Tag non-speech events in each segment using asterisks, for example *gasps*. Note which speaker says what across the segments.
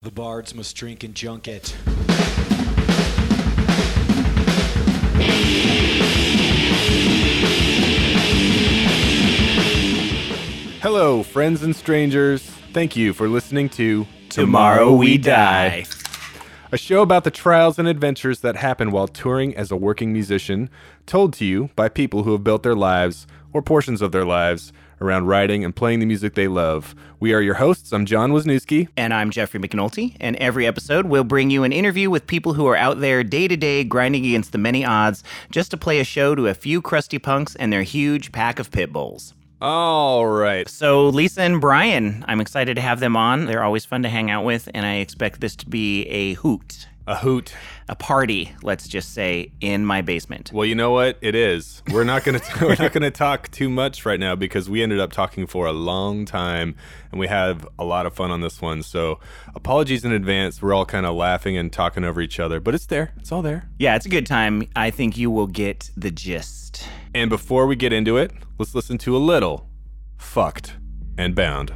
Speaker 1: The bards must drink and junket.
Speaker 2: Hello, friends and strangers. Thank you for listening to a show about the trials and adventures that happen while touring as a working musician, told to you by people who have built their lives or portions of their lives around writing and playing the music they love. We are your hosts. I'm John Wisniewski.
Speaker 3: And I'm Jeffrey McNulty, and every episode we'll bring you an interview with people who are out there day to day grinding against the many odds just to play a show to a few crusty punks and their huge pack of pit bulls.
Speaker 2: All right.
Speaker 3: So, Lisa and Brian, I'm excited to have them on. They're always fun to hang out with, and I expect this to be a hoot,
Speaker 2: A hoot.
Speaker 3: a party, let's just say, in my basement.
Speaker 2: Well, you know what? It is. We're not gonna *laughs* we're not gonna talk too much right now because we ended up talking for a long time, and we have a lot of fun on this one. So, apologies in advance. We're all kind of laughing and talking over each other, but it's there. It's all there.
Speaker 3: Yeah, it's a good time. I think you will get the gist.
Speaker 2: And before we get into it, let's listen to a little fucked and bound.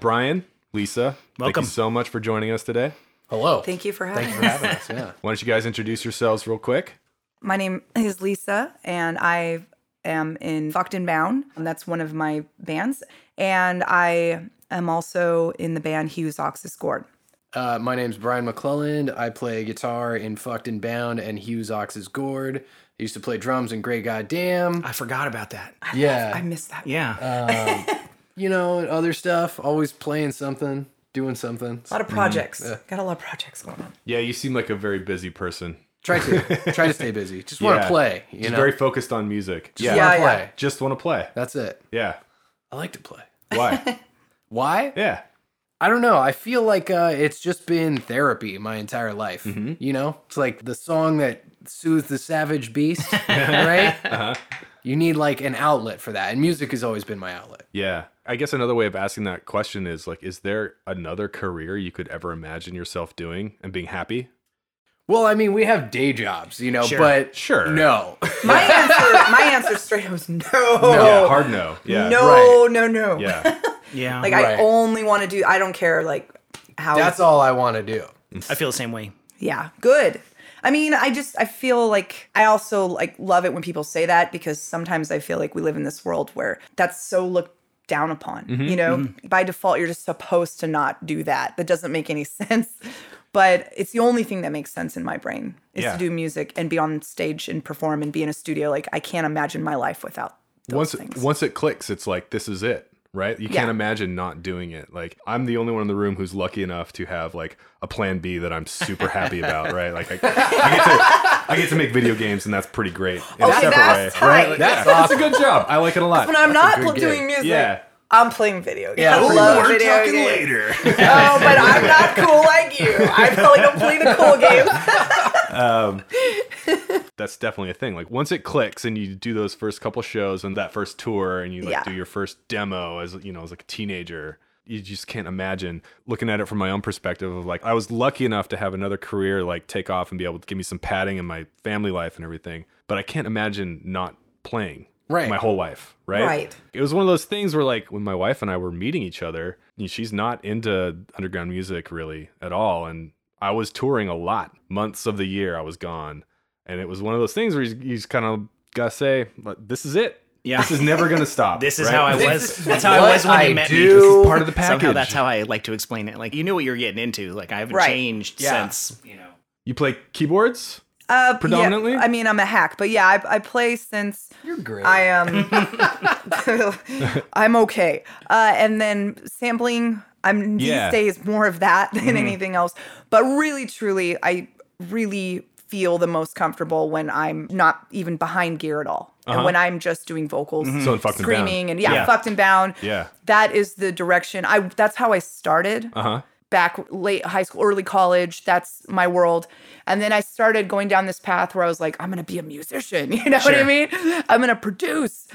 Speaker 2: Brian, Lisa,
Speaker 3: Welcome.
Speaker 2: Thank you so much for joining us today.
Speaker 4: Hello.
Speaker 5: Thank you for having
Speaker 4: Thanks
Speaker 5: me.
Speaker 4: for having us. Yeah. *laughs*
Speaker 2: Why don't you guys introduce yourselves real quick?
Speaker 5: My name is Lisa, and I am in Fucked and Bound. and That's one of my bands. And I am also in the band Hughes Oxus Gourd.
Speaker 4: Uh, my name's Brian McClelland. I play guitar in Fucked and Bound and Hughes Ox's Gourd. I used to play drums in Grey Goddamn.
Speaker 3: I forgot about that. Uh,
Speaker 4: yeah.
Speaker 5: I miss that.
Speaker 3: Yeah.
Speaker 4: you know, and other stuff. Always playing something, doing something.
Speaker 5: A lot of projects. Got a lot of projects going on.
Speaker 2: Yeah, you seem like a very busy person.
Speaker 4: Try to try to stay busy. Just want
Speaker 2: *laughs*
Speaker 4: to
Speaker 2: Yeah.
Speaker 4: play. You
Speaker 2: Just
Speaker 4: know,
Speaker 2: very focused on music.
Speaker 4: Just
Speaker 5: Yeah,
Speaker 4: wanna
Speaker 5: yeah.
Speaker 4: play.
Speaker 2: Just want to play.
Speaker 4: That's it.
Speaker 2: Yeah.
Speaker 4: I like to play.
Speaker 2: Why?
Speaker 4: *laughs* Why?
Speaker 2: yeah.
Speaker 4: I don't know. I feel like uh, it's just been therapy my entire life.
Speaker 2: Mm-hmm.
Speaker 4: You know, it's like the song that soothes the savage
Speaker 2: *laughs*
Speaker 4: beast, right?
Speaker 2: Uh-huh.
Speaker 4: You need like an outlet for that, and music has always been my outlet.
Speaker 2: Yeah. I guess another way of asking that question is like, is there another career you could ever imagine yourself doing and being happy?
Speaker 4: Well, I mean, we have day jobs, you know,
Speaker 3: Sure.
Speaker 4: but
Speaker 2: Sure.
Speaker 4: no,
Speaker 5: My answer, my answer straight up was no.
Speaker 2: Yeah, hard no. Yeah.
Speaker 5: Oh. no, *laughs*
Speaker 4: right.
Speaker 5: no, no.
Speaker 2: Yeah.
Speaker 3: yeah.
Speaker 5: Like
Speaker 4: Right.
Speaker 5: I only want to do. I don't care. Like how.
Speaker 4: *laughs* that's all I want to do.
Speaker 3: I feel the same way.
Speaker 5: Yeah, good. I mean, I just I feel like I also like love it when people say that because sometimes I feel like we live in this world where that's so looked down upon.
Speaker 4: Mm-hmm,
Speaker 5: you know, by default you're just supposed to not do that. That doesn't make any *laughs* sense. But it's the only thing that makes sense in my brain is
Speaker 2: Yeah.
Speaker 5: to do music and be on stage and perform and be in a studio. Like I can't imagine my life without those
Speaker 2: once
Speaker 5: things.
Speaker 2: once it clicks, it's like this is it, right? You
Speaker 5: Yeah.
Speaker 2: can't imagine not doing it. Like I'm the only one in the room who's lucky enough to have like a plan B that I'm super happy
Speaker 5: *laughs*
Speaker 2: about, right? Like I, I get to I get to make video games and that's pretty great. In
Speaker 5: Okay, Oh, that's tight.
Speaker 2: Right? That's, that's a good job. I like it a lot.
Speaker 5: when I'm
Speaker 4: that's a
Speaker 5: not pl-
Speaker 4: good gig.
Speaker 5: doing music,
Speaker 2: Yeah.
Speaker 5: I'm playing video games.
Speaker 4: Yeah,
Speaker 5: I
Speaker 4: pretty
Speaker 5: love
Speaker 4: much.
Speaker 5: video games.
Speaker 2: later.
Speaker 5: *laughs* Oh, but
Speaker 4: *laughs*
Speaker 5: I'm not cool like you. I probably don't play the cool games.
Speaker 2: that's definitely a thing. Like once it clicks and you do those first couple shows and that first tour and you like
Speaker 5: Yeah.
Speaker 2: do your first demo as you know as like a teenager, you just can't imagine looking at it from my own perspective of like I was lucky enough to have another career like take off and be able to give me some padding in my family life and everything, but I can't imagine not playing
Speaker 4: Right.
Speaker 2: my whole life, right?
Speaker 5: Right.
Speaker 2: It was one of those things where like when my wife and I were meeting each other, you know, she's not into underground music really at all and I was touring a lot. Months of the year I was gone. And it was one of those things where you, you just kind of gotta say, "Like, "This is it.
Speaker 3: Yeah.
Speaker 2: This is never gonna stop."
Speaker 3: *laughs* This is
Speaker 2: right?
Speaker 3: how I was. That's how I
Speaker 4: what
Speaker 3: was when
Speaker 4: I
Speaker 3: you met
Speaker 4: do.
Speaker 3: me.
Speaker 2: This is part of the
Speaker 3: Somehow
Speaker 2: package.
Speaker 3: that's how I like to explain it. Like you knew what you were getting into. Like I haven't
Speaker 5: Right.
Speaker 3: changed
Speaker 4: Yeah.
Speaker 3: since you know.
Speaker 2: you play keyboards.
Speaker 5: Uh, yeah,
Speaker 2: Predominantly?
Speaker 5: I mean, I'm a hack, but yeah, I, I play since
Speaker 4: You're great.
Speaker 5: I am. *laughs* I'm okay. Uh, and then sampling. I'm
Speaker 2: Yeah. Mm-hmm.
Speaker 5: these days more of that than anything else. But really, truly, I really feel the most comfortable when I'm not even behind gear at all. And when I'm just doing vocals,
Speaker 2: Uh-huh. Mm-hmm. So in Fucked and Bound.
Speaker 5: screaming, and yeah,
Speaker 3: Yeah.
Speaker 5: fucked and bound.
Speaker 2: Yeah.
Speaker 5: That is the direction I that's how I started
Speaker 2: Uh huh.
Speaker 5: back late high school, early college. That's my world. And then I started going down this path where I was like, I'm going to be a musician. *laughs* You know what
Speaker 3: Sure.
Speaker 5: I mean? I'm going to produce.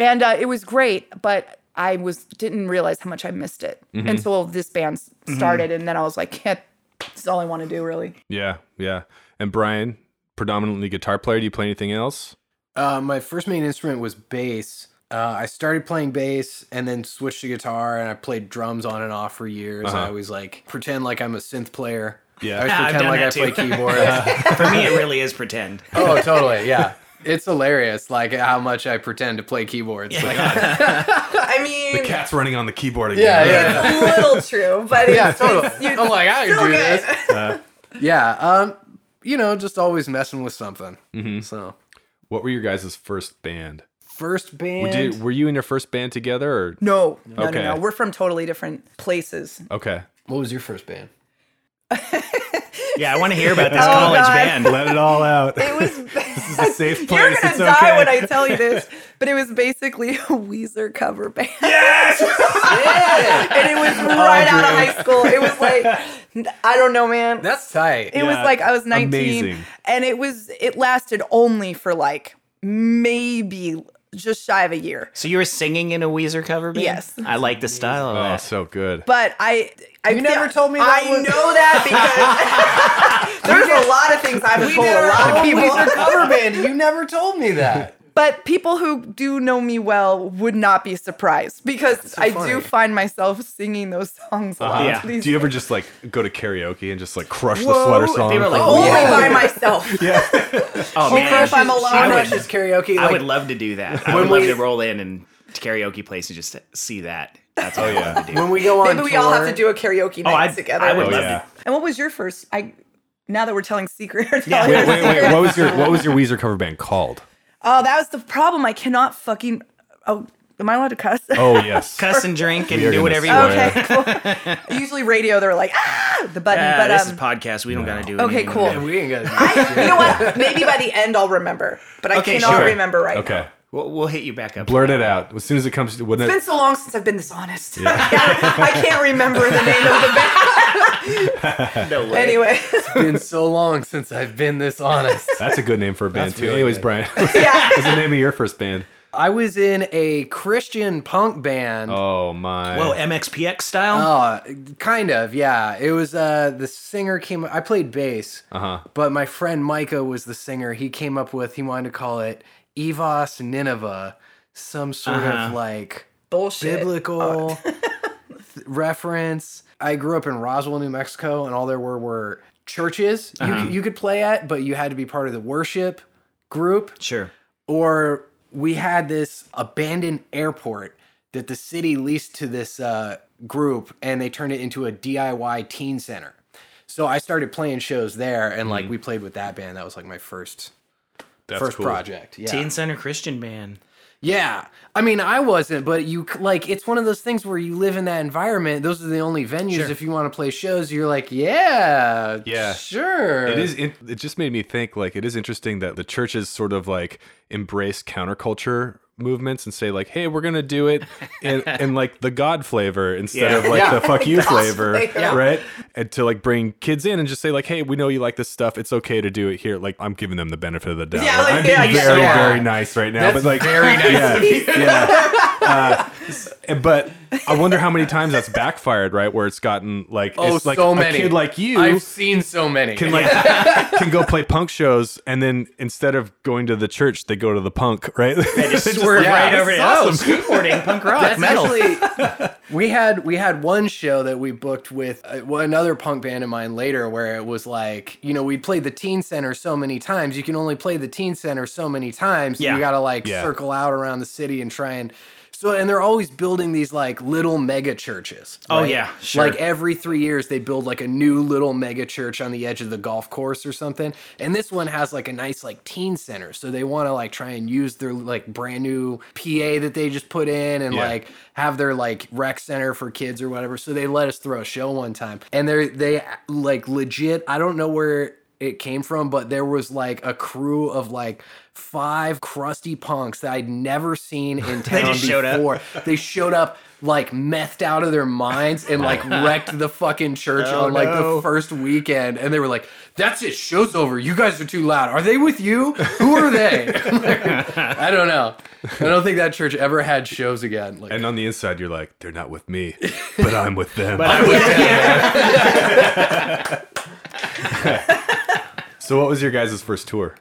Speaker 5: And uh, it was great, but I was didn't realize how much I missed it until this band s- started. And then I was like, yeah, this is all I want to do, really.
Speaker 2: Yeah. Yeah. And Brian, predominantly guitar player. Do you play anything else?
Speaker 4: Uh, my first main instrument was bass. Uh, I started playing bass and then switched to guitar, and I played drums on and off for years. I always like pretend like I'm a synth player.
Speaker 2: Yeah.
Speaker 4: I always
Speaker 2: Yeah,
Speaker 3: *laughs* I've
Speaker 4: pretend
Speaker 3: done
Speaker 4: like I
Speaker 3: that
Speaker 4: play
Speaker 3: too.
Speaker 4: *laughs* keyboards.
Speaker 3: For me, it really is pretend.
Speaker 4: oh, totally. Yeah. It's hilarious, like how much I pretend to play keyboards.
Speaker 3: *laughs*
Speaker 4: Like,
Speaker 5: I mean,
Speaker 2: Cat's running on the keyboard again.
Speaker 4: yeah, yeah.
Speaker 3: *laughs*
Speaker 5: it's a little true, *laughs* but it's,
Speaker 4: yeah, totally. I'm like, I can
Speaker 5: still
Speaker 4: do
Speaker 5: good.
Speaker 3: *laughs*
Speaker 4: this. Yeah, um, you know, just always messing with something. So
Speaker 2: What were your guys' first band?
Speaker 4: first band,
Speaker 2: Were, did, were you in your first band together or?
Speaker 5: no, no,
Speaker 2: Okay.
Speaker 5: no, no. We're from totally different places.
Speaker 2: Okay.
Speaker 4: what was your first band?
Speaker 3: Yeah, I want to hear about this
Speaker 5: *laughs* Oh,
Speaker 3: college
Speaker 5: God.
Speaker 3: band.
Speaker 2: Let it all out.
Speaker 5: It was.
Speaker 2: is a safe
Speaker 5: You're
Speaker 2: place,
Speaker 5: gonna
Speaker 2: it's
Speaker 5: die
Speaker 2: okay.
Speaker 5: when I tell
Speaker 4: *laughs*
Speaker 5: you this, but it was basically a Weezer cover band. Yes, *laughs* and it was
Speaker 4: Oh,
Speaker 5: right out of high school. It was like I don't know, man.
Speaker 4: That's tight.
Speaker 5: it was like I was 19,
Speaker 2: Amazing.
Speaker 5: and it was it lasted only for like maybe just shy of a year.
Speaker 3: So you were singing in a Weezer cover band?
Speaker 5: Yes.
Speaker 3: I like the style of
Speaker 2: Oh,
Speaker 3: that.
Speaker 2: so good.
Speaker 5: But I, I
Speaker 4: You never told me that
Speaker 5: I
Speaker 4: was-
Speaker 5: know that
Speaker 4: *laughs*
Speaker 5: because *laughs* there's a lot of things I've told a lot of people.
Speaker 4: Weezer cover band. You never told me that.
Speaker 5: But people who do know me well would not be surprised because I
Speaker 4: funny.
Speaker 5: do find myself singing those songs a lot.
Speaker 3: Yeah.
Speaker 5: These-
Speaker 2: Do you ever just like go to karaoke and just like crush the
Speaker 5: Whoa,
Speaker 2: sweater song?
Speaker 3: they were like,
Speaker 5: only
Speaker 4: Yeah.
Speaker 5: by myself?
Speaker 3: *laughs* Oh, man.
Speaker 5: Crush if I'm alone.
Speaker 4: I
Speaker 5: I
Speaker 3: would-
Speaker 4: Crushes karaoke.
Speaker 3: I
Speaker 4: Like,
Speaker 3: would love to do that. I would
Speaker 4: When
Speaker 3: love
Speaker 4: we-
Speaker 3: to roll in and to karaoke place and just see that. That's what I love to do.
Speaker 4: when we go on
Speaker 5: Maybe we all have to
Speaker 4: tour-
Speaker 5: do a karaoke night
Speaker 3: Oh, I,
Speaker 5: together.
Speaker 3: I would
Speaker 2: Oh,
Speaker 3: love
Speaker 2: yeah.
Speaker 5: And what was your first? I now that we're telling secret. *laughs*
Speaker 3: Yeah.
Speaker 2: wait, wait, wait. What was your what was your Weezer cover band called?
Speaker 5: Oh, that was the problem. I cannot fucking. Oh, am I allowed to cuss?
Speaker 2: Oh yes.
Speaker 3: to cuss and drink and
Speaker 2: We are
Speaker 3: do
Speaker 2: gonna
Speaker 3: whatever you
Speaker 2: swear.
Speaker 3: want.
Speaker 5: *laughs* okay, cool. Usually radio, they're like ah the button,
Speaker 3: Yeah,
Speaker 5: but
Speaker 3: this is
Speaker 5: um,
Speaker 3: podcast. We don't gotta do.
Speaker 5: okay,
Speaker 3: anything.
Speaker 5: cool.
Speaker 4: Yeah, we ain't gonna. Do
Speaker 5: you know what? Maybe by the end I'll remember, but I
Speaker 3: Okay,
Speaker 5: cannot
Speaker 3: sure.
Speaker 5: remember right now.
Speaker 2: *laughs* Okay.
Speaker 3: We'll, we'll hit you back up.
Speaker 2: Blurt it out as soon as it comes to. When
Speaker 5: It's been so long since I've been this honest. *laughs* I can't remember the name of
Speaker 3: *laughs*
Speaker 5: the band.
Speaker 3: No way.
Speaker 5: Anyway, *laughs*
Speaker 4: it's been so long since I've been this honest.
Speaker 2: that's a good name for a band
Speaker 4: That's
Speaker 2: too.
Speaker 4: really
Speaker 2: Anyways,
Speaker 4: good.
Speaker 2: Brian, *laughs* what's
Speaker 5: yeah.
Speaker 2: the name of your first band?
Speaker 4: *laughs* I was in a Christian punk band.
Speaker 2: Oh my.
Speaker 3: Whoa, MXPX style.
Speaker 4: Uh, kind of, yeah. It was uh the singer came I played bass.
Speaker 2: Uh-huh.
Speaker 4: But my friend Micah was the singer. He came up with he wanted to call it Evos Nineveh, some sort of
Speaker 3: Uh-huh.
Speaker 4: like
Speaker 2: Uh, *laughs*
Speaker 5: Bullshit.
Speaker 4: biblical th- reference. I grew up in Roswell, New Mexico, and all there were were churches you
Speaker 2: Uh-huh.
Speaker 4: c- you could play at, but you had to be part of the worship group
Speaker 3: Sure.
Speaker 4: or we had this abandoned airport that the city leased to this uh, group and they turned it into a DIY teen center. So I started playing shows there and like we played with that band. That was like my first
Speaker 2: Mm-hmm. That's
Speaker 4: first
Speaker 2: cool.
Speaker 4: project. Yeah.
Speaker 3: Teen Center Christian band.
Speaker 4: Yeah. I mean, I wasn't, but you c- like it's one of those things where you live in that environment. Those are the only venues if you want to play shows, you're like, yeah.
Speaker 2: Yeah.
Speaker 4: Sure.
Speaker 2: It is. in- It just made me think. Like, it is interesting that the churches sort of like embrace counterculture movements and say like, "Hey, we're gonna do it,"
Speaker 4: *laughs*
Speaker 2: and, and like the God flavor instead
Speaker 3: Yeah.
Speaker 2: of like the "fuck you" flavor,
Speaker 5: flavor. Yeah.
Speaker 2: right? And to like bring kids in and just say like, "Hey, we know you like this stuff. It's okay to do it here." Like, I'm giving them the benefit of the doubt.
Speaker 5: Yeah,
Speaker 2: Like,
Speaker 5: like,
Speaker 2: I'm
Speaker 5: yeah,
Speaker 2: being
Speaker 5: yeah,
Speaker 2: very,
Speaker 4: yeah.
Speaker 2: very nice right now, but
Speaker 4: That's
Speaker 2: like,
Speaker 4: very nice
Speaker 2: yeah, yeah. Uh, but I wonder how many times that's backfired, right? Where it's gotten like,
Speaker 4: Oh,
Speaker 2: it's like
Speaker 4: so
Speaker 2: a
Speaker 4: many.
Speaker 2: kid like you
Speaker 4: I've seen so many.
Speaker 2: can like can go play punk shows and then instead of going to the church they go to the punk right *laughs* they just
Speaker 3: Swerve
Speaker 4: like-
Speaker 3: right
Speaker 4: Yeah,
Speaker 3: over it.
Speaker 4: it's
Speaker 3: Oh,
Speaker 4: awesome. *laughs*
Speaker 3: skateboarding, punk rock,
Speaker 4: That's
Speaker 3: metal. *laughs*
Speaker 4: actually we had we had one show that we booked with uh, well, another punk band of mine later where it was like you know we played the teen center so many times you can only play the teen center so many times
Speaker 3: Yeah.
Speaker 4: you gotta like
Speaker 2: Yeah.
Speaker 4: circle out around the city and try and so and they're always building these like little mega churches
Speaker 3: Oh,
Speaker 4: right?
Speaker 3: yeah, sure.
Speaker 4: like every three years they build like a new little mega church on the edge of the golf course or something and this one has like a nice like teen center so they want to like try and use their like brand new pa that they just put in and
Speaker 2: Yeah.
Speaker 4: like have their like rec center for kids or whatever so they let us throw a show one time and they're they like legit i don't know where it came from, but there was like a crew of like five crusty punks that I'd never seen in town
Speaker 3: just showed up.
Speaker 4: before. They showed up like methed out of their minds
Speaker 3: *laughs*
Speaker 4: and like wrecked the fucking church
Speaker 3: Oh,
Speaker 4: on like
Speaker 3: no.
Speaker 4: the first weekend. And they were like, that's it, show's over. You guys are too loud. Are they with you? Who are they? *laughs* Like, I don't know. I don't think that church ever had shows again. Like,
Speaker 2: And on the inside, you're like, they're not with me, but I'm with them. *laughs* so, what was your guys' first tour?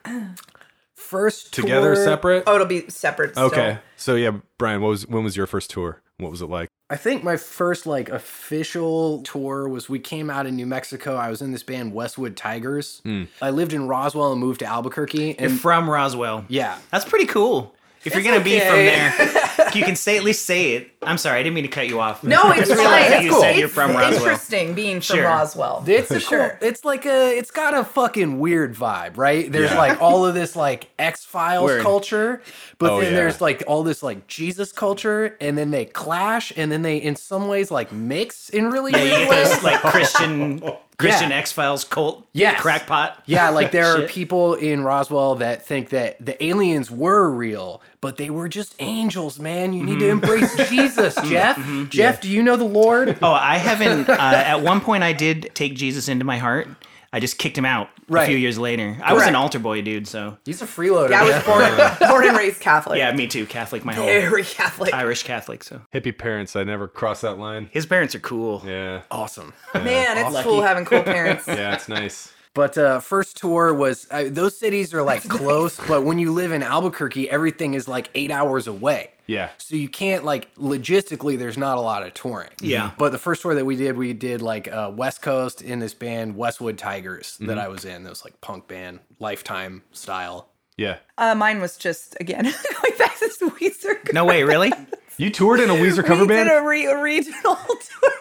Speaker 4: first
Speaker 2: Together,
Speaker 4: tour-
Speaker 2: separate?
Speaker 5: Oh, it'll be separate. still.
Speaker 2: okay. So, yeah, Brian, what was when was your first tour? What was it like?
Speaker 4: I think my first like official tour was we came out in New Mexico. I was in this band Westwood Tigers.
Speaker 2: Hmm.
Speaker 4: I lived in Roswell and moved to Albuquerque. And
Speaker 3: From Roswell.
Speaker 4: yeah,
Speaker 3: That's pretty cool. If you're
Speaker 5: It's
Speaker 3: gonna be from
Speaker 5: okay.
Speaker 4: *laughs*
Speaker 3: there, you can say at least say it. I'm sorry, I didn't mean to cut you off.
Speaker 5: No,
Speaker 3: *laughs*
Speaker 5: it's
Speaker 3: Just
Speaker 5: fine.
Speaker 3: like
Speaker 5: It's
Speaker 3: you
Speaker 5: cool.
Speaker 3: said you're
Speaker 5: It's
Speaker 3: from Roswell.
Speaker 5: interesting being from
Speaker 3: Sure.
Speaker 5: Roswell.
Speaker 4: It's
Speaker 5: for
Speaker 4: a
Speaker 5: sure.
Speaker 4: cool. It's like a. It's got a fucking weird vibe, right? There's like all of this like X Files
Speaker 3: Word.
Speaker 4: culture, but
Speaker 2: Oh,
Speaker 4: then
Speaker 2: yeah.
Speaker 4: there's like all this like Jesus culture, and then they clash, and then they in some ways like mix in really
Speaker 3: You
Speaker 4: weird
Speaker 3: get
Speaker 4: ways.
Speaker 3: those, like
Speaker 4: *laughs*
Speaker 3: Christian Christian
Speaker 4: Yeah.
Speaker 3: X Files cult
Speaker 4: Yes.
Speaker 3: crackpot.
Speaker 4: Yeah,
Speaker 3: *laughs*
Speaker 4: like there are
Speaker 3: Shit.
Speaker 4: people in Roswell that think that the aliens were real, but they were just angels, man. You need to embrace Jesus, Jeff. Jeff, do you know the Lord?
Speaker 3: Oh, I haven't. Uh, at one point, I did take Jesus into my heart. I just kicked him out a
Speaker 4: Right.
Speaker 3: few years later. I was an
Speaker 5: Correct.
Speaker 3: altar boy, dude. So
Speaker 4: He's a freeloader.
Speaker 5: Yeah, I
Speaker 4: man.
Speaker 5: was born born and raised Catholic.
Speaker 3: yeah, me too. Catholic, my whole
Speaker 5: Very Catholic.
Speaker 3: Irish Catholic. So
Speaker 2: Hippie parents, I never crossed that line.
Speaker 3: his parents are cool.
Speaker 2: Yeah.
Speaker 4: awesome.
Speaker 5: Man, it's cool having
Speaker 3: *laughs*
Speaker 5: cool parents.
Speaker 2: Yeah, it's nice.
Speaker 4: But uh, first tour was uh, those cities
Speaker 3: *laughs*
Speaker 4: are like close, but when you live in Albuquerque, everything is like eight hours away.
Speaker 2: Yeah.
Speaker 4: So you can't like logistically, there's not a lot of touring.
Speaker 3: Yeah.
Speaker 4: But the first tour that we did, we did like uh, West Coast in this band Westwood Tigers that I was in. That was like punk band, Lifetime style.
Speaker 2: Yeah.
Speaker 5: Uh, mine was just again *laughs* going back to
Speaker 2: *laughs*
Speaker 5: this Weezer.
Speaker 3: No way, really?
Speaker 2: You toured in a Weezer cover
Speaker 5: we
Speaker 2: band?
Speaker 5: did a re- a regional *laughs* tour.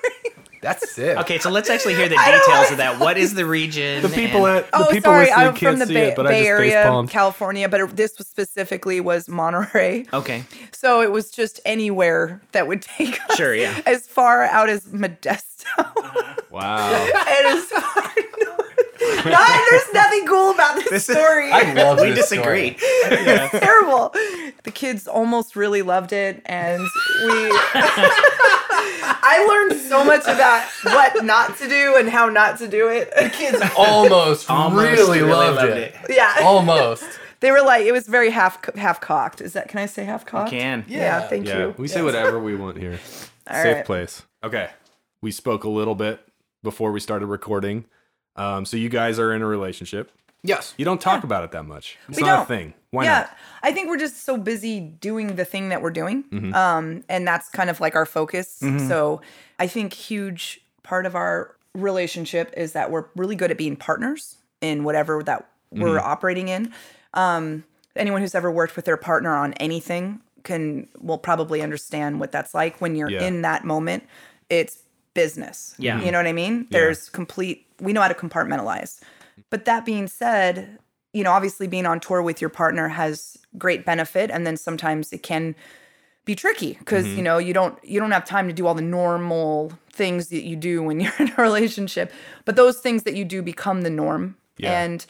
Speaker 4: That's sick.
Speaker 3: *laughs* Okay, so let's actually hear the
Speaker 5: I don't
Speaker 3: details
Speaker 5: wanna
Speaker 3: of that. What is the region?
Speaker 2: the people
Speaker 3: and-
Speaker 2: at the
Speaker 5: oh,
Speaker 2: people
Speaker 5: sorry,
Speaker 2: listening
Speaker 5: I'm
Speaker 2: can't
Speaker 5: from the
Speaker 2: see
Speaker 5: Bay,
Speaker 2: it, but I
Speaker 5: Bay
Speaker 2: just
Speaker 5: Area,
Speaker 2: facepalmed.
Speaker 5: California, but it, this was specifically was Monterey.
Speaker 3: Okay.
Speaker 5: So it was just anywhere that would take us
Speaker 3: Sure, yeah.
Speaker 5: as far out as Modesto. *laughs*
Speaker 2: wow.
Speaker 5: and as far north. Not, there's nothing cool about this, story.
Speaker 4: love
Speaker 3: We disagree.
Speaker 5: It's terrible. The kids almost really loved it, and we. I learned so much about what not to do and how not to do it. The *laughs* kids,
Speaker 4: Almost,
Speaker 3: Almost
Speaker 4: really, loved, it.
Speaker 5: yeah,
Speaker 4: Almost.
Speaker 5: they were like it was very half half cocked. Is that can I say half cocked?
Speaker 3: Can.
Speaker 5: Yeah, thank
Speaker 2: Yeah,
Speaker 5: you.
Speaker 2: we say whatever we want here.
Speaker 5: All
Speaker 2: Safe
Speaker 5: right.
Speaker 2: place. Okay. We spoke a little bit before we started recording. Um, so you guys are in a relationship.
Speaker 4: yes.
Speaker 2: You don't talk about it that much. It's
Speaker 5: We
Speaker 2: not a
Speaker 5: don't.
Speaker 2: thing. Why
Speaker 5: yeah,
Speaker 2: not?
Speaker 5: I think we're just so busy doing the thing that we're doing,
Speaker 2: Mm-hmm.
Speaker 5: um, and that's kind of like our focus. So I think huge part of our relationship is that we're really good at being partners in whatever that we're
Speaker 2: Mm-hmm.
Speaker 5: operating in. Um, anyone who's ever worked with their partner on anything can will probably understand what that's like when you're
Speaker 2: Yeah.
Speaker 5: in that moment. It's business.
Speaker 3: Yeah.
Speaker 5: you know what I mean. There's complete. We know how to compartmentalize. But that being said, you know, obviously being on tour with your partner has great benefit and then sometimes it can be tricky because
Speaker 4: Mm-hmm.
Speaker 5: you know you don't you don't have time to do all the normal things that you do when *laughs* you're in a relationship but those things that you do become the norm
Speaker 2: Yeah.
Speaker 5: and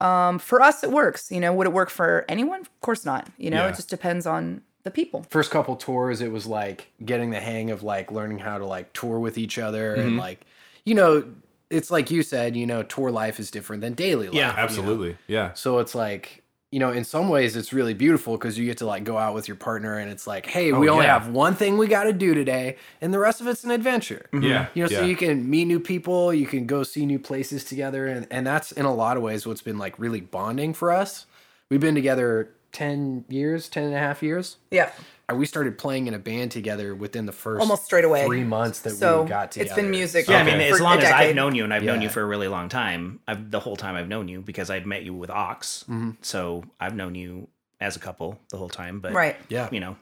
Speaker 5: um, for us it works you know would it work for anyone of course not you know
Speaker 2: Yeah.
Speaker 5: it just depends on the people
Speaker 4: First couple tours, it was like getting the hang of like learning how to like tour with each other and like, you know, it's like you said, you know, tour life is different than daily life.
Speaker 3: Yeah.
Speaker 2: Absolutely. Yeah.
Speaker 4: So it's like, you know, in some ways it's really beautiful because you get to like go out with your partner and it's like, hey, we only
Speaker 2: yeah.
Speaker 4: have one thing we got to do today and the rest of it's an adventure.
Speaker 2: Yeah.
Speaker 4: You know,
Speaker 2: Mm-hmm. yeah.
Speaker 4: so you can meet new people, you can go see new places together, and, and that's in a lot of ways what's been like really bonding for us. We've been together 10 years, 10 and a half years.
Speaker 5: yeah
Speaker 4: And We started playing in a band together within the first
Speaker 5: almost straight away
Speaker 4: three months that
Speaker 5: so
Speaker 4: we got together.
Speaker 5: it's been music
Speaker 3: Yeah, I mean,
Speaker 5: for
Speaker 3: as long
Speaker 5: a
Speaker 3: as I've
Speaker 5: decade.
Speaker 3: known you, and I've known you
Speaker 4: Yeah.
Speaker 3: for a really long time, I've the whole time I've known you because I'd met you with Ox,
Speaker 4: Mm-hmm.
Speaker 3: so I've known you as a couple the whole time. But
Speaker 5: right
Speaker 4: Yeah.
Speaker 3: you know,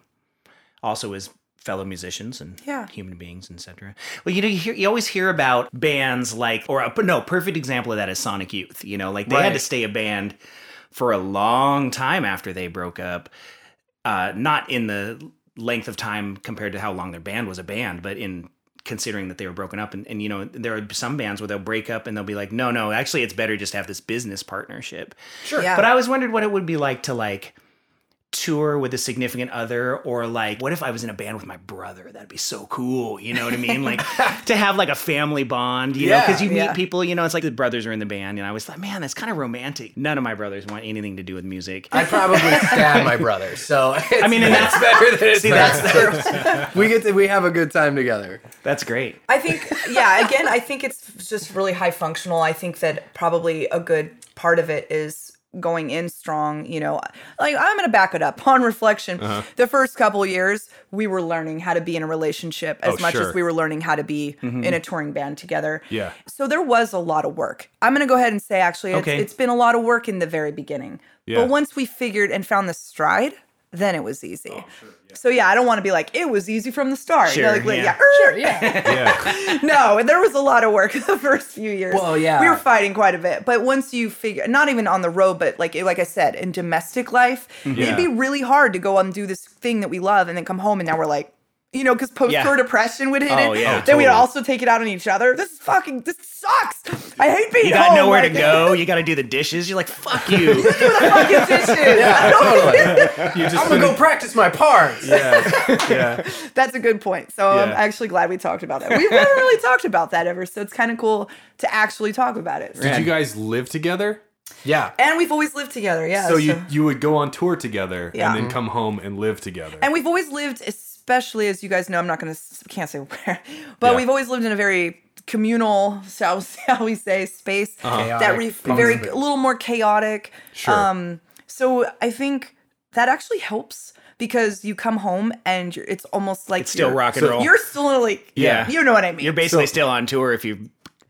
Speaker 3: also as fellow musicians and
Speaker 5: Yeah.
Speaker 3: human beings, etc. Well, you know, you, hear, you always hear about bands like, or a, no, perfect example of that is Sonic Youth. You know, like they had
Speaker 4: Right.
Speaker 3: to stay a band for a long time after they broke up, uh, not in the length of time compared to how long their band was a band, but in considering that they were broken up. And, and you know, there are some bands where they'll break up and they'll be like, no, no, actually, it's better just to have this business partnership.
Speaker 5: Sure. Yeah.
Speaker 3: But I always wondered what it would be like to like tour with a significant other or like what if I was in a band with my brother? That'd be so cool. You know what I mean? Like to have like a family bond, you know,
Speaker 4: Yeah,
Speaker 3: because you meet
Speaker 5: yeah.
Speaker 3: people, you know, it's like the brothers are in the band. And I was thought, man, that's kind of romantic. None of my brothers want anything to do with music.
Speaker 4: I
Speaker 5: *laughs*
Speaker 4: probably stab my brother, so *laughs* I
Speaker 3: mean,
Speaker 4: mean,
Speaker 3: and
Speaker 4: that's better than it's
Speaker 3: See, that's
Speaker 4: we get to, we have a good time together.
Speaker 3: that's great.
Speaker 5: I think, yeah, again, I think it's just really high functional. I think that probably a good part of it is going in strong. You know, like I'm going to back it up *laughs* on reflection. The first couple years, we were learning how to be in a relationship as
Speaker 2: Oh,
Speaker 5: much
Speaker 2: sure.
Speaker 5: as we were learning how to be in a touring band together.
Speaker 2: Yeah.
Speaker 5: So there was a lot of work. I'm going to go ahead and say, actually, it's,
Speaker 3: Okay.
Speaker 5: it's been a lot of work in the very beginning.
Speaker 2: Yeah.
Speaker 5: But once we figured and found the stride, then it was easy. So yeah, I don't want to be like it was easy from the start. You know,
Speaker 3: Sure,
Speaker 5: like, like,
Speaker 3: yeah.
Speaker 5: yeah, er,
Speaker 4: Sure, yeah.
Speaker 2: Yeah.
Speaker 5: no, there was a lot of work *laughs* the first few years.
Speaker 4: Well, yeah.
Speaker 5: we were fighting quite a bit, but once you figure, not even on the road, but like like I said, in domestic life,
Speaker 3: Mhm.
Speaker 2: Yeah.
Speaker 5: it'd be really hard to go and do this thing that we love and then come home and now we're like. You know, because post
Speaker 3: Yeah.
Speaker 5: tour depression would hit
Speaker 3: Oh,
Speaker 5: it.
Speaker 3: yeah.
Speaker 5: then we'd
Speaker 2: totally.
Speaker 5: also take it out on each other. This is fucking, this sucks. I hate being
Speaker 3: You got
Speaker 5: home.
Speaker 3: nowhere to
Speaker 5: like, *laughs*
Speaker 3: go. You got to do the dishes. You're like, fuck you.
Speaker 5: Do
Speaker 3: *laughs*
Speaker 5: the fucking dishes.
Speaker 4: Yeah, totally.
Speaker 2: You just
Speaker 4: I'm gonna go practice my parts.
Speaker 2: *laughs* Yeah. Yeah.
Speaker 5: *laughs* That's a good point. So I'm
Speaker 2: Yeah.
Speaker 5: actually glad we talked about that. We've never really talked about that ever, so it's kind of cool to actually talk about it.
Speaker 2: Did you guys live together?
Speaker 4: Yeah.
Speaker 5: And we've always lived together, yeah.
Speaker 2: So you you would go on tour together
Speaker 5: Yeah.
Speaker 2: and then come home and live together.
Speaker 5: and we've always lived, especially as you guys know, I'm not gonna s- can't say *laughs* where, but
Speaker 2: Yeah.
Speaker 5: we've always lived in a very communal, shall *laughs* shall we say, space that
Speaker 4: Chaotic
Speaker 5: re-
Speaker 4: space.
Speaker 5: very a little more chaotic.
Speaker 2: Sure.
Speaker 5: Um, so I think that actually helps because you come home and you're, it's almost like
Speaker 3: It's still
Speaker 5: you're-
Speaker 3: rock and roll.
Speaker 5: You're still in like
Speaker 2: Yeah.
Speaker 5: you know what I mean.
Speaker 3: You're basically still on tour if you're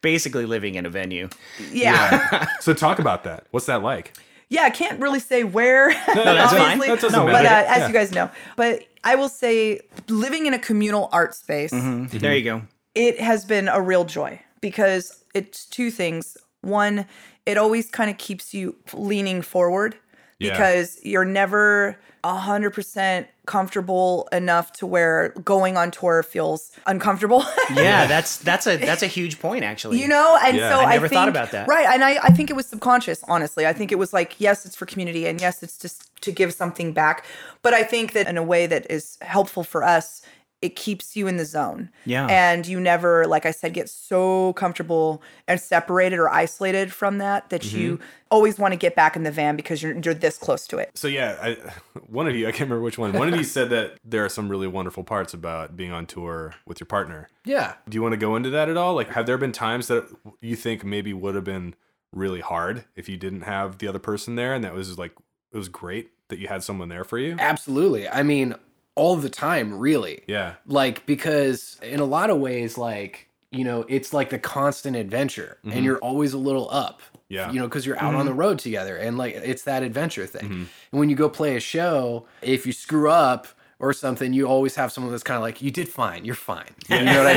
Speaker 3: basically living in a venue.
Speaker 5: yeah.
Speaker 2: so talk about that. What's that like?
Speaker 5: yeah, I can't really say where.
Speaker 3: that's fine.
Speaker 5: obviously,
Speaker 2: That doesn't
Speaker 5: but uh,
Speaker 2: matter.
Speaker 5: as
Speaker 2: Yeah.
Speaker 5: you guys know, but I will say, living in a communal art space,
Speaker 3: There you go.
Speaker 5: it has been a real joy because it's two things. One, it always kind of keeps you leaning forward
Speaker 2: Yeah.
Speaker 5: because you're never 100% comfortable enough to where going on tour feels uncomfortable. *laughs*
Speaker 3: Yeah, that's that's a that's a huge point actually.
Speaker 5: You know, and
Speaker 2: Yeah.
Speaker 5: so
Speaker 2: I
Speaker 5: I,
Speaker 3: never
Speaker 5: think,
Speaker 3: thought about that.
Speaker 5: Right, and I, I think it was subconscious. Honestly, I think it was like, yes, it's for community, and yes, it's just to give something back. But I think that in a way that is helpful for us, it keeps you in the zone.
Speaker 3: Yeah.
Speaker 5: and you never, like I said, get so comfortable and separated or isolated from that that
Speaker 3: Mm-hmm.
Speaker 5: you always want to get back in the van because you're you're this close to it.
Speaker 2: So yeah, I, *laughs* one of you, I can't remember which one. One of you said that there are some really wonderful parts about being on tour with your partner.
Speaker 4: Yeah.
Speaker 2: Do you want to go into that at all? Like, have there been times that you think maybe would have been really hard if you didn't have the other person there, and that was like it was great that you had someone there for you?
Speaker 4: Absolutely. I mean, all the time, really.
Speaker 2: Yeah,
Speaker 4: like because in a lot of ways like you know it's like the constant adventure and you're always a little up
Speaker 2: Mm-hmm. Yeah. Mm-hmm.
Speaker 4: you know because you're out on the road together and like it's that adventure thing and when you go play a show if you screw up or something you always have someone that's kind of like you did fine you're fine you know what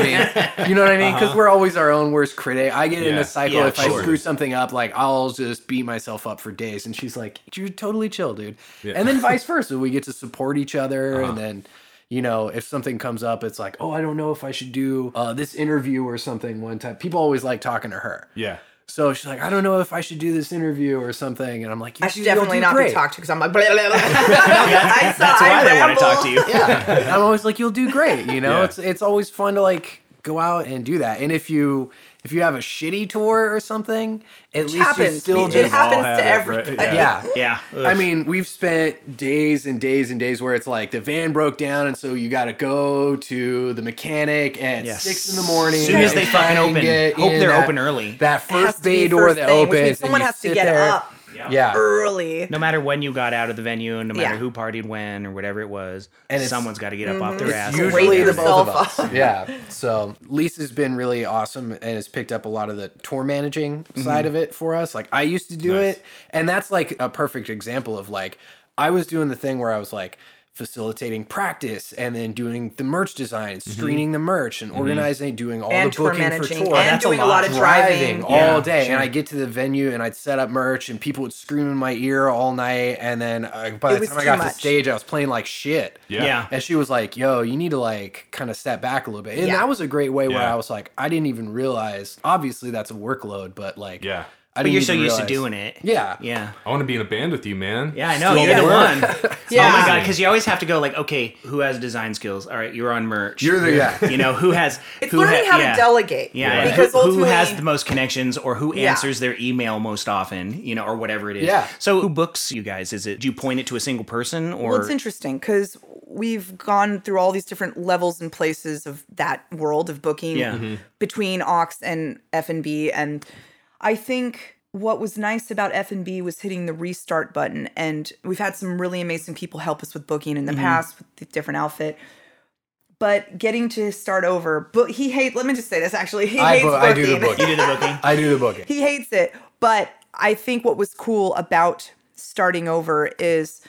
Speaker 2: *laughs*
Speaker 4: i mean you know what i mean because we're always our own worst critic i get in
Speaker 2: Uh-huh. Yeah.
Speaker 4: a cycle
Speaker 3: Yeah,
Speaker 4: if
Speaker 2: sure.
Speaker 4: i screw something up like i'll just beat myself up for days and she's like you're totally chill dude
Speaker 2: Yeah. Uh-huh.
Speaker 4: and
Speaker 2: *laughs*
Speaker 4: then vice versa we get to support each other and then you know, if something comes up, it's like, oh, I don't know if I should do uh, this interview or something one time. People always like talking to her.
Speaker 2: yeah,
Speaker 4: So she's like, I don't know if I should do this interview or something. And I'm like, you
Speaker 5: I should
Speaker 4: you'll
Speaker 5: definitely
Speaker 4: do
Speaker 5: not
Speaker 4: great. *laughs*
Speaker 5: be talked to because I'm like, *laughs* blah, blah, blah. I saw,
Speaker 3: That's why
Speaker 5: I
Speaker 3: they want to talk
Speaker 5: ramble.
Speaker 3: to you.
Speaker 4: Yeah. I'm always like, you'll do great. You
Speaker 2: *laughs*
Speaker 4: know,
Speaker 2: Yeah.
Speaker 4: it's, it's always fun to like go out and do that. And if you, if you have a shitty tour or something, at least you
Speaker 5: happens.
Speaker 4: still
Speaker 5: It
Speaker 4: just,
Speaker 5: happens
Speaker 2: All
Speaker 5: to
Speaker 2: have it,
Speaker 5: everybody.
Speaker 2: right? Yeah.
Speaker 4: yeah.
Speaker 3: Yeah.
Speaker 4: I mean, we've spent days and days and days where it's like the van broke down, and so you got to go to the mechanic at
Speaker 3: Yes.
Speaker 4: six in the morning.
Speaker 3: As soon as they
Speaker 4: and try
Speaker 3: fucking
Speaker 4: and
Speaker 3: open.
Speaker 4: get
Speaker 3: Hope
Speaker 4: in
Speaker 3: they're
Speaker 4: that-
Speaker 3: open early.
Speaker 4: That
Speaker 5: It has
Speaker 4: first
Speaker 5: to be
Speaker 4: bay door
Speaker 5: first
Speaker 4: that
Speaker 5: thing, which means
Speaker 4: opens. and
Speaker 5: Someone
Speaker 4: you
Speaker 5: has to
Speaker 4: sit
Speaker 5: get
Speaker 4: there.
Speaker 5: up
Speaker 4: Yeah.
Speaker 5: early.
Speaker 3: no matter when you got out of the venue, and no matter
Speaker 5: Yeah.
Speaker 3: who partied when or whatever it was,
Speaker 4: And it's-
Speaker 3: someone's got to get up off their
Speaker 4: It's
Speaker 3: ass. and
Speaker 5: Wake
Speaker 4: usually the
Speaker 3: there.
Speaker 4: both of us.
Speaker 5: yourself *laughs* up.
Speaker 4: Yeah. So Lisa's been really awesome and has picked up a lot of the tour managing
Speaker 5: Mm-hmm.
Speaker 4: side of it for us. Like I used to do
Speaker 2: Nice.
Speaker 4: it, and that's like a perfect example of like I was doing the thing where I was like, facilitating practice and then doing the merch design, screening the merch and organizing, doing all
Speaker 5: Mm-hmm. And
Speaker 4: the
Speaker 5: tour
Speaker 4: booking for
Speaker 5: managing,
Speaker 4: tour.
Speaker 5: and
Speaker 4: That's
Speaker 5: doing a lot of driving.
Speaker 4: all
Speaker 3: Yeah,
Speaker 4: day. And I get to the venue and I'd set up merch and people would scream in my ear all night. And then uh, by
Speaker 5: It
Speaker 4: the
Speaker 5: was
Speaker 4: time I
Speaker 5: too
Speaker 4: got to
Speaker 5: much.
Speaker 4: stage, I was playing like shit.
Speaker 2: Yeah.
Speaker 3: Yeah.
Speaker 4: And she was like, yo, you need to like kind of step back a little bit. And
Speaker 5: Yeah.
Speaker 4: that was a great way where
Speaker 2: Yeah.
Speaker 4: I was like, I didn't even realize, obviously that's a workload, but like,
Speaker 2: Yeah.
Speaker 4: I
Speaker 3: But
Speaker 4: didn't
Speaker 3: you're so
Speaker 4: even
Speaker 3: used to
Speaker 4: realize-
Speaker 3: doing it.
Speaker 4: Yeah.
Speaker 3: Yeah.
Speaker 2: I want to be in a band with you, man.
Speaker 3: Yeah, I know.
Speaker 2: Still
Speaker 3: You're the
Speaker 2: work.
Speaker 3: one.
Speaker 5: Yeah.
Speaker 3: Oh my god, because you always have to go like, okay, who has design skills? All right, you're on merch.
Speaker 4: You're the guy.
Speaker 3: You know who has.
Speaker 5: It's
Speaker 3: who
Speaker 5: learning
Speaker 3: ha-
Speaker 5: how
Speaker 3: yeah.
Speaker 5: to delegate.
Speaker 3: Yeah, and
Speaker 5: Because
Speaker 3: who, who
Speaker 5: ultimately,
Speaker 3: has the most connections, or who
Speaker 5: Yeah.
Speaker 3: answers their email most often, you know, or whatever it is.
Speaker 4: Yeah.
Speaker 3: So who books you guys? Is it do you point it to a single person, or
Speaker 5: Well, it's interesting because we've gone through all these different levels and places of that world of booking
Speaker 3: Yeah. Mhm.
Speaker 5: between Ox and F and B, and I think what was nice about F and B was hitting the restart button, and we've had some really amazing people help us with booking in the
Speaker 4: Mm-hmm.
Speaker 5: past with the different outfit. But getting to start over, but he hates. Let me just say this: actually, he
Speaker 4: I,
Speaker 5: hates
Speaker 4: bo-
Speaker 5: booking.
Speaker 4: I do the
Speaker 3: you *laughs*
Speaker 4: booking.
Speaker 3: do the
Speaker 5: *laughs*
Speaker 3: booking?
Speaker 4: I do the booking.
Speaker 5: he hates it. But I think what was cool about starting over is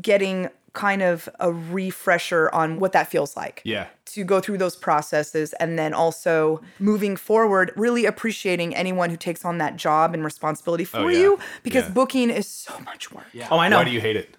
Speaker 5: getting kind of a refresher on what that feels like
Speaker 2: Yeah.
Speaker 5: to go through those processes and then also moving forward really appreciating anyone who takes on that job and responsibility for
Speaker 2: yeah.
Speaker 5: you because
Speaker 2: Yeah.
Speaker 5: booking is so much work.
Speaker 3: Oh, I know.
Speaker 2: Why do you hate it?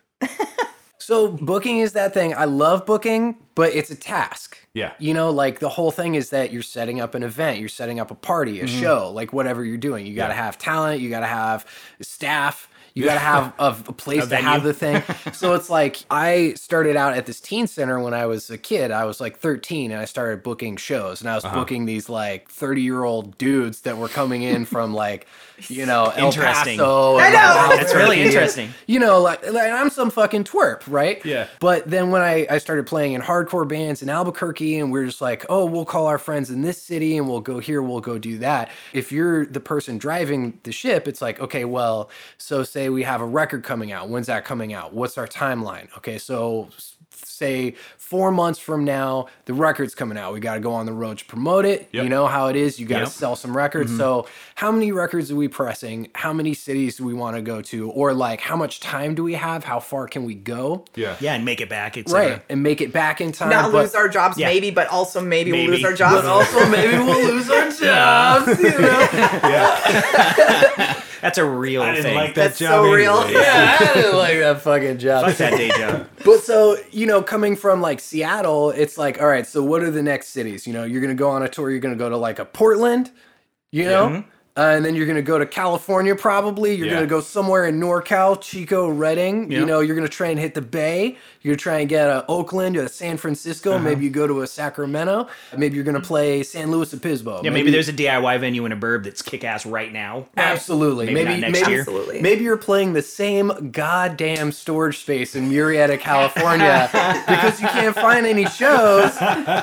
Speaker 4: So booking is that thing. I love booking, but it's a task.
Speaker 2: Yeah.
Speaker 4: You know, like the whole thing is that you're setting up an event, you're setting up a party, a show, like whatever you're doing. You got to have talent, you got to have staff, you got to have a, a place to have the thing. so it's like I started out at this teen center when I was a kid. I was like 13 and I started booking shows and I was booking these like 30-year-old dudes that were coming in from like, you know, El
Speaker 3: Interesting.
Speaker 4: Paso. I
Speaker 5: know.
Speaker 3: That's really interesting.
Speaker 4: you know, like, like I'm some fucking twerp, right?
Speaker 2: Yeah.
Speaker 4: But then when I, I started playing in hardcore bands in Albuquerque, and we're just like, oh, we'll call our friends in this city and we'll go here, we'll go do that. If you're the person driving the ship, it's like, okay, well, so say we have a record coming out. When's that coming out? What's our timeline? Okay, so s- say four months from now, the record's coming out. We got to go on the road to promote it.
Speaker 2: Yep.
Speaker 4: You know how it is. You got to
Speaker 3: Yep. Mm-hmm.
Speaker 4: sell some records. So, how many records are we pressing? How many cities do we want to go to? Or, like, how much time do we have? How far can we go?
Speaker 2: Yeah.
Speaker 3: Yeah, and make it back. It's
Speaker 4: Right. And make it back in time.
Speaker 5: Not
Speaker 4: Uh, but-
Speaker 5: lose our jobs,
Speaker 3: Yeah.
Speaker 5: maybe, but also maybe, we'll lose
Speaker 3: Maybe.
Speaker 5: our jobs.
Speaker 4: but also, maybe we'll lose our jobs. You
Speaker 5: *laughs*
Speaker 4: know?
Speaker 3: that's a real thing.
Speaker 5: That's so real.
Speaker 4: *laughs* yeah, *laughs* I didn't like that fucking job.
Speaker 3: Fuck that day
Speaker 2: *laughs*
Speaker 3: job.
Speaker 4: But so, you know, coming from like Seattle, it's like, all right, so what are the next cities? You know, you're going to go on a tour, you're going to go to like a Portland, you know? Uh, and then you're going to go to California, probably. You're
Speaker 2: Yeah.
Speaker 4: going to go somewhere in NorCal, Chico, Redding.
Speaker 3: Yeah.
Speaker 4: You know, you're going to try and hit the Bay. You're going to try and get a Oakland or a San Francisco.
Speaker 3: Uh-huh.
Speaker 4: Maybe you go to a Sacramento. Maybe you're going to play San Luis Obispo.
Speaker 3: Mm-hmm. Yeah, maybe, there's a DIY venue in a burb that's kick ass right now.
Speaker 4: Absolutely.
Speaker 3: Maybe
Speaker 4: Maybe,
Speaker 3: not next
Speaker 4: maybe-
Speaker 3: year.
Speaker 5: Absolutely.
Speaker 4: Maybe you're playing the same goddamn storage space in
Speaker 3: *laughs*
Speaker 4: Murrieta, California, because you can't find any shows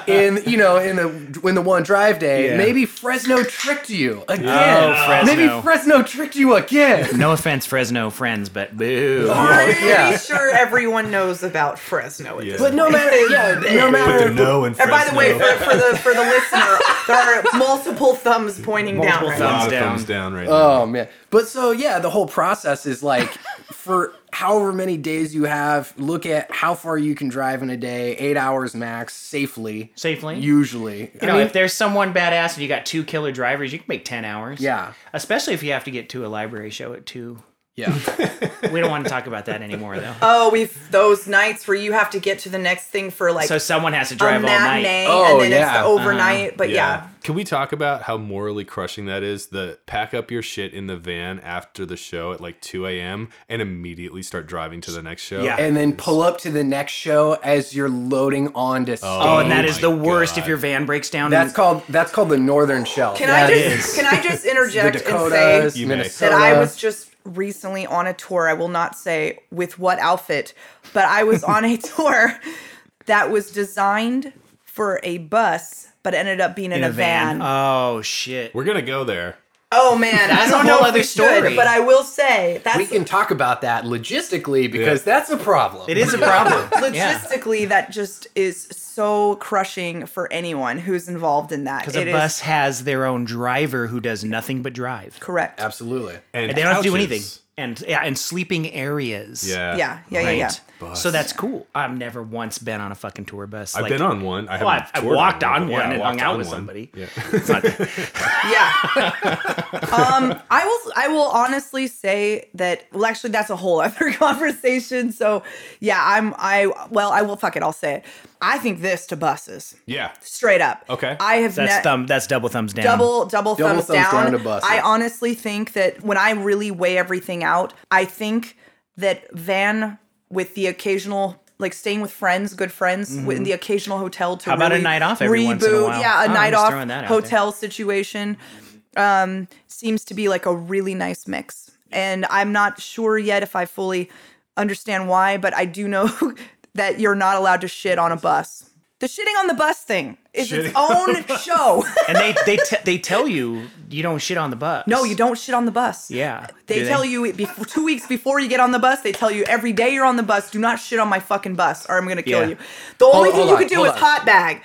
Speaker 4: in you know in the in the one drive day.
Speaker 3: Yeah.
Speaker 4: Maybe Fresno tricked you again.
Speaker 3: Oh, Fresno.
Speaker 4: Maybe Fresno tricked you again.
Speaker 3: *laughs* No offense, Fresno friends, but boo.
Speaker 5: I'm pretty
Speaker 4: Yeah.
Speaker 5: sure everyone knows about Fresno. at this
Speaker 4: But no matter, yeah, no matter.
Speaker 2: no in
Speaker 5: And by the way, for, for the
Speaker 3: *laughs*
Speaker 5: for the listener, there are multiple thumbs pointing
Speaker 3: Multiple
Speaker 5: down.
Speaker 3: thumbs.
Speaker 5: Right
Speaker 2: thumbs,
Speaker 3: down.
Speaker 2: down. thumbs down right
Speaker 4: Oh man. But so yeah, the whole process is like for however many days you have, look at how far you can drive in a day, eight hours max, safely.
Speaker 3: Safely?
Speaker 4: Usually.
Speaker 3: You know, if there's someone badass and you got two killer drivers, you can make ten hours.
Speaker 4: Yeah.
Speaker 3: Especially if you have to get to a library show at two.
Speaker 4: Yeah.
Speaker 3: We don't want to talk about that anymore, though.
Speaker 5: Oh, we've those nights where you have to get to the next thing for *laughs* like
Speaker 3: so someone has to
Speaker 5: a
Speaker 3: drive all night.
Speaker 5: matinee,
Speaker 4: Oh,
Speaker 5: and then
Speaker 4: yeah.
Speaker 5: it's the overnight. But yeah.
Speaker 2: Can we talk about how morally crushing that is? The pack up your shit in the van after the show at like 2 a.m. and immediately start driving to the next show.
Speaker 3: Yeah.
Speaker 4: *laughs* and then pull up to the next show as you're loading on to stage.
Speaker 3: Oh, and that is
Speaker 2: my
Speaker 3: the worst
Speaker 2: God.
Speaker 3: if your van breaks down.
Speaker 4: that's
Speaker 3: and-
Speaker 4: called that's called the Northern Shelf.
Speaker 5: Can
Speaker 4: That
Speaker 5: I
Speaker 4: is
Speaker 5: just can I just
Speaker 4: *laughs* the
Speaker 5: interject and
Speaker 4: Dakotas,
Speaker 5: say
Speaker 2: You may.
Speaker 5: that
Speaker 4: Minnesota?
Speaker 5: I was just recently on a tour. I will not say with what outfit, but I was on a *laughs* tour that was designed for a bus, but ended up being in,
Speaker 3: in
Speaker 5: a, van.
Speaker 3: Oh shit.
Speaker 2: We're going to go there.
Speaker 5: oh man,
Speaker 3: That's
Speaker 5: I don't
Speaker 3: a whole
Speaker 5: know if
Speaker 3: other
Speaker 5: we should,
Speaker 3: story.
Speaker 5: but I will say that's
Speaker 4: we can talk about that logistically because that's a problem.
Speaker 3: It is a problem. *laughs* yeah.
Speaker 5: logistically that just is so crushing for anyone who's involved in that
Speaker 3: Because
Speaker 5: It
Speaker 3: a
Speaker 5: is
Speaker 3: bus has their own driver who does nothing but drive.
Speaker 5: correct
Speaker 4: Absolutely.
Speaker 2: And
Speaker 3: And they don't have to do anything.
Speaker 2: couches.
Speaker 3: And yeah, and sleeping areas.
Speaker 2: Yeah.
Speaker 5: yeah yeah yeah
Speaker 3: Right.
Speaker 5: yeah
Speaker 2: bus.
Speaker 3: So that's cool. I've never once been on a fucking tour bus.
Speaker 2: I've
Speaker 3: like-
Speaker 2: been on one. I
Speaker 3: Well,
Speaker 2: haven't
Speaker 3: I've- I've
Speaker 2: toured
Speaker 3: walked on
Speaker 2: but
Speaker 3: one
Speaker 2: I
Speaker 3: and
Speaker 2: walked
Speaker 3: hung out
Speaker 2: on
Speaker 3: with
Speaker 2: one.
Speaker 3: somebody.
Speaker 2: Yeah.
Speaker 3: It's *laughs* not-
Speaker 5: Yeah.
Speaker 3: *laughs*
Speaker 5: um, I will. I will honestly say that. Well, actually, that's a whole other *laughs* conversation. So, yeah, I'm. I well, I will. Fuck it. I'll say it. I think this to buses,
Speaker 2: yeah.
Speaker 5: straight up.
Speaker 2: Okay.
Speaker 5: I have
Speaker 3: that's
Speaker 5: ne-
Speaker 3: thumb. That's double thumbs down.
Speaker 5: double double thumbs,
Speaker 4: thumbs
Speaker 5: down.
Speaker 4: down to buses.
Speaker 5: I honestly think that when I really weigh everything out, I think that van with the occasional like staying with friends, good friends, with the occasional hotel to
Speaker 3: How about a
Speaker 5: really
Speaker 3: night off every
Speaker 5: reboot,
Speaker 3: once in a while?
Speaker 5: yeah,
Speaker 3: Oh,
Speaker 5: a
Speaker 3: I'm
Speaker 5: night
Speaker 3: just
Speaker 5: off
Speaker 3: throwing that out
Speaker 5: hotel situation um, seems to be like a really nice mix, and I'm not sure yet if I fully understand why, but I do know *laughs* that you're not allowed to shit on a bus. The shitting on the bus thing is its own show. *laughs*
Speaker 3: and they they t- they tell you you don't shit on the bus.
Speaker 5: No, you don't shit on the bus.
Speaker 3: Yeah.
Speaker 5: They
Speaker 3: Do
Speaker 5: tell you it bef- two weeks before you get on the bus. They tell you every day you're on the bus. Do not shit on my fucking bus, or I'm gonna kill
Speaker 3: Yeah.
Speaker 5: you. The only thing
Speaker 4: hold
Speaker 5: you
Speaker 4: on,
Speaker 5: could do
Speaker 4: hold
Speaker 5: is
Speaker 4: on.
Speaker 5: hot bag.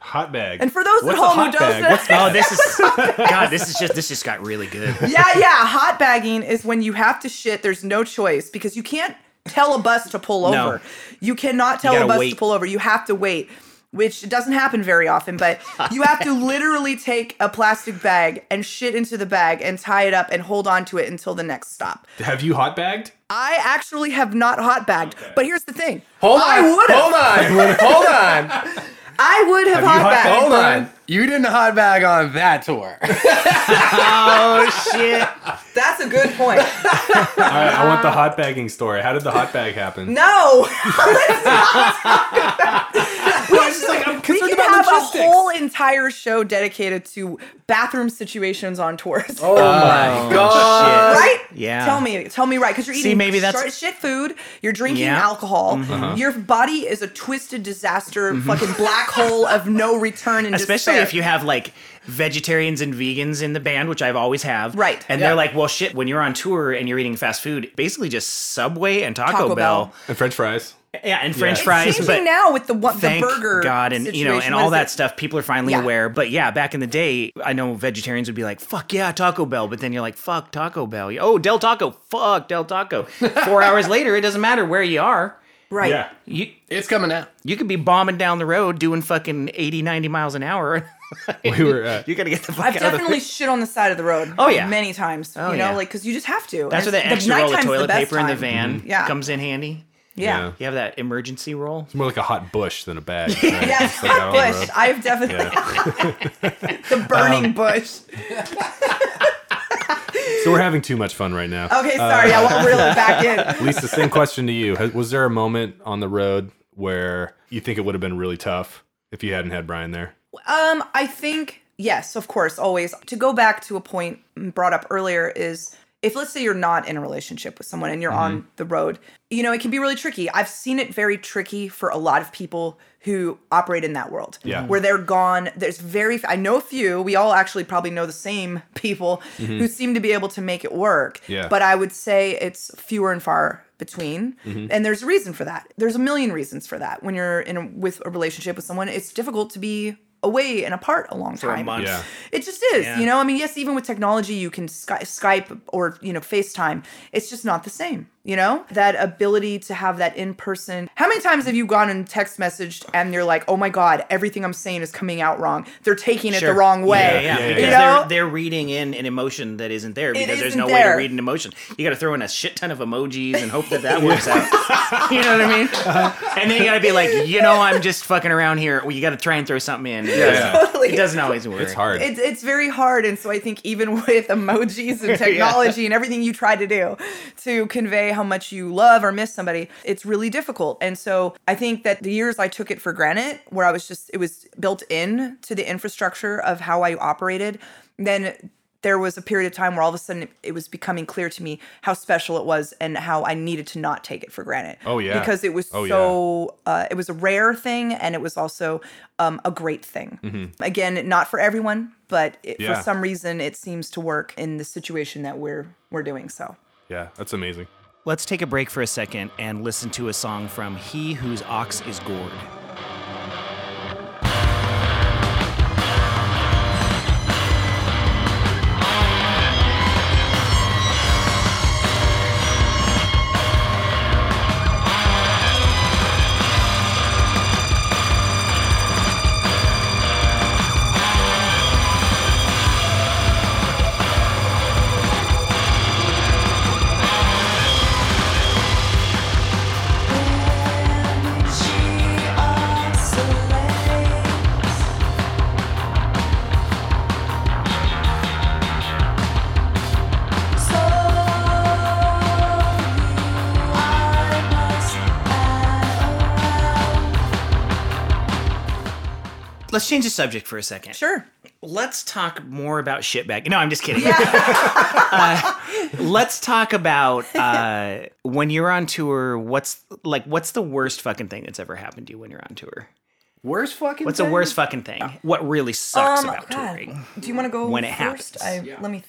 Speaker 2: Hot bag.
Speaker 5: And for those
Speaker 2: What's
Speaker 5: at
Speaker 2: a
Speaker 5: home who
Speaker 2: hot
Speaker 5: don't,
Speaker 2: bag? What's
Speaker 3: Oh, this is God. This is just this just got really good.
Speaker 5: *laughs* yeah, yeah, hot bagging is when you have to shit. There's no choice because you can't tell a bus to pull over.
Speaker 3: No.
Speaker 5: You cannot tell a
Speaker 3: gotta
Speaker 5: bus to
Speaker 3: wait.
Speaker 5: pull over. You have to wait. Which doesn't happen very often, but you have to literally take a plastic bag and shit into the bag and tie it up and hold on to it until the next stop.
Speaker 2: Have you hot
Speaker 3: *laughs*
Speaker 2: bagged?
Speaker 5: I actually have not hot bagged. But here's the thing.
Speaker 4: Hold on.
Speaker 5: I would
Speaker 4: Hold
Speaker 5: have.
Speaker 4: on. Hold on.
Speaker 5: I would have,
Speaker 2: you
Speaker 5: hot
Speaker 2: hot
Speaker 5: bagged.
Speaker 4: Hold on. You didn't hot bag on that tour.
Speaker 3: Oh shit.
Speaker 5: That's a good point.
Speaker 2: All right, I want the hot bagging story. How did the hot bag
Speaker 3: *laughs*
Speaker 2: happen?
Speaker 5: *laughs* No. *laughs* Let's not talk about- we
Speaker 2: concerned
Speaker 5: can
Speaker 2: about
Speaker 5: have
Speaker 2: logistics.
Speaker 5: a whole entire show dedicated to bathroom situations on tours.
Speaker 4: Oh my
Speaker 5: Uh,
Speaker 4: god.
Speaker 5: Right?
Speaker 3: Yeah.
Speaker 5: Tell me, tell me right, because you're eating
Speaker 3: maybe that's-
Speaker 5: short shit food. You're drinking
Speaker 3: Yeah. Mm-hmm. Uh-huh.
Speaker 5: alcohol. Your body is a twisted disaster, fucking black hole of no return. And
Speaker 3: Especially
Speaker 5: despair.
Speaker 3: if you have like vegetarians and vegans in the band, which I've always have.
Speaker 5: Right.
Speaker 3: And
Speaker 4: Yeah.
Speaker 3: they're like, well, shit. When you're on tour and you're eating fast food, basically just Subway and Taco,
Speaker 5: Taco Bell.
Speaker 3: Bell.
Speaker 2: And French fries.
Speaker 3: Yeah, and French
Speaker 2: It's
Speaker 3: fries.
Speaker 5: changing
Speaker 3: But
Speaker 5: now with the one, the
Speaker 3: thank
Speaker 5: burger
Speaker 3: God, and you know,
Speaker 5: situation.
Speaker 3: and
Speaker 5: What
Speaker 3: all
Speaker 5: is
Speaker 3: that
Speaker 5: it?
Speaker 3: stuff. People are finally
Speaker 5: Yeah.
Speaker 3: aware. But yeah, back in the day, I know vegetarians would be like, "Fuck yeah, Taco Bell," but then you're like, "Fuck Taco Bell." Oh, Del Taco. Fuck Del
Speaker 5: *laughs*
Speaker 3: Taco. Four hours later, it doesn't matter where you are.
Speaker 5: Right.
Speaker 2: Yeah.
Speaker 3: You
Speaker 4: It's coming out.
Speaker 3: you could be bombing down the road doing fucking 80, 90 miles an hour. *laughs*
Speaker 2: We were at
Speaker 3: you gotta get the fuck
Speaker 5: I've
Speaker 3: out
Speaker 5: definitely
Speaker 3: of
Speaker 5: shit on the side of the road.
Speaker 3: Oh, yeah.
Speaker 5: many times. you know,
Speaker 3: yeah.
Speaker 5: like because you just have to.
Speaker 3: the That's where
Speaker 5: And
Speaker 3: the extra roll of
Speaker 5: nighttime's the
Speaker 3: toilet
Speaker 5: best
Speaker 3: paper in the
Speaker 5: time.
Speaker 3: van
Speaker 5: Yeah.
Speaker 3: comes in handy.
Speaker 5: Yeah,
Speaker 3: You have that emergency roll.
Speaker 2: It's more like a hot bush than a bag.
Speaker 3: *laughs*
Speaker 5: yeah.
Speaker 2: right? Just like out on the
Speaker 5: bush.
Speaker 2: road. Um,
Speaker 5: I've definitely *laughs* the burning bush.
Speaker 2: So we're having too much fun right now.
Speaker 5: Okay, sorry, I won't reel it back
Speaker 2: *laughs*
Speaker 5: in.
Speaker 2: Lisa, same question to you. Has- Was there a moment on the road where you think it would have been really tough if you hadn't had Brian there?
Speaker 5: Um, I think yes, of course, always. To go back to a point brought up earlier is if let's say you're not in a relationship with someone and you're on the road, you know, it can be really tricky. I've seen it very tricky for a lot of people who operate in that world.
Speaker 2: Yeah.
Speaker 5: Where they're gone, there's very I know a few, we all actually probably know the same *laughs* people who seem to be able to make it work.
Speaker 2: Yeah.
Speaker 5: But I would say it's fewer and far between. And there's a reason for that. There's a million reasons for that. When you're in a, with a relationship with someone, it's difficult to be away and apart a long
Speaker 3: For a
Speaker 5: time.
Speaker 3: month.
Speaker 2: Yeah.
Speaker 5: It just is, you know. I mean, yes, even with technology, you can Sky- Skype or you know FaceTime. It's just not the same, you know. That ability to have that in person. How many times have you gone and text messaged and you're like, "Oh my god, everything I'm saying is coming out wrong. They're taking it
Speaker 3: Sure.
Speaker 5: the wrong
Speaker 3: Yeah,
Speaker 5: way."
Speaker 3: yeah,
Speaker 2: Yeah, yeah,
Speaker 3: because
Speaker 5: You
Speaker 2: yeah.
Speaker 5: know?
Speaker 3: They're, they're reading in an emotion that isn't there because there's
Speaker 5: isn't
Speaker 3: no way
Speaker 5: there.
Speaker 3: to read an emotion. You got to throw in a shit ton of emojis and hope that that works out.
Speaker 5: *laughs*
Speaker 3: you know what I mean? *laughs* And then you got to be like, you know, I'm just fucking around here. Well, you got to try and throw something in. It doesn't-
Speaker 5: Totally.
Speaker 3: It doesn't always work.
Speaker 2: It's hard.
Speaker 5: It's it's very hard, and so I think even *laughs*
Speaker 2: *laughs*
Speaker 5: with emojis and technology and everything you try to do to convey how much you love or miss somebody, it's really difficult. And so I think that the years I took it for granted, where I was just it was built in to the infrastructure of how I operated, then there was a period of time where all of a sudden it, it was becoming clear to me how special it was and how I needed to not take it for granted.
Speaker 2: Oh, yeah.
Speaker 5: because it was
Speaker 2: Oh,
Speaker 5: so
Speaker 2: yeah.
Speaker 5: uh, it was a rare thing and it was also um, a great thing.
Speaker 3: Mm-hmm.
Speaker 5: Again, not for everyone, but it,
Speaker 2: Yeah.
Speaker 5: for some reason it seems to work in the situation that we're we're doing. So
Speaker 2: Yeah, that's amazing.
Speaker 3: Let's take a break for a second and listen to a song from He Whose Ox Is Gored. Let's change the subject for a second.
Speaker 5: Sure.
Speaker 3: Let's talk more about shitbag. No, I'm just kidding. *laughs* Uh, let's talk about uh, when you're on tour. What's like? What's the worst fucking thing that's ever happened to you when you're on tour?
Speaker 4: Worst fucking.
Speaker 3: What's the
Speaker 4: thing?
Speaker 3: worst fucking thing?
Speaker 4: Oh.
Speaker 3: What really sucks
Speaker 4: Um,
Speaker 3: about
Speaker 5: Um, God.
Speaker 3: touring?
Speaker 5: Do you want to go
Speaker 3: When it
Speaker 5: first?
Speaker 3: happens.
Speaker 5: I,
Speaker 4: *laughs*
Speaker 5: Let me.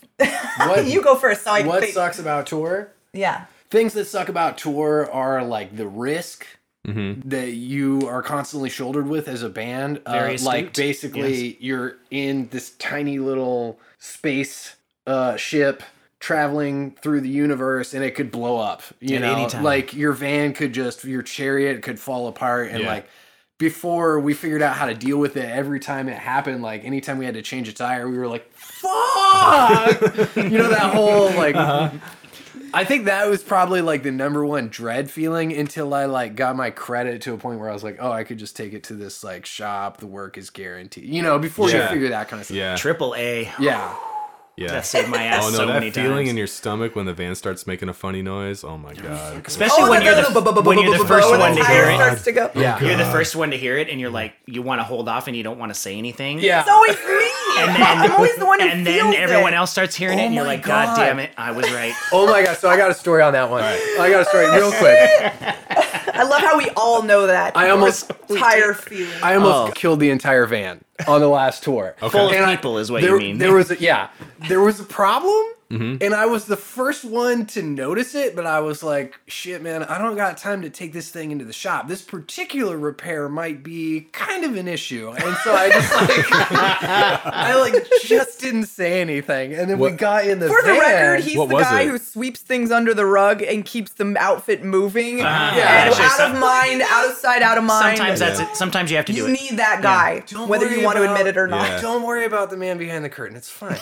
Speaker 4: What-
Speaker 5: you go first, so I can
Speaker 4: What
Speaker 5: think.
Speaker 4: sucks about tour?
Speaker 5: Yeah.
Speaker 4: Things that suck about tour are like the risk
Speaker 3: Mm-hmm.
Speaker 4: that you are constantly shouldered with as a band. Uh,
Speaker 3: Very
Speaker 4: like
Speaker 3: astute.
Speaker 4: basically you're in this tiny little space uh, ship traveling through the universe and it could blow up. You
Speaker 3: At
Speaker 4: know,
Speaker 3: any time.
Speaker 4: like your van could just your chariot could fall apart and
Speaker 2: Yeah.
Speaker 4: like before we figured out how to deal with it every time it happened like anytime we had to change a tire we were
Speaker 2: *laughs*
Speaker 4: like fuck you know that whole like
Speaker 2: Uh-huh.
Speaker 4: i think that was probably like the number one dread feeling until i like got my credit to a point where i was like oh i could just take it to this like shop the work is guaranteed you know before
Speaker 2: Yeah.
Speaker 4: you figure that kind of stuff
Speaker 2: Yeah.
Speaker 3: Triple A.
Speaker 4: yeah
Speaker 2: Yeah.
Speaker 3: That saved my ass
Speaker 2: Oh no,
Speaker 3: so
Speaker 2: that
Speaker 3: many
Speaker 2: feeling
Speaker 3: times.
Speaker 2: in your stomach when the van starts making a funny noise. Oh my god.
Speaker 3: *laughs* Especially when,
Speaker 5: that-
Speaker 3: you're
Speaker 5: that- bu- bu-
Speaker 3: the,
Speaker 5: bu-
Speaker 3: when
Speaker 5: bu-
Speaker 3: you're
Speaker 5: bu-
Speaker 3: the
Speaker 5: bu-
Speaker 3: first
Speaker 5: when
Speaker 3: one
Speaker 5: the
Speaker 3: to
Speaker 5: tire
Speaker 3: hear it.
Speaker 5: starts to go.
Speaker 4: yeah
Speaker 3: You're the first one to hear it, and you're like, you want to hold off, and you don't want to say anything.
Speaker 4: yeah
Speaker 5: It's always me. *laughs* I'm always the one who
Speaker 3: And
Speaker 5: feels
Speaker 3: then everyone
Speaker 5: it.
Speaker 3: else starts hearing it,
Speaker 4: Oh
Speaker 3: and you're
Speaker 4: my
Speaker 3: like, God.
Speaker 4: God.
Speaker 3: damn it, I was right.
Speaker 4: oh my god so i got a story on that one i got a story real quick
Speaker 5: I love how we all know that.
Speaker 4: I almost-
Speaker 5: tire feeling.
Speaker 4: I almost
Speaker 2: Oh.
Speaker 4: killed the entire van on the last tour.
Speaker 3: Full of
Speaker 4: And I-
Speaker 3: people is what
Speaker 4: there,
Speaker 3: you mean.
Speaker 4: There was
Speaker 2: *laughs*
Speaker 4: a, yeah, there was a problem,
Speaker 2: Mm-hmm.
Speaker 4: and I was the first one to notice it. But I was like, "Shit, man, I don't got time to take this thing into the shop. This particular repair might be kind of an issue." And so I
Speaker 2: *laughs*
Speaker 4: just like, *laughs* I *laughs* like just didn't say anything. And then we
Speaker 2: What-
Speaker 4: got in the
Speaker 5: For the
Speaker 4: van.
Speaker 5: record, he's
Speaker 2: What
Speaker 5: the
Speaker 2: was
Speaker 5: guy
Speaker 2: it?
Speaker 5: who sweeps things under the rug and keeps the outfit moving.
Speaker 3: Uh-huh.
Speaker 4: Yeah.
Speaker 5: and
Speaker 3: Actually,
Speaker 5: out
Speaker 3: some-
Speaker 5: of mind, out of sight, out of mind.
Speaker 3: Sometimes that's it. Sometimes you have to
Speaker 5: you
Speaker 3: do it.
Speaker 5: need that guy,
Speaker 4: Don't
Speaker 5: whether
Speaker 4: worry
Speaker 5: you want to
Speaker 4: about-
Speaker 5: admit it or not.
Speaker 2: Yeah.
Speaker 4: Don't worry about the man behind the curtain. It's fine.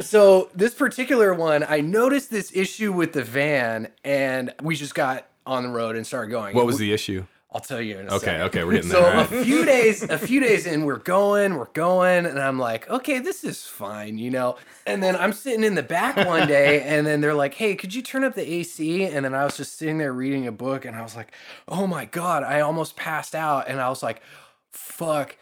Speaker 4: so this particular one, I noticed this issue with the van, and we just got on the road and started going.
Speaker 2: What was the issue?
Speaker 4: I'll tell you in a
Speaker 2: Okay,
Speaker 4: second.
Speaker 2: okay, we're getting
Speaker 4: *laughs* So
Speaker 2: there.
Speaker 4: a
Speaker 2: All right. *laughs*
Speaker 4: few days, a few days in, we're going, we're going, and I'm like, okay, this is fine, you know. And then I'm sitting in the back
Speaker 2: *laughs*
Speaker 4: one day, and then they're like, hey, could you turn up the AC? And then I was just sitting there reading a book, and I was like, oh my god, I almost passed out, and I was like,
Speaker 2: *laughs*
Speaker 4: fuck.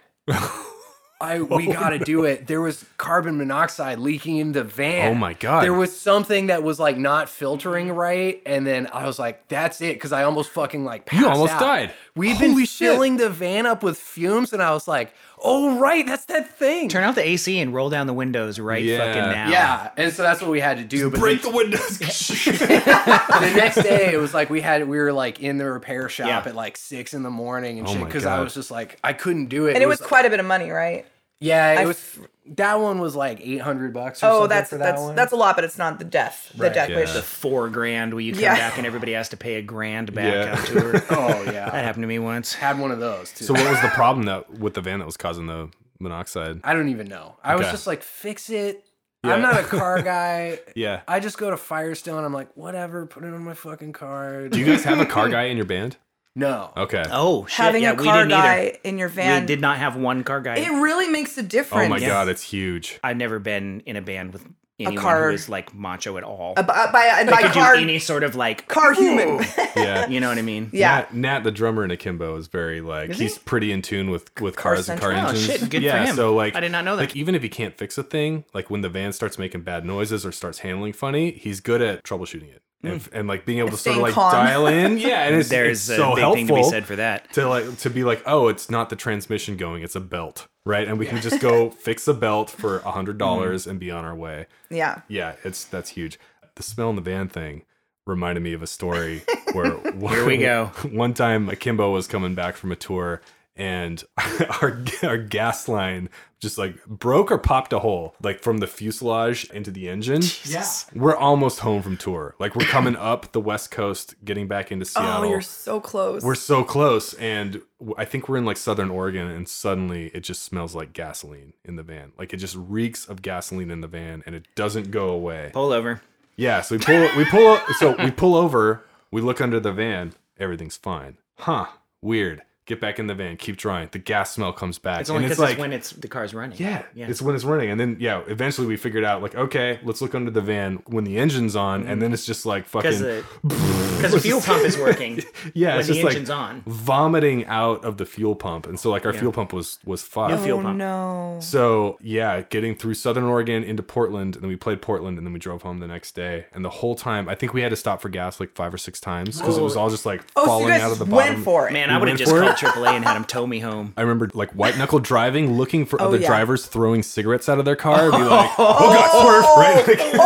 Speaker 4: I, we
Speaker 2: Oh,
Speaker 4: gotta do it. There was carbon monoxide leaking in the van.
Speaker 2: Oh my God.
Speaker 4: There was something that was like not filtering right, and then I was like, "That's it," because I almost fucking like passed
Speaker 2: almost
Speaker 4: out.
Speaker 2: died.
Speaker 4: We've
Speaker 2: Holy
Speaker 4: been
Speaker 2: shit.
Speaker 4: filling the van up with fumes, and I was like, "Oh right, that's that thing."
Speaker 3: Turn out the AC and roll down the windows right
Speaker 2: Yeah.
Speaker 3: fucking now.
Speaker 4: yeah, and so that's what we had to do. But then-
Speaker 2: the windows.
Speaker 4: the next day it was like we had we were like in the repair shop
Speaker 3: Yeah.
Speaker 4: at like six in the morning and
Speaker 2: Oh
Speaker 4: shit
Speaker 2: my
Speaker 4: because I
Speaker 2: God.
Speaker 4: was just like I couldn't do it.
Speaker 5: And it was quite a bit of money, right?
Speaker 4: yeah, it
Speaker 5: I-
Speaker 4: was that one was like eight hundred bucks. Or
Speaker 5: Oh,
Speaker 4: something
Speaker 5: that's
Speaker 4: for that
Speaker 5: that's
Speaker 4: one.
Speaker 5: that's a lot, but it's not the death, the
Speaker 4: Right.
Speaker 5: death
Speaker 2: Yeah.
Speaker 5: wish.
Speaker 3: The four grand where you come
Speaker 5: Yeah.
Speaker 3: back and everybody has to pay a grand back
Speaker 2: Yeah.
Speaker 3: on *laughs* tour. that
Speaker 4: *laughs* oh yeah.
Speaker 3: happened to me once.
Speaker 4: had one of those too.
Speaker 2: *laughs* so what was the problem that with the van that was causing the monoxide?
Speaker 4: I don't even know. I was
Speaker 2: Okay.
Speaker 4: just like, fix it.
Speaker 2: Yeah.
Speaker 4: I'm not
Speaker 2: *laughs*
Speaker 4: a car guy.
Speaker 2: Yeah.
Speaker 4: I just go to Firestone. I'm like, whatever, put it on my fucking card.
Speaker 2: Do you guys have a car guy in your band?
Speaker 4: no.
Speaker 2: Okay.
Speaker 3: Oh shit!
Speaker 5: Having
Speaker 3: yeah,
Speaker 5: a
Speaker 3: we
Speaker 5: car
Speaker 3: didn't
Speaker 5: guy
Speaker 3: either.
Speaker 5: in your van,
Speaker 3: We did not have one car guy.
Speaker 5: it really makes a difference.
Speaker 2: oh my god, it's huge.
Speaker 3: I've never been in a band with anyone
Speaker 5: car-
Speaker 3: who is like macho at all.
Speaker 5: Uh, by by, and by
Speaker 3: could
Speaker 5: car,
Speaker 3: do any sort of like
Speaker 5: car human. *laughs*
Speaker 2: Yeah.
Speaker 3: You know what I mean?
Speaker 5: yeah.
Speaker 2: Nat, Nat, the drummer in Akimbo, is very like
Speaker 3: Is
Speaker 2: he's
Speaker 3: he?
Speaker 2: pretty in tune with with cars and car
Speaker 5: central.
Speaker 3: Oh,
Speaker 2: engines.
Speaker 3: shit, good for
Speaker 2: yeah,
Speaker 3: him.
Speaker 2: so like
Speaker 3: I did not know that.
Speaker 2: Like even if he can't fix a thing, like when the van starts making bad noises or starts handling funny, he's good at troubleshooting it
Speaker 3: Mm.
Speaker 2: and, and like being able to sort of
Speaker 5: staying
Speaker 2: like
Speaker 5: calm.
Speaker 2: dial
Speaker 3: *laughs*
Speaker 2: in. Yeah, and it's,
Speaker 3: There's
Speaker 2: it's
Speaker 3: a
Speaker 2: so
Speaker 3: big
Speaker 2: helpful
Speaker 3: thing to be said for that.
Speaker 2: to like to be like, oh, it's not the transmission going, it's a belt, right? And we can just go fix a belt for a hundred
Speaker 3: *laughs*
Speaker 2: dollars
Speaker 3: Mm.
Speaker 2: and be on our way.
Speaker 5: Yeah.
Speaker 2: Yeah, it's that's huge. The smell in the van thing reminded me of a
Speaker 3: *laughs*
Speaker 2: story where
Speaker 3: Here we go.
Speaker 2: *laughs* One time, Akimbo was coming back from a tour, and *laughs* our our gas line just like broke or popped a hole, like from the fuselage into the engine.
Speaker 4: Yeah.
Speaker 2: We're almost home from tour. Like we're
Speaker 3: *coughs*
Speaker 2: coming up the west coast, getting back into
Speaker 5: Oh,
Speaker 2: Seattle.
Speaker 5: you're so close.
Speaker 2: we're so close, and w- I think we're in like Southern Oregon, and suddenly it just smells like gasoline in the van. Like it just reeks of gasoline in the van, and it doesn't go away.
Speaker 3: Pull over.
Speaker 2: Yeah, so we pull we pull so we pull over, we look under the van, everything's fine. Huh, weird. Get back in the van. Keep trying. The gas smell comes back.
Speaker 3: It's only
Speaker 2: and
Speaker 3: because
Speaker 2: it's
Speaker 3: it's,
Speaker 2: like
Speaker 3: when it's the car's running.
Speaker 2: yeah,
Speaker 3: yeah.
Speaker 2: it's when it's running. And then yeah, eventually we figured out like okay, let's look under the van when the engine's on, and then it's just like
Speaker 3: because
Speaker 2: fucking
Speaker 3: Mm. the because
Speaker 2: *laughs*
Speaker 3: the fuel pump is working.
Speaker 2: yeah,
Speaker 3: when
Speaker 2: it's
Speaker 3: the
Speaker 2: just like
Speaker 3: engine's on.
Speaker 2: vomiting out of the fuel pump, and so like our fuel pump was was fucked.
Speaker 3: fuel
Speaker 5: oh
Speaker 3: pump.
Speaker 5: no.
Speaker 2: So yeah, getting through Southern Oregon into Portland, and then we played Portland, and then we drove home the next day. And the whole time, I think we had to stop for gas like five or six times because it was all just like
Speaker 5: Oh, so you
Speaker 2: falling
Speaker 5: guys
Speaker 2: out of the
Speaker 5: went
Speaker 2: bottom.
Speaker 5: for it.
Speaker 3: Man, I would have
Speaker 2: went
Speaker 3: just
Speaker 2: for
Speaker 3: called
Speaker 2: it?
Speaker 3: AAA and had him tow me home.
Speaker 2: I remember like white knuckle driving, looking for other
Speaker 5: Oh, yeah.
Speaker 2: drivers throwing cigarettes out of their car.
Speaker 5: *laughs*
Speaker 2: Be like, oh, god, swerve! Right? *laughs* Like,
Speaker 3: *laughs*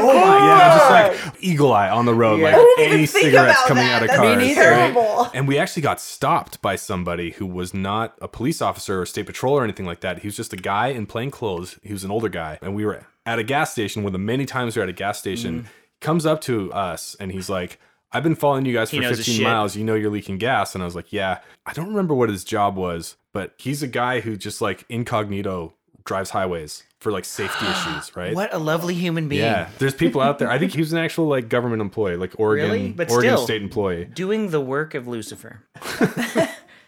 Speaker 5: Oh my
Speaker 2: yeah,
Speaker 5: god.
Speaker 2: just like eagle eye on the road,
Speaker 5: I
Speaker 2: like
Speaker 5: didn't even
Speaker 2: any
Speaker 5: think
Speaker 2: cigarettes
Speaker 5: about
Speaker 2: coming
Speaker 5: that.
Speaker 2: out of
Speaker 5: That's
Speaker 2: cars. right?
Speaker 5: terrible.
Speaker 2: And we actually got stopped by somebody who was not a police officer or state patrol or anything like that. He was just a guy in plain clothes. He was an older guy, and we were at a gas station. One of the many times we were at a gas
Speaker 3: Mm.
Speaker 2: station, he comes up to us and he's like. I've been following you guys for
Speaker 3: knows his
Speaker 2: 15
Speaker 3: shit.
Speaker 2: miles. You know you're leaking gas. And I was like, yeah, I don't remember what his job was, but he's a guy who just like incognito drives highways for like safety issues, right?
Speaker 3: What a lovely human being.
Speaker 2: Yeah, there's people out there. I think he was an actual like government employee, like Oregon,
Speaker 3: Really? But
Speaker 2: Oregon
Speaker 3: still.
Speaker 2: state employee.
Speaker 3: Doing the work of Lucifer.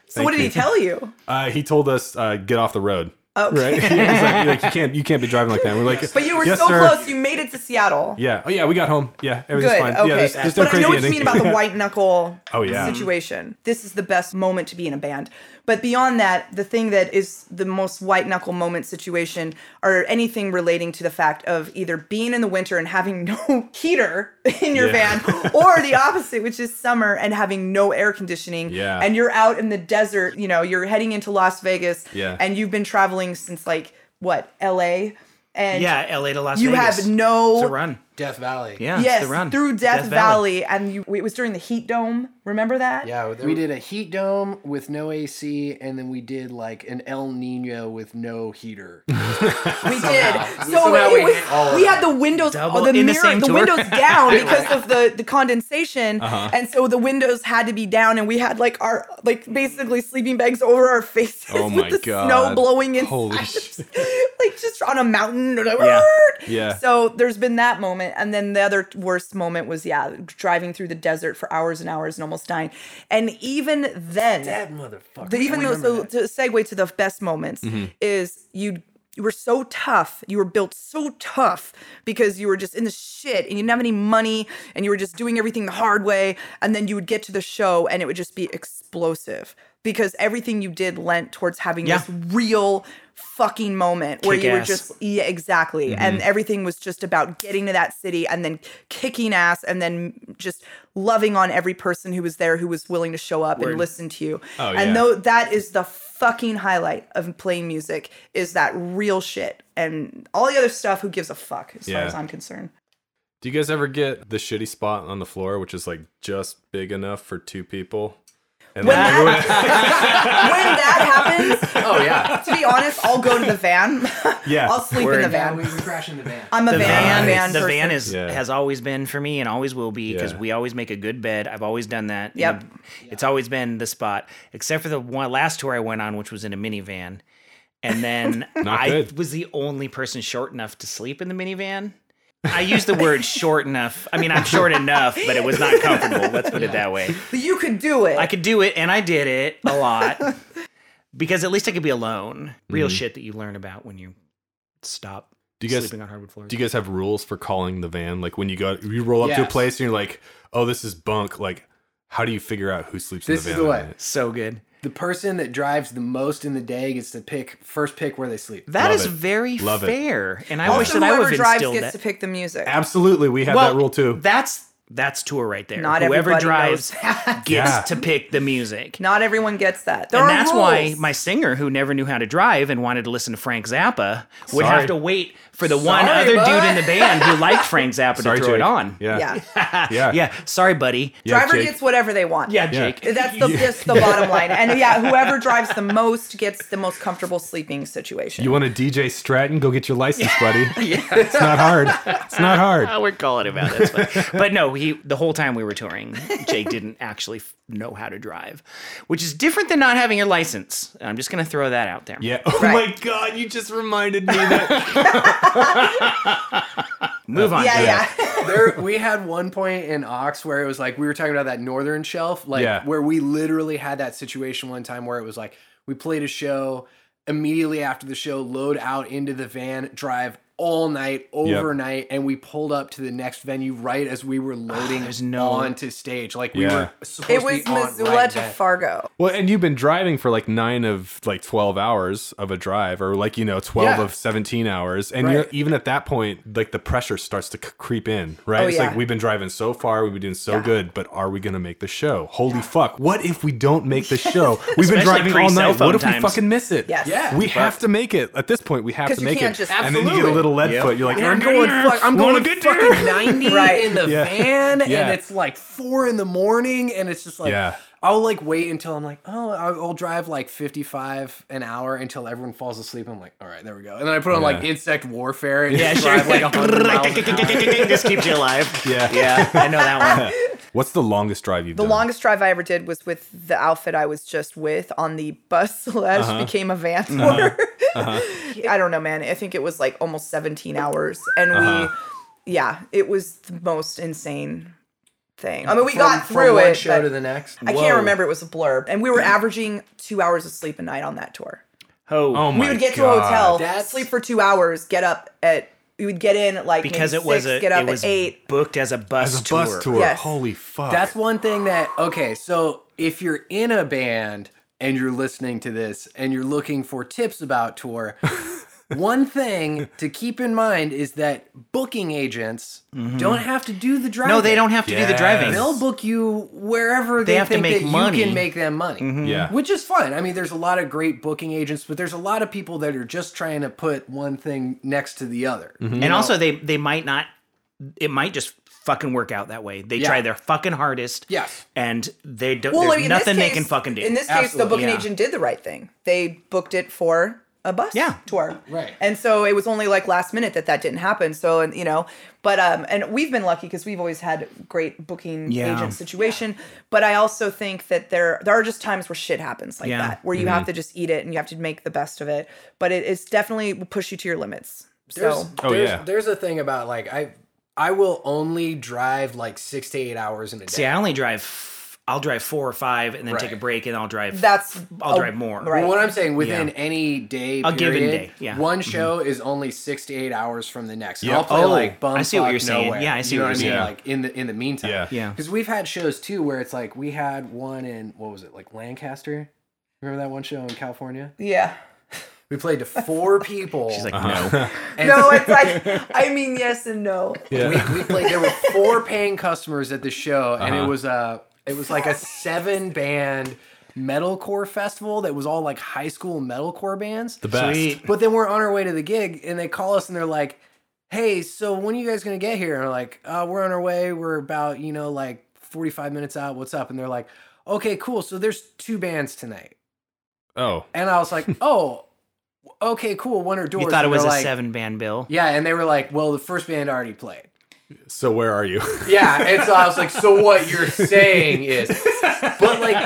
Speaker 5: So what did
Speaker 2: you.
Speaker 5: he tell you?
Speaker 2: Uh, he told us uh, get off the road.
Speaker 5: Okay.
Speaker 2: Right? *laughs* He was like, like, you can't, you can't be driving like that. And we're like,
Speaker 5: Oh. But you were
Speaker 2: "Yes,
Speaker 5: so
Speaker 2: sir."
Speaker 5: close. You made it to Seattle.
Speaker 2: Yeah. Oh yeah, we got home. Yeah, everything's
Speaker 5: Good.
Speaker 2: fine.
Speaker 5: Okay.
Speaker 2: Yeah, there's, there's no
Speaker 5: but I
Speaker 2: crazy
Speaker 5: know what you
Speaker 2: ending.
Speaker 5: mean about the white knuckle
Speaker 2: *laughs* Oh, yeah.
Speaker 5: situation. This is the best moment to be in a band. But beyond that, the thing that is the most white knuckle moment situation or anything relating to the fact of either being in the winter and having no *laughs* heater in your
Speaker 2: Yeah.
Speaker 5: van or the opposite, which is summer and having no air conditioning.
Speaker 2: Yeah.
Speaker 5: And you're out in the desert, you know, you're heading into Las Vegas
Speaker 2: Yeah.
Speaker 5: and you've been traveling since like what, LA? And
Speaker 3: Yeah, LA to Las
Speaker 5: you
Speaker 3: Vegas.
Speaker 5: have no
Speaker 3: It's a run.
Speaker 4: Death Valley.
Speaker 3: Yeah, it's
Speaker 5: yes,
Speaker 3: the run.
Speaker 5: through Death, Valley, and you, it was during the heat dome. Remember that?
Speaker 4: Yeah, we did a heat dome with no AC, and then we did like an El Nino with no *laughs* heater.
Speaker 5: we did. So
Speaker 4: Somehow
Speaker 5: it
Speaker 4: we
Speaker 5: was-
Speaker 4: hit all of
Speaker 5: we
Speaker 4: that.
Speaker 5: had the windows, oh,
Speaker 3: Double
Speaker 5: the
Speaker 3: in the
Speaker 5: mirror,
Speaker 3: same
Speaker 5: the,
Speaker 3: tour.
Speaker 5: windows down because of the the condensation, and so the windows had to be down, and we had like our like basically sleeping bags over our faces
Speaker 2: *laughs* Oh my
Speaker 5: *laughs* with the
Speaker 2: God.
Speaker 5: snow blowing in, *laughs*
Speaker 2: Holy shit.
Speaker 5: like just on a mountain. Like,
Speaker 3: Yeah.
Speaker 2: Yeah.
Speaker 5: So there's been that moment, and then the other worst moment was yeah, driving through the desert for hours and hours and almost dying, and even then,
Speaker 4: motherfucker.
Speaker 5: the, even though so to segue to the best moments
Speaker 3: Mm-hmm.
Speaker 5: is you you were so tough you were built so tough because you were just in the shit and you didn't have any money and you were just doing everything the hard way and then you would get to the show and it would just be explosive because everything you did lent towards having
Speaker 3: Yeah.
Speaker 5: this real fucking moment where
Speaker 3: Kick
Speaker 5: you were
Speaker 3: ass. Mm-hmm.
Speaker 5: just yeah exactly and everything was just about getting to that city and then kicking ass and then just loving on every person who was there who was willing to show up and listen to you
Speaker 2: Oh,
Speaker 5: and
Speaker 2: yeah.
Speaker 5: though that is the fucking highlight of playing music is that real shit and all the other stuff who gives a fuck as far
Speaker 2: Yeah.
Speaker 5: as i'm concerned
Speaker 2: Do you guys ever get the shitty spot on the floor, which is like just big enough for two people? And
Speaker 5: When
Speaker 2: then
Speaker 5: that- *laughs* when that happens
Speaker 4: Oh yeah.
Speaker 5: to be honest i'll go to the van *laughs*
Speaker 2: Yeah.
Speaker 5: i'll sleep in the
Speaker 4: yeah, we
Speaker 5: van
Speaker 4: were crashing the van.
Speaker 5: i'm a
Speaker 3: The
Speaker 5: van,
Speaker 3: van,
Speaker 5: van
Speaker 3: the
Speaker 5: person.
Speaker 3: van is
Speaker 2: Yeah.
Speaker 3: has always been for me and always will be because
Speaker 2: Yeah.
Speaker 3: we always make a good bed. I've always done that. you
Speaker 5: Yep.
Speaker 3: know, it's always been the spot, except for the one last tour I went on, which was in a minivan, and then
Speaker 2: *laughs* Not
Speaker 3: I
Speaker 2: good.
Speaker 3: was the only person short enough to sleep in the minivan. I use the word short enough. I mean, I'm short enough, but it was not comfortable. Let's put it that way.
Speaker 5: But you could do it
Speaker 3: I could do it, and I did it a lot
Speaker 2: *laughs*
Speaker 3: because at least I could be alone. Real shit that you learn about when you stop
Speaker 2: Mm-hmm. do you guys
Speaker 3: sleeping on hardwood floors.
Speaker 2: do you guys have rules for calling the van? Like when you go, you roll up to a
Speaker 4: Yes.
Speaker 2: place and you're like, oh, this is bunk. Like, how do you figure out who sleeps
Speaker 4: This
Speaker 2: in
Speaker 4: is
Speaker 2: the van?
Speaker 4: the
Speaker 2: that
Speaker 4: way.
Speaker 2: night?
Speaker 3: so good.
Speaker 4: *laughs* The person that drives the most in the day gets to pick first pick where they sleep.
Speaker 3: That
Speaker 2: Love
Speaker 3: is
Speaker 2: it.
Speaker 3: very
Speaker 2: Love it.
Speaker 3: fair, and I
Speaker 5: also
Speaker 3: wish that I
Speaker 5: whoever
Speaker 3: would have
Speaker 5: drives
Speaker 3: instilled
Speaker 5: gets
Speaker 3: that.
Speaker 5: to pick the music
Speaker 2: Absolutely, we had
Speaker 3: Well,
Speaker 2: that rule too.
Speaker 3: That's that's tour right there.
Speaker 5: Not
Speaker 3: Whoever
Speaker 5: everybody
Speaker 3: drives
Speaker 5: knows that.
Speaker 3: gets
Speaker 2: Yeah.
Speaker 3: to pick the music.
Speaker 5: not everyone gets that there
Speaker 3: and
Speaker 5: are
Speaker 3: that's
Speaker 5: rules.
Speaker 3: why my singer, who never knew how to drive and wanted to listen to Frank Zappa, would
Speaker 2: Sorry.
Speaker 3: have to wait for the one
Speaker 5: Sorry,
Speaker 3: other dude
Speaker 5: bud.
Speaker 3: in the band who liked Frank Zappa
Speaker 2: Sorry,
Speaker 3: to throw
Speaker 2: Jake.
Speaker 3: it on.
Speaker 2: Yeah.
Speaker 5: *laughs* yeah
Speaker 2: Yeah.
Speaker 3: yeah. Sorry, buddy.
Speaker 2: Yeah,
Speaker 5: driver
Speaker 2: Jake.
Speaker 5: gets whatever they want
Speaker 2: *laughs*
Speaker 3: Yeah,
Speaker 2: Yeah.
Speaker 3: Jake.
Speaker 5: That's the just the bottom line. And yeah, whoever drives the most gets the most comfortable sleeping situation.
Speaker 2: You want a DJ Stratton? Go get your license,
Speaker 3: *laughs*
Speaker 2: buddy. It's not hard. It's not hard.
Speaker 3: Oh, we're calling him out. That's funny. but no, he the whole time we were touring, Jake didn't actually f- know how to drive, which is different than not having your license. I'm just going to throw that out there.
Speaker 2: Yeah. Oh
Speaker 5: Right.
Speaker 2: my God, you just reminded me that.
Speaker 3: Move on.
Speaker 5: yeah,
Speaker 3: Jake.
Speaker 5: yeah.
Speaker 4: there we had one point in ox where it was like we were talking about that northern shelf like
Speaker 2: Yeah.
Speaker 4: where we literally had that situation one time where it was like we played a show immediately after the show load out into the van drive all night overnight and we pulled up to the next venue right as we were loading
Speaker 3: There's no-
Speaker 4: onto stage like we
Speaker 2: Yeah.
Speaker 4: were supposed
Speaker 5: It
Speaker 4: to
Speaker 5: was
Speaker 4: be on
Speaker 5: Missoula
Speaker 4: right
Speaker 5: to
Speaker 4: then.
Speaker 5: Fargo.
Speaker 2: Well, and you've been driving for like nine of like 12 hours of a drive, or like, you know, 12
Speaker 4: Yeah.
Speaker 2: of 17 hours. And you're,
Speaker 4: Right.
Speaker 2: even at that point, like the pressure starts to c- creep in, right?
Speaker 5: Oh,
Speaker 2: it's
Speaker 5: yeah.
Speaker 2: like we've been driving so far, we've been doing so good, but are we going to make the show? Holy fuck. What if we don't make
Speaker 5: *laughs*
Speaker 2: the show? We've been
Speaker 3: Especially
Speaker 2: driving all
Speaker 3: pre-cell
Speaker 2: night. What if
Speaker 3: phone
Speaker 2: we
Speaker 3: times.
Speaker 2: fucking miss it?
Speaker 5: Yes.
Speaker 4: Yeah.
Speaker 2: We
Speaker 4: but-
Speaker 2: have to make it. At this point, we have
Speaker 5: 'Cause
Speaker 2: to
Speaker 5: you
Speaker 2: make
Speaker 5: can't
Speaker 2: it.
Speaker 5: just-
Speaker 2: and then you get a
Speaker 4: Absolutely.
Speaker 2: little lead
Speaker 3: Yep.
Speaker 2: foot. You're like,
Speaker 4: And I'm
Speaker 2: "We're
Speaker 4: going,
Speaker 2: there.
Speaker 4: fuck, I'm
Speaker 2: Wanna
Speaker 4: going
Speaker 2: get there."
Speaker 4: *laughs* fucking 90
Speaker 5: Right.
Speaker 4: in the
Speaker 2: Yeah.
Speaker 4: van,
Speaker 2: Yeah.
Speaker 4: and it's like four in the morning, and it's just like,
Speaker 2: Yeah.
Speaker 4: I'll like wait until I'm like, oh, I'll I'll drive like 55 an hour until everyone falls asleep. I'm like, all right, there we go. And then I put on like
Speaker 2: Yeah.
Speaker 4: insect warfare and
Speaker 3: Yeah,
Speaker 4: just
Speaker 3: sure.
Speaker 4: drive like
Speaker 3: *laughs*
Speaker 4: 100 miles an hour.
Speaker 3: Just keeps you alive.
Speaker 2: *laughs* Yeah.
Speaker 3: Yeah, I know that one.
Speaker 2: What's the longest drive you've
Speaker 5: The
Speaker 2: done?
Speaker 5: longest drive I ever did was with the outfit I was just with on the bus *laughs* slash
Speaker 2: Uh-huh.
Speaker 5: became a van tour. *laughs* I don't know, man. I think it was like almost 17 hours. And
Speaker 2: Uh-huh.
Speaker 5: we, yeah, it was the most insane thing. I mean, we got
Speaker 4: From-
Speaker 5: through
Speaker 4: from
Speaker 5: it.
Speaker 4: one show
Speaker 5: but
Speaker 4: to the next.
Speaker 5: I can't remember. It was a blurb. And we were averaging two hours of sleep a night on that tour.
Speaker 3: *laughs* Oh,
Speaker 2: Oh my
Speaker 5: we would get to a
Speaker 2: God.
Speaker 5: hotel,
Speaker 4: That's-
Speaker 5: sleep for two hours, get up at, we would get in at like
Speaker 3: because
Speaker 5: maybe
Speaker 3: it was
Speaker 5: six,
Speaker 3: a
Speaker 5: get up
Speaker 3: it was
Speaker 5: at eight.
Speaker 3: booked as a bus
Speaker 2: As a
Speaker 3: tour.
Speaker 2: bus tour.
Speaker 5: Yes.
Speaker 2: Holy fuck.
Speaker 4: That's one thing that okay, so if you're in a band and you're listening to this and you're looking for tips
Speaker 3: *laughs*
Speaker 4: about tour, one thing to keep in mind is that booking agents don't have to do the driving.
Speaker 3: Mm-hmm. No, they don't have to do the
Speaker 2: Yes.
Speaker 3: driving.
Speaker 4: They'll book you wherever they,
Speaker 3: have to
Speaker 4: think
Speaker 3: make
Speaker 4: that
Speaker 3: money. Mm-hmm.
Speaker 4: you can make them money.
Speaker 2: Yeah.
Speaker 4: Mm-hmm. Which is fine. I mean, there's a lot of great booking agents, but there's a lot of people that are just trying to put one thing next to the other.
Speaker 3: and also they they might not it might just fucking work out that way they
Speaker 4: Yeah.
Speaker 3: try their fucking hardest
Speaker 4: Yes.
Speaker 3: and they don't
Speaker 5: Well,
Speaker 3: there's
Speaker 5: I mean, in this
Speaker 3: nothing they
Speaker 5: case-
Speaker 3: can fucking do
Speaker 5: In this case, the
Speaker 4: Absolutely.
Speaker 5: booking
Speaker 3: Yeah.
Speaker 5: agent did the right thing. They booked it for a bus
Speaker 3: Yeah.
Speaker 5: tour.
Speaker 4: Right.
Speaker 5: And so it was only like last minute that that didn't happen. So, and you know, but, um, and we've been lucky because we've always had great booking
Speaker 3: Yeah.
Speaker 5: agent situation. But I also think that there, there are just times where shit happens like
Speaker 3: Yeah. Mm-hmm.
Speaker 5: that, where you have to just eat it and you have to make the best of it. But it, it's definitely will push you to your limits.
Speaker 4: there's,
Speaker 5: So,
Speaker 2: Oh,
Speaker 4: there's,
Speaker 2: yeah.
Speaker 4: There's a thing about like I I will only drive like six to eight hours in a day.
Speaker 3: see i only drive f- i'll drive four or five and then take a
Speaker 4: Right.
Speaker 3: break and i'll drive
Speaker 5: that's,
Speaker 3: i'll
Speaker 5: a-
Speaker 3: drive more
Speaker 5: Right.
Speaker 4: Well, what I'm saying within
Speaker 3: Yeah.
Speaker 4: any day,
Speaker 3: A given
Speaker 4: period,
Speaker 3: day, yeah. Mm-hmm.
Speaker 4: One show is only six to eight hours from the next. And
Speaker 2: Yeah.
Speaker 4: I'll play
Speaker 2: Oh,
Speaker 4: like bum
Speaker 3: I see what
Speaker 4: fuck
Speaker 3: you're saying.
Speaker 4: nowhere.
Speaker 3: Yeah, I see
Speaker 4: you know
Speaker 3: what
Speaker 4: what I
Speaker 3: you're
Speaker 4: mean.
Speaker 2: saying.
Speaker 4: Like in the in the meantime.
Speaker 2: Yeah.
Speaker 3: Yeah.
Speaker 4: Because we've had shows too where it's like we had one in what was it like Lancaster. Remember that one show in California? *laughs*
Speaker 5: yeah.
Speaker 4: We played
Speaker 3: *laughs*
Speaker 4: to four people.
Speaker 3: she's like
Speaker 2: Uh-huh.
Speaker 3: no
Speaker 4: and
Speaker 5: No, it's like, I mean, yes and no.
Speaker 4: we, we played.
Speaker 3: *laughs*
Speaker 4: There were four paying customers at the show, and
Speaker 3: Uh-huh.
Speaker 4: it was a it was like a seven band metalcore festival that was all like high school metalcore bands.
Speaker 2: the best.
Speaker 3: Sweet.
Speaker 4: But then we're on our way to the gig, and they call us, and they're like, "Hey, so when are you guys gonna get here?" And we're like, uh, "We're on our way. We're about you know like forty five minutes out. What's up?" And they're like, "Okay, cool. So there's two bands tonight."
Speaker 2: Oh.
Speaker 4: And
Speaker 3: *laughs*
Speaker 4: I was like, "Oh, okay, cool. When are
Speaker 3: *laughs*
Speaker 4: doors?"
Speaker 3: you thought it
Speaker 4: And
Speaker 3: was a
Speaker 4: they're like-
Speaker 3: seven band bill
Speaker 4: Yeah, and they were like, "Well, the first band already played."
Speaker 2: So where are you? *laughs*
Speaker 4: Yeah, and so I was like, so what you're saying is, but like,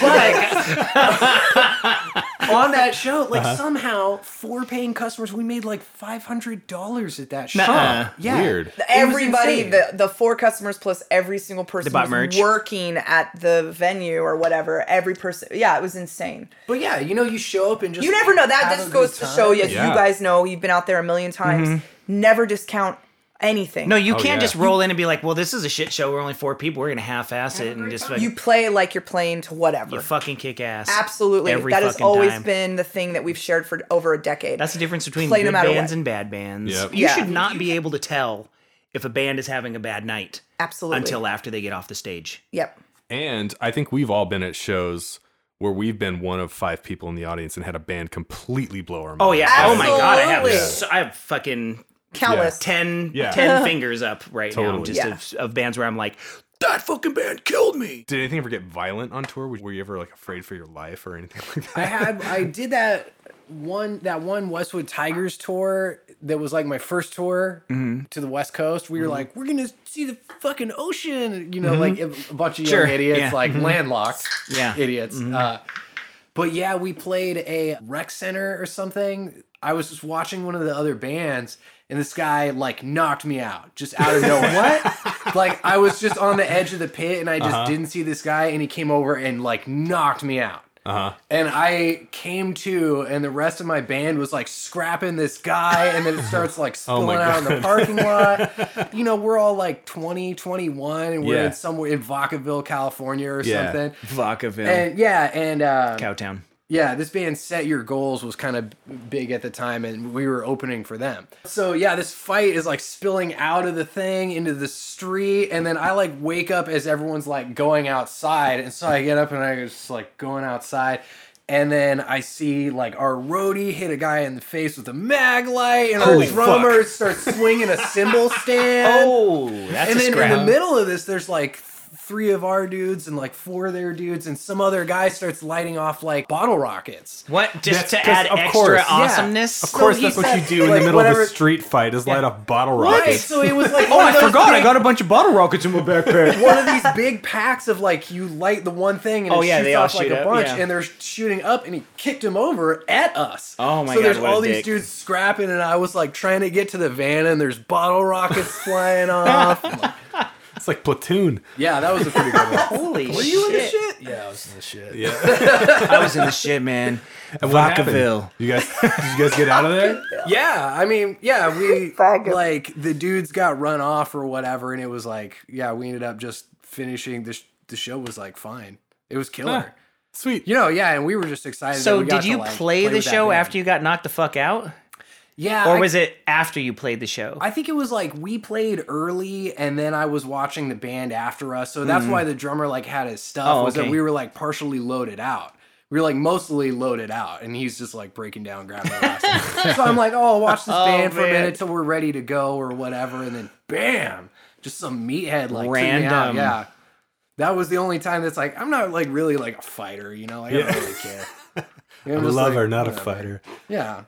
Speaker 4: but on that show, like somehow four paying customers, we made like five hundred dollars at that show.
Speaker 3: Nuh-uh.
Speaker 4: Yeah,
Speaker 2: Weird.
Speaker 4: It was
Speaker 5: everybody
Speaker 4: insane.
Speaker 5: the, the four customers plus every single person
Speaker 3: bought
Speaker 5: who's
Speaker 3: merch.
Speaker 5: working at the venue or whatever every person yeah it was insane
Speaker 4: but yeah, you know, you show up and just
Speaker 5: you never know that
Speaker 4: have a
Speaker 5: just
Speaker 4: good
Speaker 5: goes to
Speaker 4: time.
Speaker 5: show yes you
Speaker 2: Yeah.
Speaker 5: guys know you've been out there a million times never discount anything
Speaker 3: Mm-hmm. no you
Speaker 2: Oh,
Speaker 3: can't
Speaker 2: yeah.
Speaker 3: just roll in and be like well this is a shit show we're only four people we're gonna half-ass it and just like,
Speaker 5: you play like you're playing to whatever
Speaker 3: fucking kick ass
Speaker 5: absolutely
Speaker 3: every
Speaker 5: that has
Speaker 3: fucking
Speaker 5: always
Speaker 3: time.
Speaker 5: been the thing that we've shared for over a decade
Speaker 3: That's the difference between
Speaker 5: Play no
Speaker 3: good
Speaker 5: matter
Speaker 3: bands
Speaker 5: what.
Speaker 3: and bad bands.
Speaker 2: Yep.
Speaker 3: You
Speaker 5: Yeah.
Speaker 3: should not be able to tell if a band is having a bad night
Speaker 5: absolutely
Speaker 3: until after they get off the stage.
Speaker 5: yep
Speaker 2: And I think we've all been at shows where we've been one of five people in the audience and had a band completely blow our mind.
Speaker 3: Oh yeah! Oh my god! I have
Speaker 5: Absolutely.
Speaker 3: so, I have fucking
Speaker 5: countless
Speaker 3: 10,
Speaker 2: Yeah.
Speaker 5: *laughs*
Speaker 3: 10 fingers up right now
Speaker 2: Totally.
Speaker 3: just
Speaker 5: Yeah.
Speaker 3: of, of bands where I'm like, that fucking band killed me.
Speaker 2: Did anything ever get violent on tour? Were you ever like afraid for your life or anything like that?
Speaker 4: I had I did that one that one Westwood Tigers tour that was like my first tour
Speaker 3: Mm-hmm.
Speaker 4: to the West Coast. We were like, we're gonna see the fucking ocean, you know, like a- a bunch of young
Speaker 3: Mm-hmm. Sure,
Speaker 4: idiots,
Speaker 3: yeah. Mm-hmm.
Speaker 4: like landlocked
Speaker 3: Yeah. Mm-hmm.
Speaker 4: idiots. Uh, but yeah, we played a rec center or something. I was just watching one of the other bands, and and this guy like knocked me out just out of nowhere.
Speaker 3: *laughs*
Speaker 4: what? *laughs* Like I was just on the edge of the pit and I just
Speaker 3: Uh-huh.
Speaker 4: didn't see this guy and he came over and like knocked me out.
Speaker 2: Uh-huh.
Speaker 4: And I came to, and the rest of my band was like scrapping this guy,
Speaker 2: *laughs*
Speaker 4: and then it starts like
Speaker 2: Oh
Speaker 4: spilling
Speaker 2: my
Speaker 4: out in the
Speaker 2: God. *laughs*
Speaker 4: parking lot. You know, we're all like 20, 21, and we're
Speaker 2: Yeah.
Speaker 4: in somewhere in Vacaville, California or
Speaker 2: Yeah.
Speaker 4: something.
Speaker 3: Vacaville.
Speaker 4: And yeah, and uh,
Speaker 3: Cowtown.
Speaker 4: yeah, this band Set Your Goals was kind of big at the time, and we were opening for them. So yeah, this fight is like spilling out of the thing into the street, and then I like wake up as everyone's like going outside, and so I get up and I just like going outside. And then I see like our roadie hit a guy in the face with a mag light, and our
Speaker 2: Holy fuck.
Speaker 4: drummer starts swinging
Speaker 2: *laughs*
Speaker 4: a cymbal stand
Speaker 3: Oh, that's
Speaker 4: and
Speaker 3: a
Speaker 4: then
Speaker 3: scrap.
Speaker 4: in the middle of this, there's like th- three of our dudes and like four of their dudes, and some other guy starts lighting off like bottle rockets.
Speaker 3: what?
Speaker 2: That's
Speaker 3: Just to
Speaker 2: 'cause
Speaker 3: add
Speaker 2: of
Speaker 3: extra
Speaker 2: course. Yeah.
Speaker 3: awesomeness?
Speaker 2: Of course,
Speaker 4: he
Speaker 2: that's what
Speaker 4: said-
Speaker 2: you do in
Speaker 4: like,
Speaker 2: the middle
Speaker 4: whatever-
Speaker 2: of the street fight is light up bottle
Speaker 4: Right,
Speaker 2: rockets.
Speaker 4: so it
Speaker 3: *laughs*
Speaker 4: was like oh,
Speaker 2: I forgot. I got a bunch of bottle rockets in my
Speaker 4: *laughs*
Speaker 2: backpack.
Speaker 4: one of these big packs of like you light the one thing and
Speaker 3: Oh,
Speaker 4: it
Speaker 3: yeah,
Speaker 4: shoots
Speaker 3: they all
Speaker 4: off like
Speaker 3: shoot
Speaker 4: a
Speaker 3: up,
Speaker 4: bunch,
Speaker 3: yeah.
Speaker 4: and they're shooting up, and he kicked him over at us.
Speaker 3: Oh, my
Speaker 4: so
Speaker 3: God,
Speaker 4: there's
Speaker 3: what a
Speaker 4: all these
Speaker 3: dick.
Speaker 4: dudes scrapping, and I was like trying to get to the van, and there's bottle rockets
Speaker 3: *laughs*
Speaker 4: flying off.
Speaker 2: It's like platoon.
Speaker 4: yeah, that was a
Speaker 3: *laughs*
Speaker 4: pretty good one.
Speaker 3: Holy
Speaker 4: Were you in the shit? Yeah, I was in the shit.
Speaker 2: Yeah.
Speaker 3: I was in the shit, man.
Speaker 2: And what happened?
Speaker 3: Vacaville.
Speaker 2: You guys, did you guys get out of there?
Speaker 4: *laughs* Yeah, I mean, yeah, we
Speaker 5: Faggot.
Speaker 4: like the dudes got run off or whatever, and it was like, yeah, we ended up just finishing the sh- the show was like fine. It was killer.
Speaker 2: Huh. Sweet.
Speaker 4: You know, yeah, and we were just excited. that
Speaker 3: So,
Speaker 4: we got
Speaker 3: did
Speaker 4: to,
Speaker 3: you
Speaker 4: like,
Speaker 3: play the
Speaker 4: with that
Speaker 3: show
Speaker 4: band.
Speaker 3: after you got knocked the fuck out?
Speaker 4: Yeah,
Speaker 3: Or
Speaker 4: I-
Speaker 3: was it after you played the show?
Speaker 4: I think it was like we played early, and then I was watching the band after us, so that's why the drummer like had his stuff.
Speaker 3: Oh,
Speaker 4: was
Speaker 3: okay.
Speaker 4: that we were like partially loaded out. We were like mostly loaded out, and he's just like breaking down, grabbing. the last one. so I'm like, oh, I'll watch this band for a
Speaker 3: man.
Speaker 4: minute till we're ready to go or whatever, and then bam, just some meathead like took me out.
Speaker 3: Random.
Speaker 4: Yeah, that was the only time that's like I'm not like really like a fighter, you know? Like, I don't really care. I'm
Speaker 2: I'm a
Speaker 4: just,
Speaker 2: lover,
Speaker 4: like,
Speaker 2: not a
Speaker 4: whatever.
Speaker 2: fighter.
Speaker 4: Yeah.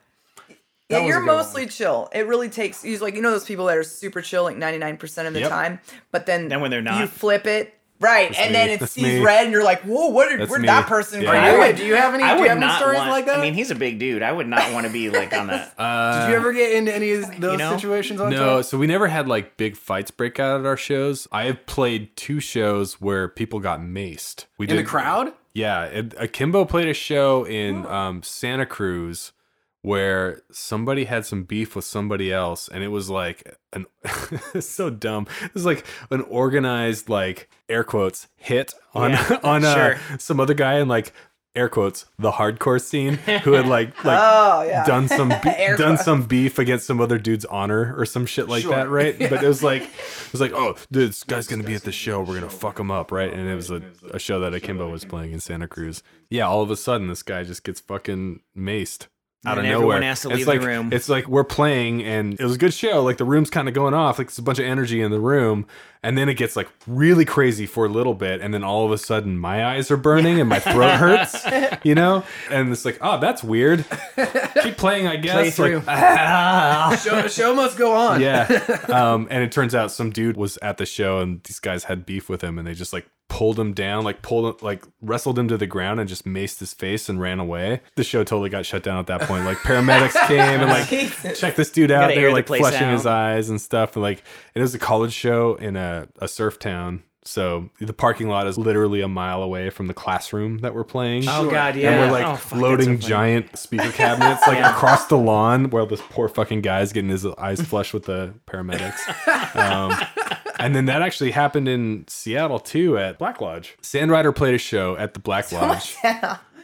Speaker 4: That
Speaker 5: Yeah,
Speaker 4: was
Speaker 5: you're
Speaker 4: a good one.
Speaker 5: mostly chill. It really takes you like you know those people that are super chill like 99% of the
Speaker 2: Yep.
Speaker 5: time, but then
Speaker 3: Then when they're not.
Speaker 5: you flip it right, and
Speaker 2: me.
Speaker 5: then it
Speaker 2: That's
Speaker 5: sees
Speaker 2: me.
Speaker 5: red, and you're like, whoa, what did
Speaker 2: That's
Speaker 5: where
Speaker 2: me.
Speaker 5: did that person
Speaker 2: Yeah.
Speaker 5: go?
Speaker 2: I
Speaker 4: Anyway,
Speaker 5: I
Speaker 4: do you have any?
Speaker 3: I
Speaker 4: do
Speaker 3: would
Speaker 4: you have any
Speaker 3: not
Speaker 4: stories
Speaker 3: want-
Speaker 4: like that?
Speaker 3: I mean, he's a big dude. I would not want to be like on *laughs* that.
Speaker 4: Did you ever get into any of those
Speaker 3: you know?
Speaker 4: situations on
Speaker 2: No,
Speaker 4: tour?
Speaker 2: so we never had like big fights break out at our shows. I have played two shows where people got maced. We
Speaker 4: In the
Speaker 2: did- *laughs*
Speaker 4: crowd? Oh.
Speaker 2: Yeah, it, Akimbo played a show in um, Santa Cruz where somebody had some beef with somebody else, and it was like an *laughs* it's so dumb. It was like an organized like air quotes hit on
Speaker 3: Yeah,
Speaker 2: *laughs* on uh,
Speaker 3: sure.
Speaker 2: some other guy in like air quotes the hardcore scene who had like
Speaker 4: *laughs*
Speaker 2: like
Speaker 5: Oh yeah.
Speaker 2: *laughs* done
Speaker 3: *laughs*
Speaker 2: some be-
Speaker 5: *laughs* Air
Speaker 2: done
Speaker 5: quotes.
Speaker 2: some beef against some other dude's honor or some shit like that,
Speaker 3: *laughs*
Speaker 2: right? But it was like it was like, oh, dude, this guy's gonna be at the show. We're gonna fuck him up, right? And it was a, a show that Akimbo was playing in Santa Cruz. Yeah, all of a sudden, this guy just gets fucking maced. Out
Speaker 3: And
Speaker 2: of
Speaker 3: everyone
Speaker 2: nowhere,
Speaker 3: has to
Speaker 2: it's
Speaker 3: leave the
Speaker 2: like
Speaker 3: room.
Speaker 2: it's like we're playing, and it was a good show. Like the room's kind of going off, like there's a bunch of energy in the room, and then it gets like really crazy for a little bit, and then all of a sudden my eyes are burning and my
Speaker 3: *laughs*
Speaker 2: throat hurts, you know. And it's like, oh, that's weird keep playing, I guess.
Speaker 4: Play
Speaker 2: Like, ah.
Speaker 4: through. show, show must go
Speaker 2: *laughs*
Speaker 4: on.
Speaker 2: yeah. Um, and it turns out some dude was at the show and these guys had beef with him and they just like pulled him down, like pulled him, like wrestled him to the ground and just maced his face and ran away. The show totally got shut down at that point. Like paramedics
Speaker 3: *laughs*
Speaker 2: came and like check this dude out.
Speaker 3: Gotta
Speaker 2: They
Speaker 3: air
Speaker 2: were
Speaker 3: the
Speaker 2: like
Speaker 3: place
Speaker 2: flushing
Speaker 3: out.
Speaker 2: his eyes and stuff. And like it was a college show in a, a surf town. So the parking lot is literally a mile away from the classroom that we're playing.
Speaker 3: Oh god, yeah.
Speaker 2: And we're like
Speaker 3: Oh, fuck, that's so
Speaker 2: loading
Speaker 3: funny.
Speaker 2: giant
Speaker 3: *laughs*
Speaker 2: speaker cabinets like across the lawn while this poor fucking guy's getting his eyes flushed with the
Speaker 3: *laughs*
Speaker 2: paramedics. Um, and then that actually happened in Seattle too at Black Lodge. Sandrider played a show at the
Speaker 3: *laughs*
Speaker 2: Black
Speaker 3: Oh
Speaker 2: Lodge.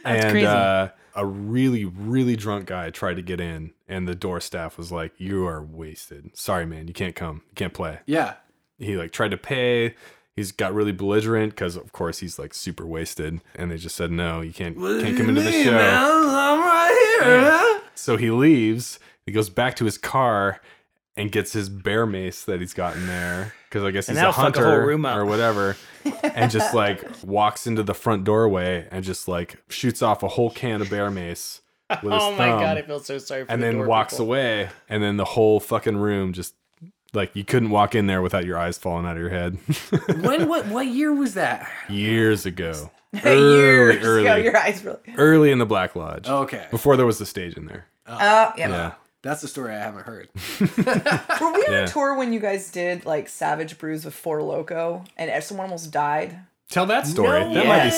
Speaker 2: and
Speaker 3: crazy.
Speaker 2: Uh, a really, really drunk guy tried to get in, and the door staff was like, You are wasted. Sorry, man. You can't come. You can't play
Speaker 4: Yeah.
Speaker 2: he like tried to pay. He's got really belligerent because of course he's like super wasted, and they just said no, you can't can't come into the show.
Speaker 4: I'm right here.
Speaker 2: So he leaves. He goes back to his car and gets his bear mace that he's gotten there because I guess
Speaker 3: And
Speaker 2: he's a
Speaker 3: that'll fuck a
Speaker 2: hunter
Speaker 3: whole room up.
Speaker 2: or whatever, and just
Speaker 3: *laughs*
Speaker 2: like walks into the front doorway and just like shoots off a whole can of bear mace with his
Speaker 3: *laughs* Oh my god,
Speaker 2: thumb
Speaker 3: I feel so sorry for
Speaker 2: and
Speaker 3: the
Speaker 2: then
Speaker 3: door
Speaker 2: walks
Speaker 3: people.
Speaker 2: away and then the whole fucking room just like you couldn't walk in there without your eyes falling out of your head
Speaker 4: *laughs*
Speaker 2: *laughs*
Speaker 4: When what what year was that?
Speaker 2: years ago
Speaker 3: *laughs*
Speaker 5: *laughs* Years
Speaker 2: early
Speaker 5: ago,
Speaker 2: early
Speaker 5: your eyes really.
Speaker 2: early in the black lodge
Speaker 4: Okay.
Speaker 2: before there was the stage in there
Speaker 5: Oh yeah.
Speaker 2: yeah
Speaker 4: That's the story I haven't heard.
Speaker 5: Were we on
Speaker 2: Yeah.
Speaker 5: a tour when you guys did like Savage Brews with Four Loco and eh, someone almost died?
Speaker 2: Tell that story.
Speaker 4: No
Speaker 2: that
Speaker 3: way.
Speaker 2: might be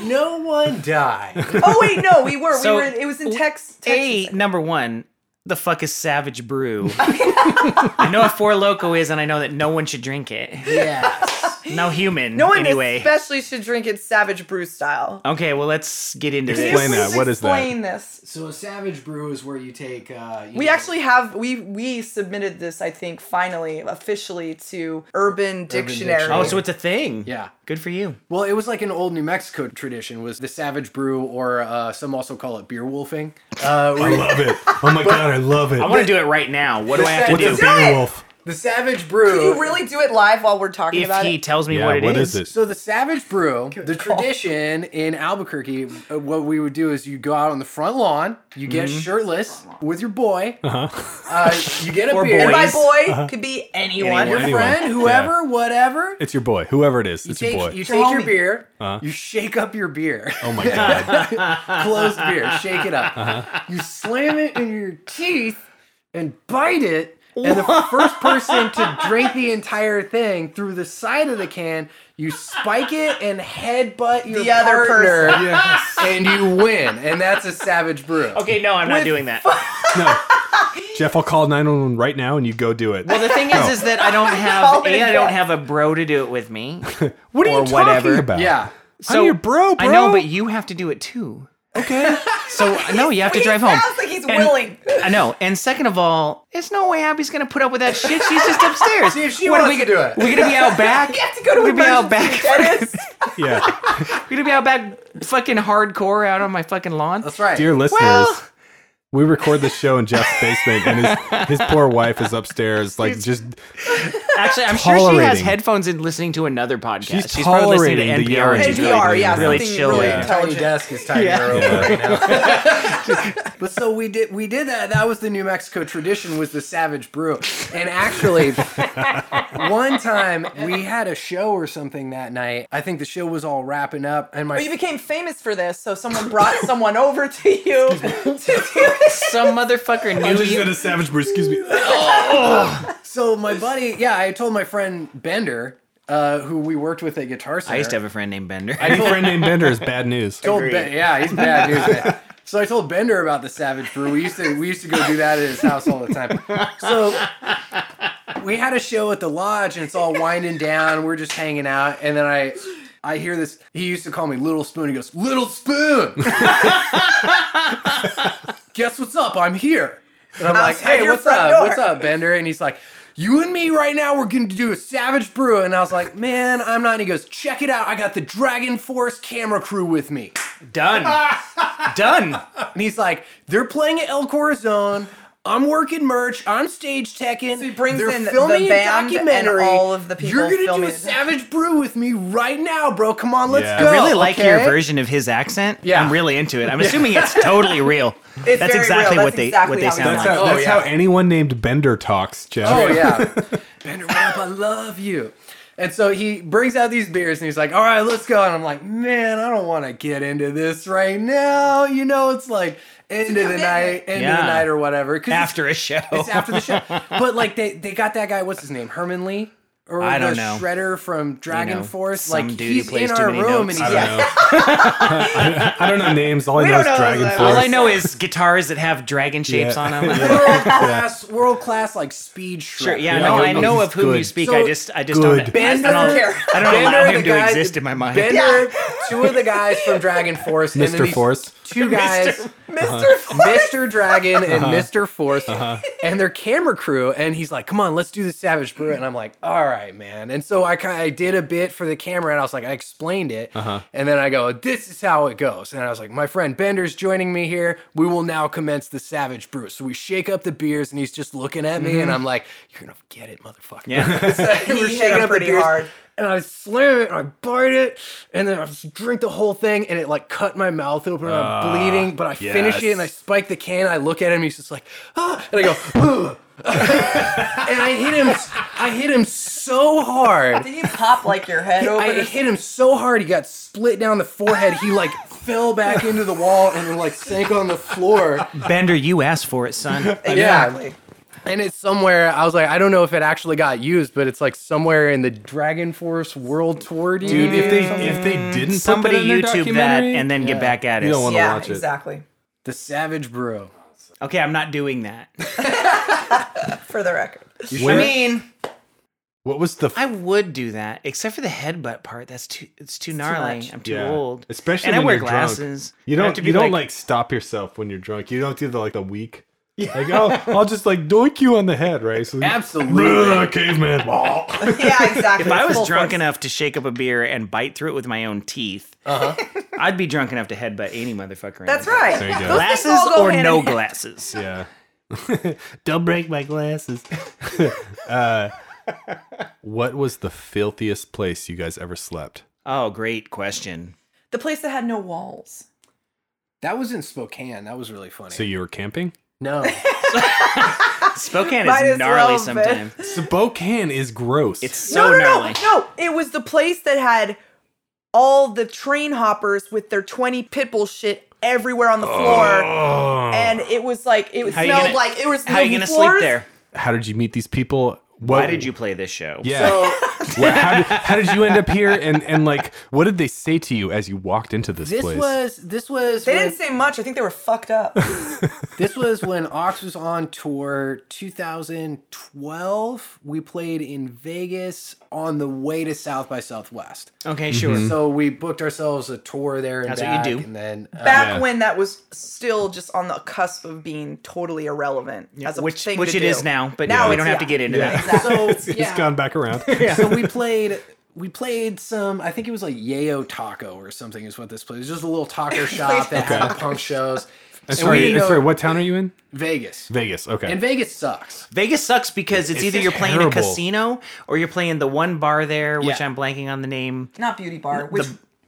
Speaker 2: fun.
Speaker 4: no one *laughs* died.
Speaker 5: Oh wait, no, we were.
Speaker 3: So-
Speaker 5: we were. It was in Tex- Texas.
Speaker 3: A number one. The fuck is Savage Brew? *laughs* I know what Four Loco is, and I know that no one should drink it.
Speaker 4: Yes.
Speaker 3: No human.
Speaker 5: No one
Speaker 3: anyway.
Speaker 5: especially should drink it Savage Brew style.
Speaker 3: okay, well let's get into
Speaker 5: Can you
Speaker 2: Explain
Speaker 5: please
Speaker 2: that. What is that?
Speaker 5: Explain this.
Speaker 4: So a savage brew is where you take. Uh, you
Speaker 5: We
Speaker 4: know-
Speaker 5: actually have we we submitted this I think finally officially to Urban Dictionary.
Speaker 4: Dictionary.
Speaker 3: Oh, so it's a thing.
Speaker 4: Yeah.
Speaker 3: Good for you.
Speaker 4: Well, it was like an old New Mexico tradition was the savage brew, or uh, some also call it beer wolfing. Uh, where
Speaker 2: I
Speaker 4: you-
Speaker 2: love it. Oh
Speaker 3: *laughs*
Speaker 2: my god, I love it.
Speaker 3: I want to do it right now. What do I have to
Speaker 2: What's
Speaker 3: do?
Speaker 2: a beer wolf?
Speaker 4: the savage brew.
Speaker 5: Can you really do it live while we're talking
Speaker 3: If
Speaker 5: about
Speaker 3: he
Speaker 5: it?
Speaker 3: tells me
Speaker 2: Yeah,
Speaker 3: what it is.
Speaker 2: what is it?
Speaker 4: So the Savage Brew, the tradition in Albuquerque, uh, what we would do is you go out on the front lawn, you get shirtless with your boy, uh-huh. you get a
Speaker 3: Or
Speaker 4: beer,
Speaker 5: And
Speaker 3: boys.
Speaker 5: my boy could be anyone.
Speaker 3: Uh-huh. Anyone.
Speaker 4: your friend,
Speaker 2: Anyone.
Speaker 4: whoever, whatever.
Speaker 2: It's your boy, whoever it is.
Speaker 4: You
Speaker 2: It's your
Speaker 4: take,
Speaker 2: boy.
Speaker 4: you
Speaker 5: Your
Speaker 4: take your
Speaker 5: homie.
Speaker 4: beer, you shake up your beer,
Speaker 2: oh my god.
Speaker 4: *laughs*
Speaker 2: Uh-huh.
Speaker 4: closed beer, shake it up. You slam it in your teeth and bite it. And the first person
Speaker 2: *laughs*
Speaker 4: to drink the entire thing through the side of the can, you spike it and headbutt your
Speaker 5: The other
Speaker 4: partner,
Speaker 5: person.
Speaker 2: yes.
Speaker 4: and you win. And that's a savage brew.
Speaker 3: Okay, no, I'm not doing that.
Speaker 2: *laughs*
Speaker 3: *laughs*
Speaker 2: No. Jeff, I'll call 911 right now and you go do it.
Speaker 3: Well, the thing is, is that I don't have
Speaker 5: Call
Speaker 3: a,
Speaker 5: it
Speaker 3: I don't
Speaker 5: that.
Speaker 3: have a bro to do it with me.
Speaker 2: what are you
Speaker 3: or
Speaker 2: talking
Speaker 3: whatever.
Speaker 2: about?
Speaker 4: Yeah.
Speaker 3: So
Speaker 2: your bro,
Speaker 3: I know,
Speaker 2: bro.
Speaker 3: but you have to do it too.
Speaker 2: Okay.
Speaker 3: So no, you have to
Speaker 5: He
Speaker 3: drive home.
Speaker 5: Sounds like he's
Speaker 3: And-
Speaker 5: willing.
Speaker 3: I know. And second of all, there's no way Abby's gonna put up with that shit. She's just upstairs.
Speaker 4: See if she
Speaker 3: What are
Speaker 4: wants
Speaker 3: we,
Speaker 4: to do it.
Speaker 3: We're gonna be out back.
Speaker 5: You have to go to
Speaker 3: we're gonna be out
Speaker 5: *laughs*
Speaker 3: back.
Speaker 5: emergency
Speaker 2: *laughs*
Speaker 5: dentist.
Speaker 2: yeah.
Speaker 3: We're gonna be out back, fucking hardcore out on my fucking lawn.
Speaker 4: That's right.
Speaker 2: Dear listeners,
Speaker 3: Well-
Speaker 2: we record the show in Jeff's basement and his, his poor wife is upstairs, like just
Speaker 3: Actually, I'm sure she has
Speaker 2: Tolerating.
Speaker 3: headphones and listening to another podcast.
Speaker 2: She's
Speaker 3: probably listening to
Speaker 2: tolerating the
Speaker 3: NPR. and she's
Speaker 2: yelling.
Speaker 5: NPR,
Speaker 3: really-
Speaker 5: yeah,
Speaker 3: really
Speaker 5: something
Speaker 3: chill.
Speaker 5: really
Speaker 2: Yeah.
Speaker 4: Tiny
Speaker 5: intelligent.
Speaker 4: desk is tiny her over right now. but so we did we did that. That was the New Mexico tradition was the savage brew. And actually one time we had a show or something that night. I think the show was all wrapping up and my
Speaker 5: But you became famous for this, so
Speaker 3: *laughs*
Speaker 5: someone brought someone over to you to do this.
Speaker 3: Some motherfucker
Speaker 2: I'm
Speaker 3: knew
Speaker 2: just
Speaker 3: you.
Speaker 2: gonna savage brew, excuse me. *laughs*
Speaker 4: So my buddy, yeah, I told my friend Bender, uh, who we worked with at Guitar Center.
Speaker 3: I used to have a friend named Bender.
Speaker 2: Any friend named Bender is bad news.
Speaker 4: told ben, yeah, he's bad news. man. So I told Bender about the Savage Brew. We used to we used to go do that at his house all the time. So we had a show at the lodge, and it's all winding down. We're just hanging out, and then I I hear this. He used to call me Little Spoon. He goes, Little Spoon. Guess what's up? I'm here. And I'm like,
Speaker 5: Outside
Speaker 4: Hey,
Speaker 5: your
Speaker 4: what's
Speaker 5: front
Speaker 4: up?
Speaker 5: door."
Speaker 4: What's up, Bender? And he's like. You and me right now, we're gonna do a Savage Brew. And I was like, man, I'm not. And he goes, check it out. I got the Dragon Force camera crew with me.
Speaker 3: Done. *laughs* Done.
Speaker 4: And he's like, they're playing at El Corazon. I'm working merch. I'm stage teching.
Speaker 5: he brings
Speaker 4: they're
Speaker 5: in the
Speaker 4: filming a
Speaker 5: band and
Speaker 4: documentary.
Speaker 5: all of the people
Speaker 4: You're gonna
Speaker 5: filming
Speaker 4: do a
Speaker 5: it.
Speaker 4: Savage Brew with me right now, bro. Come on, let's
Speaker 2: Yeah.
Speaker 4: go.
Speaker 2: I
Speaker 3: I really like your
Speaker 4: okay?
Speaker 3: version of his accent.
Speaker 4: Yeah.
Speaker 3: I'm really into it. I'm assuming it's totally real.
Speaker 5: *laughs* It's
Speaker 3: That's
Speaker 5: very
Speaker 3: exactly
Speaker 5: real.
Speaker 3: what
Speaker 5: That's
Speaker 3: they
Speaker 5: exactly
Speaker 3: what they
Speaker 5: how we
Speaker 3: sound
Speaker 2: That's
Speaker 3: like.
Speaker 5: sound
Speaker 2: how,
Speaker 4: Oh,
Speaker 2: that's
Speaker 4: yeah.
Speaker 2: how anyone named Bender talks, Jeff.
Speaker 4: Oh yeah, *laughs* Bender Wamp, I love you. And so he brings out these beers and he's like, "All right, let's go." And I'm like, "Man, I don't want to get into this right now. You know, it's like end of the night, end of the
Speaker 3: Yeah.
Speaker 4: night, or whatever." 'Cause it's-
Speaker 3: After a show.
Speaker 4: It's after
Speaker 3: *laughs*
Speaker 4: the show. But like they they got that guy. What's his name? Herman Lee. Or
Speaker 3: I don't
Speaker 4: the
Speaker 3: know.
Speaker 4: Shredder from Dragon
Speaker 3: know,
Speaker 4: Force,
Speaker 3: some
Speaker 4: like
Speaker 3: dude who
Speaker 4: he's
Speaker 3: plays
Speaker 4: in
Speaker 3: too
Speaker 4: our
Speaker 3: many
Speaker 4: room
Speaker 3: notes.
Speaker 4: and
Speaker 2: *laughs* I
Speaker 4: he's
Speaker 2: don't
Speaker 4: yeah,
Speaker 2: know. I, I don't know *laughs* names. All I know is
Speaker 5: don't know
Speaker 3: *laughs*
Speaker 2: Dragon
Speaker 5: that.
Speaker 2: Force.
Speaker 3: All I know is guitars that have dragon shapes
Speaker 2: Yeah. *laughs*
Speaker 3: on them. *laughs*
Speaker 4: world class, world class, like speed Shredder.
Speaker 3: Sure, yeah,
Speaker 2: Yeah,
Speaker 3: no,
Speaker 2: I
Speaker 3: I
Speaker 2: know
Speaker 3: know
Speaker 2: he's
Speaker 3: of whom you
Speaker 2: good.
Speaker 3: speak.
Speaker 4: So
Speaker 3: I just, I just
Speaker 2: good.
Speaker 3: don't.
Speaker 5: Ben
Speaker 3: I don't,
Speaker 5: doesn't care.
Speaker 3: I don't allow
Speaker 4: Bender,
Speaker 3: him
Speaker 4: the
Speaker 3: to
Speaker 4: guy-
Speaker 3: exist in my mind.
Speaker 4: Bender, two of the guys from Dragon Force, and then
Speaker 2: Mr.
Speaker 4: these
Speaker 2: Force.
Speaker 4: two guys,
Speaker 3: Uh-huh. *laughs*
Speaker 5: Mr. Ford.
Speaker 4: Mr. Dragon and Mr. Force, and their camera crew. And he's like, "Come on, let's do the Savage Brew." And I'm like, "All right, man." And so I kind I did a bit for the camera, and I was like, I explained it, and then I go, "This is how it goes." And I was like, "My friend Bender's joining me here. We will now commence the Savage Brew." So we shake up the beers, and he's just looking at me, and I'm like, "You're gonna get it, motherfucker."
Speaker 3: Yeah.
Speaker 4: So we're
Speaker 5: hit
Speaker 4: shaking
Speaker 5: him
Speaker 4: up the
Speaker 5: pretty
Speaker 4: beers.
Speaker 5: hard.
Speaker 4: and I slam it and I bite it and then I just drink the whole thing and it like cut my mouth open and I'm
Speaker 2: Ah,
Speaker 4: bleeding. But I finish it and I
Speaker 2: yes.
Speaker 4: spike the can. I look at him. He's just like ah, and I go. "Ugh." *laughs* and I hit him. I hit him so hard.
Speaker 5: Did you pop like your head over?
Speaker 4: I
Speaker 5: to-
Speaker 4: hit him so hard he got split down the forehead. He like fell back into the wall and then like sank on the floor.
Speaker 3: Bender, you asked for it, son.
Speaker 5: exactly.
Speaker 4: And it's somewhere. I was like, I don't know if it actually got used, but it's like somewhere in the Dragon Force World Tour.
Speaker 2: Dude, if they if they didn't
Speaker 3: Somebody
Speaker 2: put that in their
Speaker 3: YouTube that
Speaker 2: documentary,
Speaker 3: and then get back at
Speaker 2: You don't
Speaker 3: us.
Speaker 2: wanna-
Speaker 5: Yeah,
Speaker 2: watch it.
Speaker 5: exactly.
Speaker 4: the Savage Bro.
Speaker 3: Okay, I'm not doing that.
Speaker 5: For the record.
Speaker 3: I
Speaker 2: Where-
Speaker 3: mean,
Speaker 2: what was the f-
Speaker 3: I would do that, except for the headbutt part. That's too. It's too gnarly.
Speaker 5: much.
Speaker 3: I'm too
Speaker 2: Yeah.
Speaker 3: old.
Speaker 2: Especially
Speaker 3: and I
Speaker 2: when
Speaker 3: wear
Speaker 2: you're drunk.
Speaker 3: glasses.
Speaker 2: You
Speaker 3: I have
Speaker 2: don't
Speaker 3: to
Speaker 2: you
Speaker 3: be
Speaker 2: don't like stop yourself when you're drunk. You don't do the like the
Speaker 3: *laughs*
Speaker 2: weak. Like oh, I'll just like doink you on the head, right? So
Speaker 4: Absolutely.
Speaker 2: *laughs* caveman.
Speaker 4: *laughs*
Speaker 5: Yeah, exactly.
Speaker 3: If I was
Speaker 5: Full
Speaker 3: drunk
Speaker 5: force.
Speaker 3: enough to shake up a beer and bite through it with my own teeth, *laughs* I'd be drunk enough to headbutt any motherfucker. in
Speaker 5: That's
Speaker 3: the face.
Speaker 5: right.
Speaker 2: There you go.
Speaker 5: Those things
Speaker 3: Glasses
Speaker 5: all go
Speaker 3: or
Speaker 5: hand
Speaker 3: no
Speaker 5: in hand.
Speaker 3: glasses.
Speaker 2: *laughs*
Speaker 4: *laughs*
Speaker 2: yeah. don't break my glasses. *laughs* uh, what was the filthiest place you guys ever slept?
Speaker 3: Oh, great question.
Speaker 5: The place that had no walls.
Speaker 4: That was in Spokane. That was really funny.
Speaker 2: So you were camping? *laughs*
Speaker 4: no.
Speaker 3: Spokane
Speaker 5: Might
Speaker 3: is
Speaker 5: as
Speaker 3: gnarly
Speaker 5: well,
Speaker 3: sometimes.
Speaker 2: Spokane is gross.
Speaker 3: It's so
Speaker 5: No, no, no,
Speaker 3: gnarly.
Speaker 5: no. It was the place that had all the train hoppers with their 20 pit bull shit everywhere on the floor.
Speaker 2: Oh.
Speaker 5: And it was like, it
Speaker 3: How you
Speaker 5: smelled
Speaker 3: gonna-
Speaker 5: like, it was
Speaker 3: How are you
Speaker 5: the
Speaker 3: gonna
Speaker 5: floors-
Speaker 3: sleep there?
Speaker 2: How did you meet these people? What,
Speaker 3: Why did you play this show?
Speaker 2: *laughs* Yeah. *laughs* Well, how, did, how did you end up here? And and like, what did they say to you as you walked into this,
Speaker 4: This
Speaker 2: place?
Speaker 4: was this was
Speaker 5: They
Speaker 4: when-
Speaker 5: didn't say much. I think they were
Speaker 3: *laughs*
Speaker 5: fucked up.
Speaker 4: this was when Ox was on tour 2012. We played in Vegas on the way to South by Southwest.
Speaker 3: Okay, sure.
Speaker 2: Hmm.
Speaker 4: So we booked ourselves a tour there and
Speaker 3: That's what you
Speaker 4: back,
Speaker 3: do.
Speaker 4: and then uh,
Speaker 5: Back
Speaker 2: Yeah.
Speaker 5: when that was still just on the cusp of being totally irrelevant as a
Speaker 3: which
Speaker 5: thing
Speaker 3: which
Speaker 5: to
Speaker 3: it
Speaker 5: do.
Speaker 3: is now, but
Speaker 5: Now
Speaker 3: we
Speaker 5: it's-
Speaker 3: don't have to
Speaker 5: yeah.
Speaker 3: get into
Speaker 2: Yeah.
Speaker 3: that.
Speaker 2: *laughs* *laughs*
Speaker 4: so
Speaker 2: It's
Speaker 4: yeah.
Speaker 2: gone back around.
Speaker 4: so we played we played some I think it was like Yayo Taco or something is what this place. It was just a
Speaker 3: *laughs*
Speaker 4: little taco shop that had punk shows.
Speaker 2: I'm
Speaker 4: And
Speaker 2: sorry,
Speaker 4: we
Speaker 2: I'm
Speaker 4: didn't
Speaker 2: sorry,
Speaker 4: go-
Speaker 2: what town are you in?
Speaker 4: Vegas.
Speaker 2: Vegas. Okay.
Speaker 4: And Vegas sucks.
Speaker 3: Vegas sucks because it's, either you're playing a
Speaker 2: terrible.
Speaker 3: casino or you're playing the one bar there, which
Speaker 4: Yeah.
Speaker 3: I'm blanking on the name.
Speaker 5: Not beauty bar. Which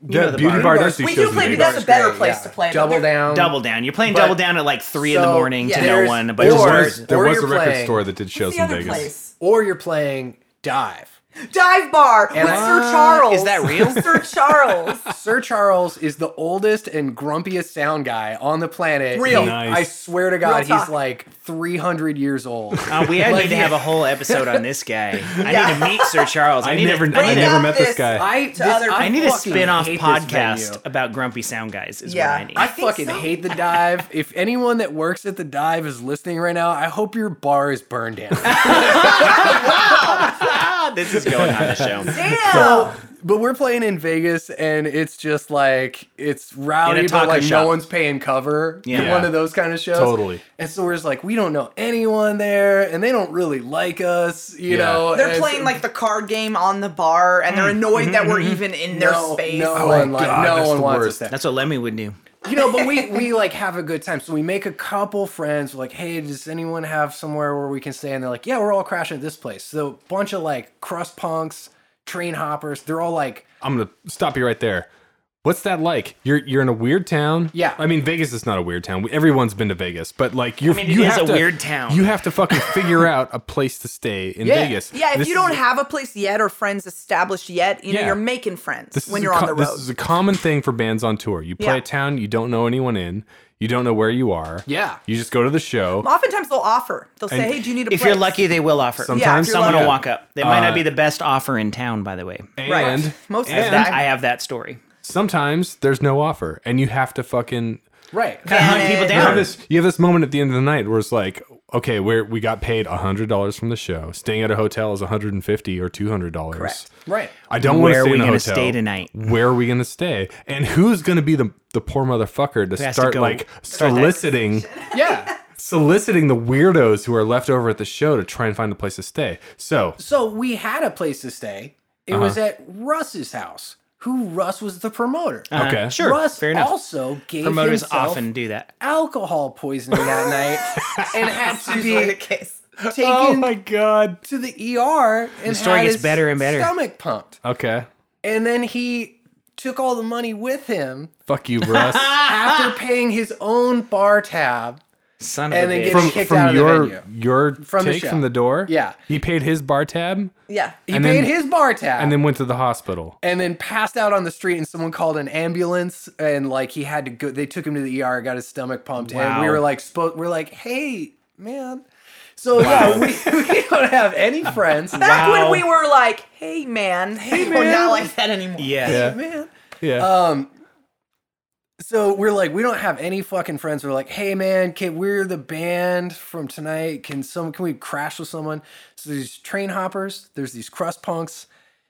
Speaker 2: Yeah,
Speaker 3: know the
Speaker 2: Beauty
Speaker 3: bar.
Speaker 2: Bar does do
Speaker 5: we
Speaker 2: shows
Speaker 5: do
Speaker 2: in
Speaker 5: play, but
Speaker 2: Vegas.
Speaker 5: that's a better place to play. but
Speaker 4: Double
Speaker 5: they're-
Speaker 4: down.
Speaker 3: Double down. You're playing
Speaker 4: Um, But-
Speaker 3: double down at like three in the
Speaker 4: So,
Speaker 3: morning
Speaker 4: yeah,
Speaker 3: to no
Speaker 4: there's-
Speaker 3: one. A bunch of
Speaker 4: or-
Speaker 3: words.
Speaker 2: There
Speaker 4: or
Speaker 2: was a
Speaker 4: you're
Speaker 2: record
Speaker 4: playing-
Speaker 2: store that did
Speaker 5: What's
Speaker 2: shows
Speaker 5: the
Speaker 2: in
Speaker 5: other
Speaker 2: Vegas.
Speaker 5: place?
Speaker 4: Or you're playing Dive.
Speaker 5: Dive bar with Sir Charles.
Speaker 3: is that real?
Speaker 5: *laughs* Sir Charles.
Speaker 4: Sir Charles is the oldest and grumpiest sound guy on the planet.
Speaker 5: Real.
Speaker 4: He-
Speaker 2: Nice.
Speaker 4: I swear to God,
Speaker 5: Real
Speaker 4: he's
Speaker 5: talk.
Speaker 4: like 300 years old.
Speaker 3: Uh, we
Speaker 4: Like,
Speaker 3: need to have a whole episode on this guy. I need to meet Sir Charles. I,
Speaker 2: I
Speaker 3: need
Speaker 2: never,
Speaker 3: to,
Speaker 2: I
Speaker 5: Bring
Speaker 2: never
Speaker 5: up
Speaker 2: met this
Speaker 5: this-
Speaker 2: guy.
Speaker 4: I,
Speaker 5: To other
Speaker 4: I
Speaker 3: I need a
Speaker 4: fucking
Speaker 3: spin-off
Speaker 4: hate this venue.
Speaker 3: podcast about grumpy sound guys is
Speaker 5: Yeah.
Speaker 3: what I need.
Speaker 5: I
Speaker 4: I,
Speaker 5: think
Speaker 4: fucking
Speaker 5: so.
Speaker 4: hate the dive. if anyone that works at the dive is listening right now, I hope your bar is burned down.
Speaker 3: Ah, this is going on the show.
Speaker 4: *laughs*
Speaker 5: Damn.
Speaker 4: but we're playing in Vegas, and it's just like it's rowdy, but
Speaker 3: taco
Speaker 4: like
Speaker 3: shop.
Speaker 4: no one's paying cover.
Speaker 3: Yeah.
Speaker 4: one of those kind of shows.
Speaker 2: Totally.
Speaker 4: And so we're just like, we don't know anyone there, and they don't really like us, you
Speaker 2: Yeah.
Speaker 4: know.
Speaker 5: They're
Speaker 4: and
Speaker 5: playing like the card game on the bar, and
Speaker 2: Mm.
Speaker 5: they're annoyed that
Speaker 2: Mm-hmm.
Speaker 5: we're even in their
Speaker 4: no,
Speaker 5: space.
Speaker 4: No one, like,
Speaker 2: Oh God,
Speaker 4: no
Speaker 2: that's
Speaker 4: one
Speaker 2: the
Speaker 4: wants us
Speaker 2: worst.
Speaker 4: there.
Speaker 3: That's what Lemmy would do.
Speaker 4: you know but
Speaker 5: *laughs*
Speaker 4: we we like have a good time so we make a couple friends we're like hey does anyone have somewhere where we can stay and they're like yeah we're all crashing at this place so a bunch of like crust punks train hoppers they're all like
Speaker 2: I'm gonna stop you right there. What's that like? You're you're in a weird town.
Speaker 4: Yeah.
Speaker 2: I mean, Vegas is not a weird town. Everyone's been to Vegas, but like you're,
Speaker 3: mean, it
Speaker 2: you
Speaker 3: is
Speaker 2: have
Speaker 3: a
Speaker 2: to,
Speaker 3: weird town.
Speaker 2: You have to fucking figure out a place to stay in
Speaker 4: Yeah.
Speaker 2: Vegas.
Speaker 5: Yeah, if
Speaker 2: This
Speaker 5: you
Speaker 2: is-
Speaker 5: don't have a place yet or friends established yet, you know
Speaker 2: Yeah.
Speaker 5: you're making friends
Speaker 2: this is
Speaker 5: when
Speaker 2: a
Speaker 5: you're on
Speaker 2: co-
Speaker 5: the
Speaker 2: this
Speaker 5: road.
Speaker 2: is a common thing for bands on tour. You play
Speaker 5: Yeah.
Speaker 2: a town you don't know anyone in. You don't know where you are.
Speaker 4: Yeah.
Speaker 2: You just go to the show.
Speaker 5: Oftentimes they'll offer. They'll say,
Speaker 2: And
Speaker 5: "Hey, do you need a
Speaker 3: If
Speaker 5: place?"
Speaker 3: you're lucky, they will offer.
Speaker 2: Sometimes-
Speaker 5: Yeah, if you're
Speaker 3: someone
Speaker 5: lucky.
Speaker 2: Yeah.
Speaker 3: will walk up. They might not be the best offer in town, by the way.
Speaker 5: Right.
Speaker 2: And
Speaker 5: Most of the
Speaker 2: and
Speaker 5: time.
Speaker 3: I have that story.
Speaker 2: sometimes there's no offer, and you have to fucking
Speaker 4: right
Speaker 3: Gotta hunt people
Speaker 2: You have
Speaker 3: down.
Speaker 2: this. You have this moment at the end of the night where it's like, okay, we we got paid hundred dollars from the show. Staying at a hotel is one hundred and fifty or two hundred dollars.
Speaker 5: Correct.
Speaker 4: right
Speaker 2: I don't want
Speaker 3: Where
Speaker 2: to stay
Speaker 3: are we
Speaker 2: in a
Speaker 3: gonna
Speaker 2: hotel.
Speaker 3: stay tonight?
Speaker 2: Where are we going to stay? And who's going to be the the poor motherfucker to
Speaker 3: has to
Speaker 2: start
Speaker 3: go-
Speaker 2: like
Speaker 3: *laughs*
Speaker 2: soliciting
Speaker 4: yeah
Speaker 2: soliciting the weirdos who are left over at the show to try and find a place to stay? So
Speaker 4: so we had a place to stay it was at russ's house who russ was the promoter
Speaker 2: okay,
Speaker 3: Sure.
Speaker 4: russ
Speaker 3: fair enough.
Speaker 4: also gave
Speaker 3: Promoters
Speaker 4: himself
Speaker 3: often do that. *laughs*
Speaker 4: alcohol poisoning that night and had to
Speaker 5: Usually the
Speaker 4: be
Speaker 5: case.
Speaker 4: taken
Speaker 2: Oh my god.
Speaker 4: to the ER and the
Speaker 3: story
Speaker 4: had
Speaker 3: gets
Speaker 4: his
Speaker 3: better and better.
Speaker 4: Stomach pumped,
Speaker 2: Okay.
Speaker 4: and then he took all the money with him
Speaker 2: Fuck you,
Speaker 4: *laughs*
Speaker 2: Russ.
Speaker 3: *laughs*
Speaker 4: after paying his own bar tab.
Speaker 3: Son of
Speaker 4: And
Speaker 3: a
Speaker 4: then
Speaker 3: bitch.
Speaker 4: get-
Speaker 2: from
Speaker 4: kicked
Speaker 2: from
Speaker 4: out of the
Speaker 2: your
Speaker 4: venue.
Speaker 2: your
Speaker 4: From the
Speaker 2: take
Speaker 4: show.
Speaker 2: from the door.
Speaker 4: Yeah.
Speaker 2: He paid his bar tab *laughs*
Speaker 5: Yeah.
Speaker 4: He
Speaker 2: And
Speaker 4: paid
Speaker 2: then-
Speaker 4: his bar tab,
Speaker 2: and then went to the hospital.
Speaker 4: and then passed out on the street and someone called an ambulance and like he had to go they took him to the ER got his stomach pumped and we
Speaker 3: Wow.
Speaker 4: were like spoke we're like hey man so yeah we, *laughs* we don't have any friends
Speaker 5: Back
Speaker 3: Wow.
Speaker 5: when we were like, hey man, *laughs* hey we're
Speaker 4: man.
Speaker 5: not like that anymore.
Speaker 3: yeah.
Speaker 4: man
Speaker 2: Yeah.
Speaker 4: um so we're like we don't have any fucking friends we're like hey man can we're the band from tonight can some can we crash with someone so these train hoppers there's these crust punks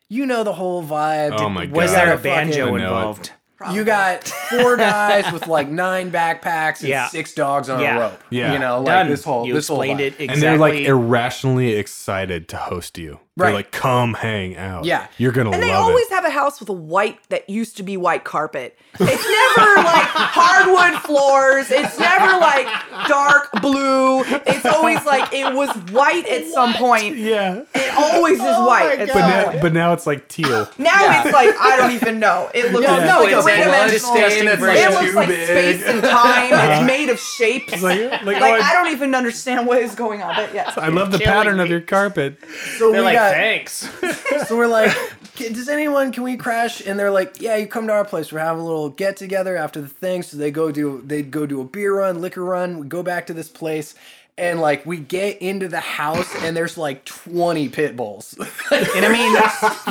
Speaker 4: you know the whole vibe
Speaker 2: Oh my
Speaker 3: Was
Speaker 2: God.
Speaker 3: there
Speaker 4: I
Speaker 3: a
Speaker 2: fucking- I
Speaker 3: banjo
Speaker 2: know it.
Speaker 3: involved?
Speaker 4: You got four guys with like nine backpacks and
Speaker 3: Yeah.
Speaker 4: six dogs on
Speaker 3: Yeah.
Speaker 4: a rope.
Speaker 2: Yeah.
Speaker 4: you know, like
Speaker 3: Done.
Speaker 4: this whole
Speaker 3: you
Speaker 4: this whole
Speaker 3: explained
Speaker 4: vibe.
Speaker 3: it exactly.
Speaker 2: And they're like irrationally excited to host you. They're
Speaker 4: Right.
Speaker 2: like, come hang out.
Speaker 4: Yeah.
Speaker 2: You're gonna
Speaker 5: And
Speaker 2: love
Speaker 5: they always
Speaker 2: it.
Speaker 5: have a house with a white that used to be white carpet. It's never like hardwood floors. It's never like dark blue. It's always like it was white at some point.
Speaker 2: Yeah.
Speaker 5: It always is
Speaker 4: Oh
Speaker 5: white.
Speaker 2: But
Speaker 5: At some
Speaker 2: now,
Speaker 5: point.
Speaker 2: but now it's like teal.
Speaker 5: Now it's like I don't even know. It looks
Speaker 4: Yeah,
Speaker 5: no,
Speaker 4: it's
Speaker 5: it's
Speaker 4: like a
Speaker 5: like
Speaker 4: disgusting
Speaker 5: dimensional.
Speaker 4: version.
Speaker 5: It looks
Speaker 4: Too
Speaker 5: like space
Speaker 2: *laughs*
Speaker 5: and time. It's made of shapes. Like,
Speaker 2: Like, like, oh,
Speaker 5: I
Speaker 2: I,
Speaker 5: don't even understand what is going on. But yes,
Speaker 2: I love the
Speaker 3: Killing
Speaker 2: pattern of
Speaker 3: me.
Speaker 2: your carpet.
Speaker 4: So we
Speaker 3: They're like,
Speaker 4: got,
Speaker 3: thanks.
Speaker 4: *laughs* so we're like, "Can- does anyone? Can we crash? And they're like, yeah, you come to our place. We're having a little get together after the thing. So they go do they go do a beer run, liquor run. We go back to this place. And like we get into the house and there's like 20 pit bulls. *laughs*
Speaker 3: "Er-" And I mean,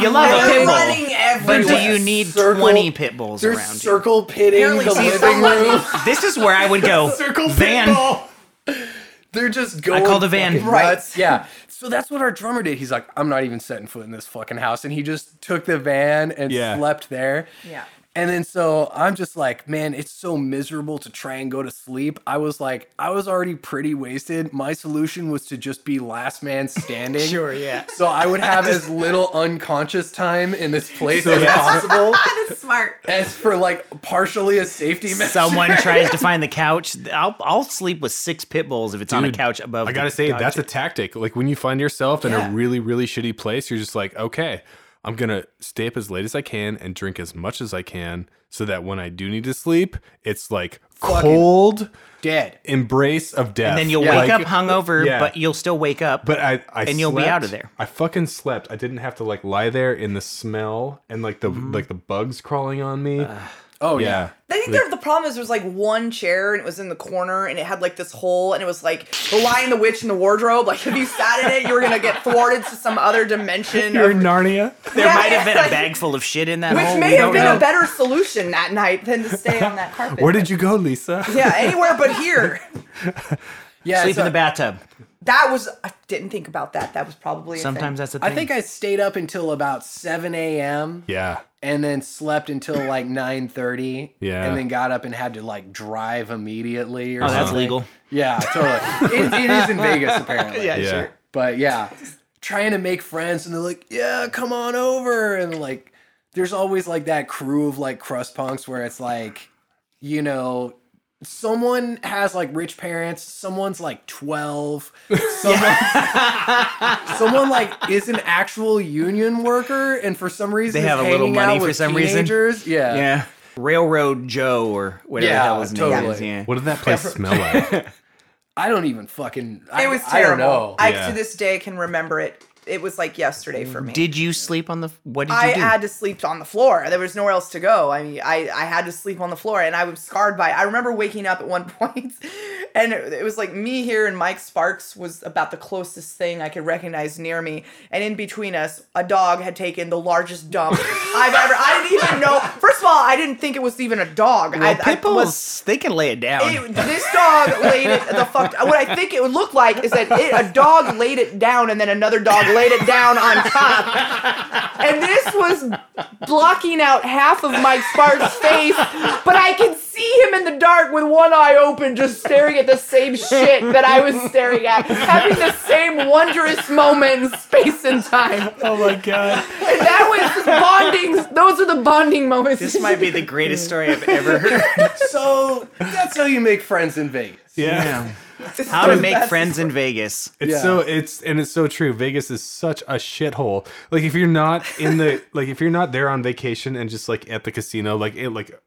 Speaker 3: you love a
Speaker 5: They're
Speaker 3: pit bull.
Speaker 5: running everywhere.
Speaker 3: But do you need
Speaker 4: Circle-
Speaker 3: 20 pit bulls
Speaker 4: They're
Speaker 3: around you?
Speaker 4: circle pitting
Speaker 5: Apparently
Speaker 4: the
Speaker 5: she's
Speaker 4: living
Speaker 5: someone- *laughs*
Speaker 4: room. *laughs*
Speaker 3: This is where I would go.
Speaker 4: Circle pit
Speaker 3: van.
Speaker 4: bull. *laughs* They're just going.
Speaker 3: call the van.
Speaker 4: fucking
Speaker 5: Right.
Speaker 4: nuts. Yeah. So that's what our drummer did. He's like, I'm not even setting foot in this fucking house, and he just took the van and
Speaker 2: Yeah.
Speaker 4: slept there.
Speaker 5: Yeah.
Speaker 4: And then so I'm just like, man, it's so miserable to try and go to sleep. I was like, I was already pretty wasted. My solution was to just be last
Speaker 5: *laughs*
Speaker 4: man standing.
Speaker 3: Sure, yeah.
Speaker 4: So I would have as little unconscious time in this place as
Speaker 2: that's-
Speaker 5: *laughs*
Speaker 4: possible,
Speaker 5: That's smart.
Speaker 4: as for like partially a safety measure.
Speaker 3: Someone tries to find the couch. I'll I'll sleep with six pit bulls if it's on a
Speaker 2: Dude,
Speaker 3: couch above.
Speaker 2: I gotta
Speaker 3: the
Speaker 2: say,
Speaker 3: couch.
Speaker 2: that's a tactic. Like when you find yourself in
Speaker 4: Yeah.
Speaker 2: a really, really shitty place, you're just like, okay, I'm gonna stay up as late as I can and drink as much as I can, so that when I do need to sleep, it's like cold
Speaker 4: dead.
Speaker 2: embrace of death.
Speaker 3: And then you'll
Speaker 2: Yeah.
Speaker 3: wake
Speaker 2: Like-
Speaker 3: up hungover,
Speaker 2: Yeah.
Speaker 3: but you'll still wake up.
Speaker 2: But I, I
Speaker 3: And you'll be
Speaker 2: slept.
Speaker 3: out of there.
Speaker 2: I fucking slept. I didn't have to like lie there in the smell and like the like the bugs crawling on me.
Speaker 4: Oh yeah.
Speaker 2: yeah.
Speaker 5: I think there, the problem is there was like one chair and it was in the corner and it had like this hole and it was like the lion, the witch, and the wardrobe. Like if you sat in it, you were gonna get thwarted to some other dimension.
Speaker 2: You're
Speaker 5: or-
Speaker 2: in Narnia.
Speaker 3: there
Speaker 5: Yeah,
Speaker 3: might have been a
Speaker 5: like-
Speaker 3: bag full of shit in that
Speaker 5: which
Speaker 3: hole.
Speaker 5: may
Speaker 3: we
Speaker 5: have
Speaker 3: don't
Speaker 5: been
Speaker 3: know.
Speaker 5: a better solution that night than to stay on that
Speaker 2: *laughs*
Speaker 5: carpet.
Speaker 2: Where did you go, Lisa?
Speaker 5: Yeah, anywhere but here.
Speaker 4: Yeah,
Speaker 3: Sleep
Speaker 4: so-
Speaker 3: in the bathtub.
Speaker 5: That was I didn't think about that. That was probably a
Speaker 3: Sometimes
Speaker 5: thing.
Speaker 3: that's a thing.
Speaker 4: I think I stayed up until about 7 a.m.
Speaker 2: Yeah.
Speaker 4: and then slept until like 9.30.
Speaker 2: Yeah.
Speaker 4: And then got up and had to like drive immediately or
Speaker 3: oh, that's
Speaker 4: something.
Speaker 3: legal.
Speaker 4: Yeah,
Speaker 2: *laughs*
Speaker 4: totally. it, it is in Vegas apparently.
Speaker 2: Yeah.
Speaker 4: But yeah, trying to make friends and they're like, yeah, come on over. And like, there's always like that crew of like crust punks where it's like, you know, someone has like rich parents, someone's like 12, someone, *laughs* someone like is an actual union worker and for some reason
Speaker 3: They
Speaker 4: is
Speaker 3: have a little
Speaker 4: hanging
Speaker 3: money
Speaker 4: out
Speaker 3: for
Speaker 4: with
Speaker 3: some reason.
Speaker 4: teenagers. Yeah.
Speaker 3: Yeah. Railroad Joe or whatever the
Speaker 4: Yeah,
Speaker 3: hell his name
Speaker 4: totally.
Speaker 3: is. Yeah.
Speaker 2: What did that place smell like?
Speaker 4: I don't even fucking. I,
Speaker 5: it was
Speaker 4: I don't
Speaker 5: terrible. I,
Speaker 4: know.
Speaker 2: Yeah.
Speaker 5: to this day can remember it. It was like yesterday for me.
Speaker 3: Did you sleep on the? What did you
Speaker 5: I
Speaker 3: do?
Speaker 5: had to sleep on the floor. There was nowhere else to go. I mean, I, I had to sleep on the floor, and I was scarred by. I remember waking up at one *laughs* point, and it, it was like me here and Mike Sparks was about the closest thing I could recognize near me. And in between us, a dog had taken the
Speaker 3: *laughs*
Speaker 5: largest dump I've ever. I didn't even know. First of all, I didn't think it was even a dog.
Speaker 3: well,
Speaker 5: I,
Speaker 3: pit
Speaker 5: I was
Speaker 3: bulls, they can lay it down.
Speaker 5: it, this dog laid it the fuck. What I think it would look like is that it, a dog laid it down, and then another dog laid it down on top. And this was blocking out half of Mike Sparks' face, but I could see him in the dark with one eye open, just staring at the same shit that I was staring at, having the same wondrous moment in space and time.
Speaker 2: oh my god.
Speaker 5: And that was bonding. Those are the bonding moments.
Speaker 3: this might *laughs* be the *laughs* greatest story I've ever heard. *laughs*
Speaker 4: So that's how you make friends in Vegas.
Speaker 2: Yeah.
Speaker 3: Yeah. How to make friends in Vegas.
Speaker 2: It's
Speaker 4: Yeah.
Speaker 2: so it's and it's so true. Vegas is such a shithole. Like if you're not in the like if you're not there on vacation and just like at the casino, like it like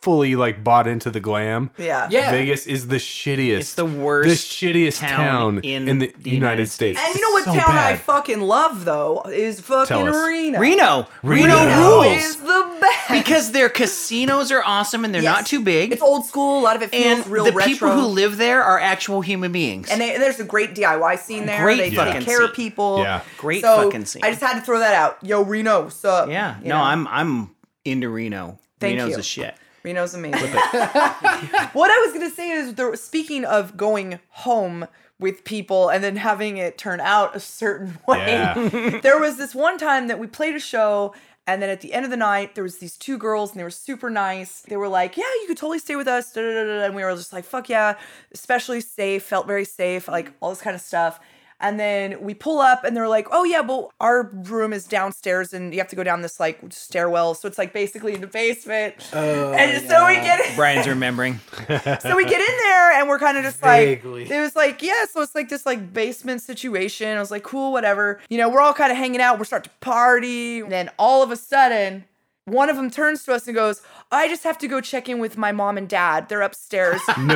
Speaker 2: fully like bought into the glam.
Speaker 5: Yeah.
Speaker 4: Yeah.
Speaker 2: Vegas is the shittiest.
Speaker 3: It's the worst
Speaker 2: The shittiest
Speaker 3: town
Speaker 2: town,
Speaker 3: in
Speaker 2: in, the,
Speaker 3: the
Speaker 2: United,
Speaker 3: United
Speaker 2: States.
Speaker 5: And you know what
Speaker 2: So
Speaker 5: town I
Speaker 2: bad.
Speaker 5: fucking love though is fucking
Speaker 2: Tell us.
Speaker 5: Reno.
Speaker 3: Reno. Reno,
Speaker 2: Reno.
Speaker 3: rules.
Speaker 5: is the best
Speaker 3: *laughs* Because their casinos are awesome and they're
Speaker 5: Yes.
Speaker 3: not too big.
Speaker 5: It's old school. A lot of it feels
Speaker 3: and
Speaker 5: real
Speaker 3: the
Speaker 5: retro.
Speaker 3: people who live there are actual human beings.
Speaker 5: and they, there's a great DIY scene there.
Speaker 3: Great
Speaker 5: they
Speaker 3: fucking
Speaker 5: take care of
Speaker 3: scene.
Speaker 5: people.
Speaker 2: Yeah.
Speaker 3: Great
Speaker 5: So,
Speaker 3: fucking scene.
Speaker 5: I just had to throw that out. Yo, Reno, what's up?
Speaker 3: yeah.
Speaker 5: You
Speaker 3: no,
Speaker 5: know,
Speaker 3: I'm I'm into Reno.
Speaker 5: Thank
Speaker 3: Reno's
Speaker 5: you.
Speaker 3: a shit.
Speaker 5: Reno's amazing. *laughs* what I was gonna say is, there, speaking of going home with people and then having it turn out a certain *laughs* way,
Speaker 2: Yeah.
Speaker 5: there was this one time that we played a show. And then at the end of the night, there was these two girls, and they were super nice. They were like, "Yeah, you could totally stay with us." Da, da, da, da, da. And we were just like, "Fuck yeah!" Especially safe, felt very safe, like all this kind of stuff. And then we pull up, and they're like, "Oh yeah, well, our room is downstairs, and you have to go down this like stairwell, so it's like basically in the basement." and so we get in-
Speaker 3: Brian's remembering.
Speaker 5: so we get in there and we're kind of just
Speaker 4: Vaguely.
Speaker 5: like it was like yeah so it's like this like basement situation i was like cool whatever you know we're all kind of hanging out we start to party and then all of a sudden one of them turns to us and goes i just have to go check in with my mom and dad they're upstairs and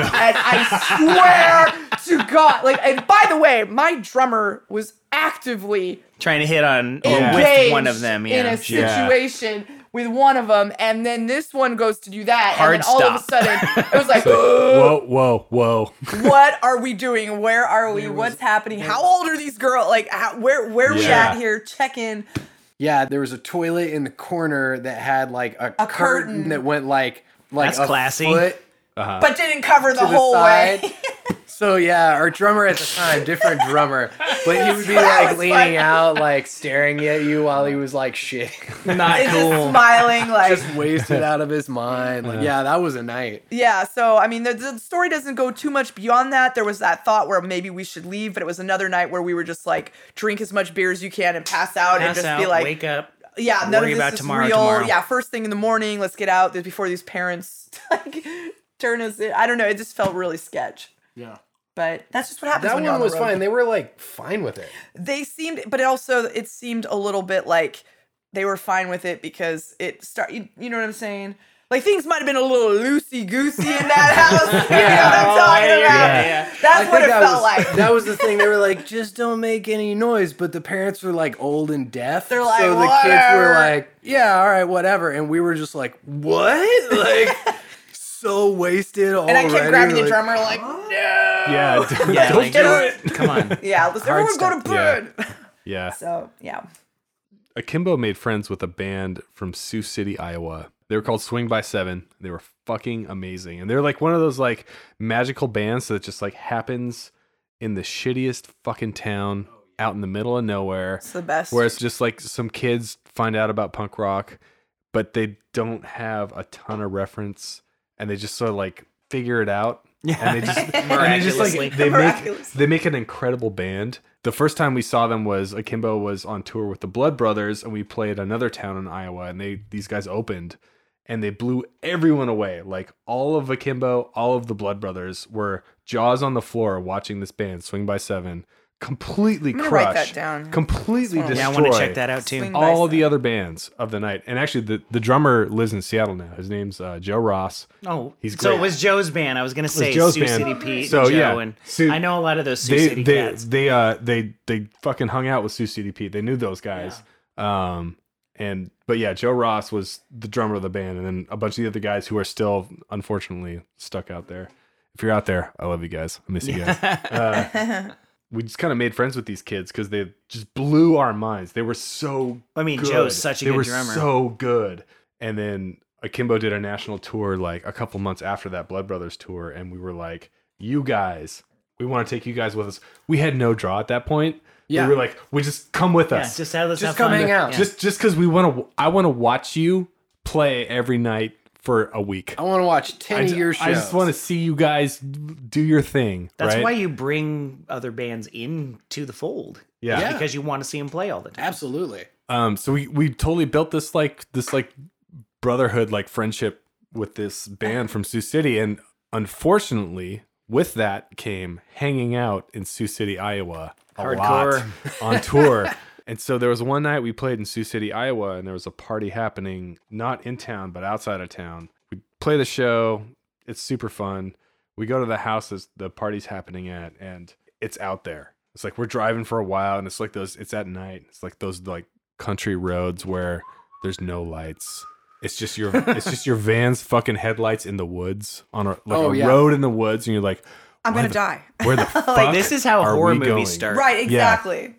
Speaker 5: i swear to god like and by the way my drummer was actively
Speaker 3: Trying to hit on or
Speaker 2: Yeah.
Speaker 3: with
Speaker 5: engaged
Speaker 3: one of them.
Speaker 5: in
Speaker 3: Yeah.
Speaker 5: a situation with one of them, and then this one goes to do that,
Speaker 3: Hard
Speaker 5: and then all of a
Speaker 3: stop.
Speaker 5: sudden it was like,
Speaker 2: Whoa, whoa, whoa. *laughs*
Speaker 5: what are we doing? Where are we? What's happening? How old are these girls? Like, how, where where are we
Speaker 2: Yeah.
Speaker 5: at here? Check in.
Speaker 4: Yeah, there was a toilet in the corner that had like a, curtain.
Speaker 5: curtain.
Speaker 4: that went like like
Speaker 3: That's
Speaker 4: a
Speaker 3: classy.
Speaker 4: foot
Speaker 5: But didn't cover the,
Speaker 4: Uh, to the
Speaker 5: whole
Speaker 4: side.
Speaker 5: *laughs* way.
Speaker 4: so yeah, our drummer at the time, *laughs* different drummer, but he would be like
Speaker 5: was
Speaker 4: leaning
Speaker 5: funny.
Speaker 4: out, like staring at you while he was like shit,
Speaker 3: Not
Speaker 5: And just
Speaker 3: cool.
Speaker 5: smiling like
Speaker 4: just wasted out of his mind. Like yeah, that was a night.
Speaker 5: yeah so i mean the, the story doesn't go too much beyond that there was that thought where maybe we should leave but it was another night where we were just like drink as much beer as you can and pass out and
Speaker 3: Pass
Speaker 5: just
Speaker 3: out,
Speaker 5: be like
Speaker 3: wake up.
Speaker 5: yeah none
Speaker 3: worry
Speaker 5: of this
Speaker 3: about
Speaker 5: is
Speaker 3: tomorrow,
Speaker 5: real
Speaker 3: tomorrow.
Speaker 5: yeah first thing in the morning let's get out before these parents *laughs* like turn us in i don't know it just felt really sketch
Speaker 4: Yeah.
Speaker 5: but that's just what happens
Speaker 4: That
Speaker 5: when you're
Speaker 4: one
Speaker 5: on the
Speaker 4: was
Speaker 5: road.
Speaker 4: fine. They were like fine with it.
Speaker 5: they seemed but it also it seemed a little bit like they were fine with it because it start you, you know what i'm saying like things might have been a little loosy goosey in that house you know what i'm talking about that's
Speaker 4: I
Speaker 5: what
Speaker 4: think
Speaker 5: it
Speaker 4: that was,
Speaker 5: felt like
Speaker 4: *laughs* That was the thing. They were like, just don't make any noise. But the parents were like old and deaf.
Speaker 5: They're like,
Speaker 4: so the kids were
Speaker 5: "Whatever."
Speaker 4: like, yeah, all right, whatever. And we were just like, what? *laughs* Like, so wasted already.
Speaker 5: and i kept grabbing
Speaker 4: like,
Speaker 5: the drummer like
Speaker 2: Yeah. d-
Speaker 3: Yeah,
Speaker 2: don't
Speaker 3: like,
Speaker 2: do
Speaker 5: do
Speaker 2: it.
Speaker 3: *laughs* Come on.
Speaker 2: *laughs*
Speaker 5: yeah let's
Speaker 4: Hard
Speaker 5: everyone go to
Speaker 4: stuff.
Speaker 5: bed *laughs*
Speaker 2: Yeah.
Speaker 5: so yeah
Speaker 2: Akimbo made friends with a band from Sioux City, Iowa. They were called Swing by Seven. They were fucking amazing. And they're like one of those like magical bands that just like happens in the shittiest fucking town out in the middle of nowhere.
Speaker 5: it's the best
Speaker 2: Where it's just like some kids find out about punk rock, but they don't have a ton of reference and they just sort of like figure it out. Yeah. And they just,
Speaker 3: *laughs*
Speaker 2: and they just
Speaker 3: Miraculously.
Speaker 2: like they make
Speaker 5: Miraculously.
Speaker 2: they make an incredible band. The first time we saw them was Akimbo was on tour with the Blood Brothers and we played another town in Iowa and they these guys opened and they blew everyone away. Like all of Akimbo, all of the Blood Brothers were jaws on the floor watching this band swing by seven, completely
Speaker 5: gonna
Speaker 2: crush,
Speaker 5: write that down.
Speaker 2: completely destroy.
Speaker 3: Yeah, I want to check that out
Speaker 5: Swing
Speaker 3: too.
Speaker 5: by
Speaker 2: All
Speaker 5: seven.
Speaker 2: the other bands of the night, and actually the, the drummer lives in Seattle now. His name's uh, Joe Ross.
Speaker 3: Oh,
Speaker 2: He's
Speaker 3: so
Speaker 2: great.
Speaker 3: it was Joe's band. I was gonna say
Speaker 2: Joe's
Speaker 3: Sioux
Speaker 2: band.
Speaker 3: City Pete,
Speaker 2: So,
Speaker 3: and Joe,
Speaker 2: yeah.
Speaker 3: and
Speaker 2: Sioux-
Speaker 3: I know a lot of those Sioux
Speaker 2: they
Speaker 3: City
Speaker 2: they
Speaker 3: cats.
Speaker 2: they uh they they fucking hung out with Sioux City Pete. They knew those guys. Um and but yeah, Joe Ross was the drummer of the band, and then a bunch of the other guys who are still unfortunately stuck out there. If you're out there, I love you guys. I miss you
Speaker 3: *laughs*
Speaker 2: guys. Uh, we just kind of made friends with these kids because they just blew our minds. They were so
Speaker 3: I mean,
Speaker 2: good.
Speaker 3: Joe's such a
Speaker 2: they
Speaker 3: good
Speaker 2: were
Speaker 3: drummer.
Speaker 2: So good. And then Akimbo did a national tour like a couple months after that Blood Brothers tour, and we were like, "You guys, we want to take you guys with us." We had no draw at that point.
Speaker 4: Yeah.
Speaker 2: we were like, "We just come with
Speaker 3: yeah,
Speaker 2: us.
Speaker 3: just have, let's have
Speaker 4: Just come
Speaker 3: fun.
Speaker 4: hang out.
Speaker 3: Yeah.
Speaker 2: just just because we want to. I want to watch you play every night for a week.
Speaker 4: I want to watch 10
Speaker 2: I
Speaker 4: of your
Speaker 2: just,
Speaker 4: shows.
Speaker 2: I just want to see you guys do your thing.
Speaker 3: That's
Speaker 2: right?
Speaker 3: why you bring other bands into the fold.
Speaker 2: Yeah.
Speaker 4: Yeah.
Speaker 3: because you want to see them play all the time.
Speaker 4: Absolutely.
Speaker 2: um so we we totally built this like this like brotherhood like friendship with this band from sioux city and unfortunately With that came hanging out in Sioux City, Iowa, a lot
Speaker 3: Hardcore.
Speaker 2: on tour. And so there was one night we played in Sioux City, Iowa, and there was a party happening not in town but outside of town. We play the show; it's super fun. We go to the house that the party's happening at, and it's out there. It's like we're driving for a while, and it's like those. It's at night. It's like those like country roads where there's no lights. It's just
Speaker 3: *laughs*
Speaker 2: your it's just your van's fucking headlights in the woods on a like
Speaker 4: Oh,
Speaker 2: a
Speaker 4: yeah.
Speaker 2: road in the woods, and you're like,
Speaker 5: I'm
Speaker 2: where
Speaker 5: gonna
Speaker 2: the-
Speaker 5: die.
Speaker 2: Where the
Speaker 3: *laughs*
Speaker 2: fuck?
Speaker 3: this is how
Speaker 2: are
Speaker 3: horror
Speaker 2: we
Speaker 3: movies
Speaker 2: going?
Speaker 3: start.
Speaker 5: Right, exactly.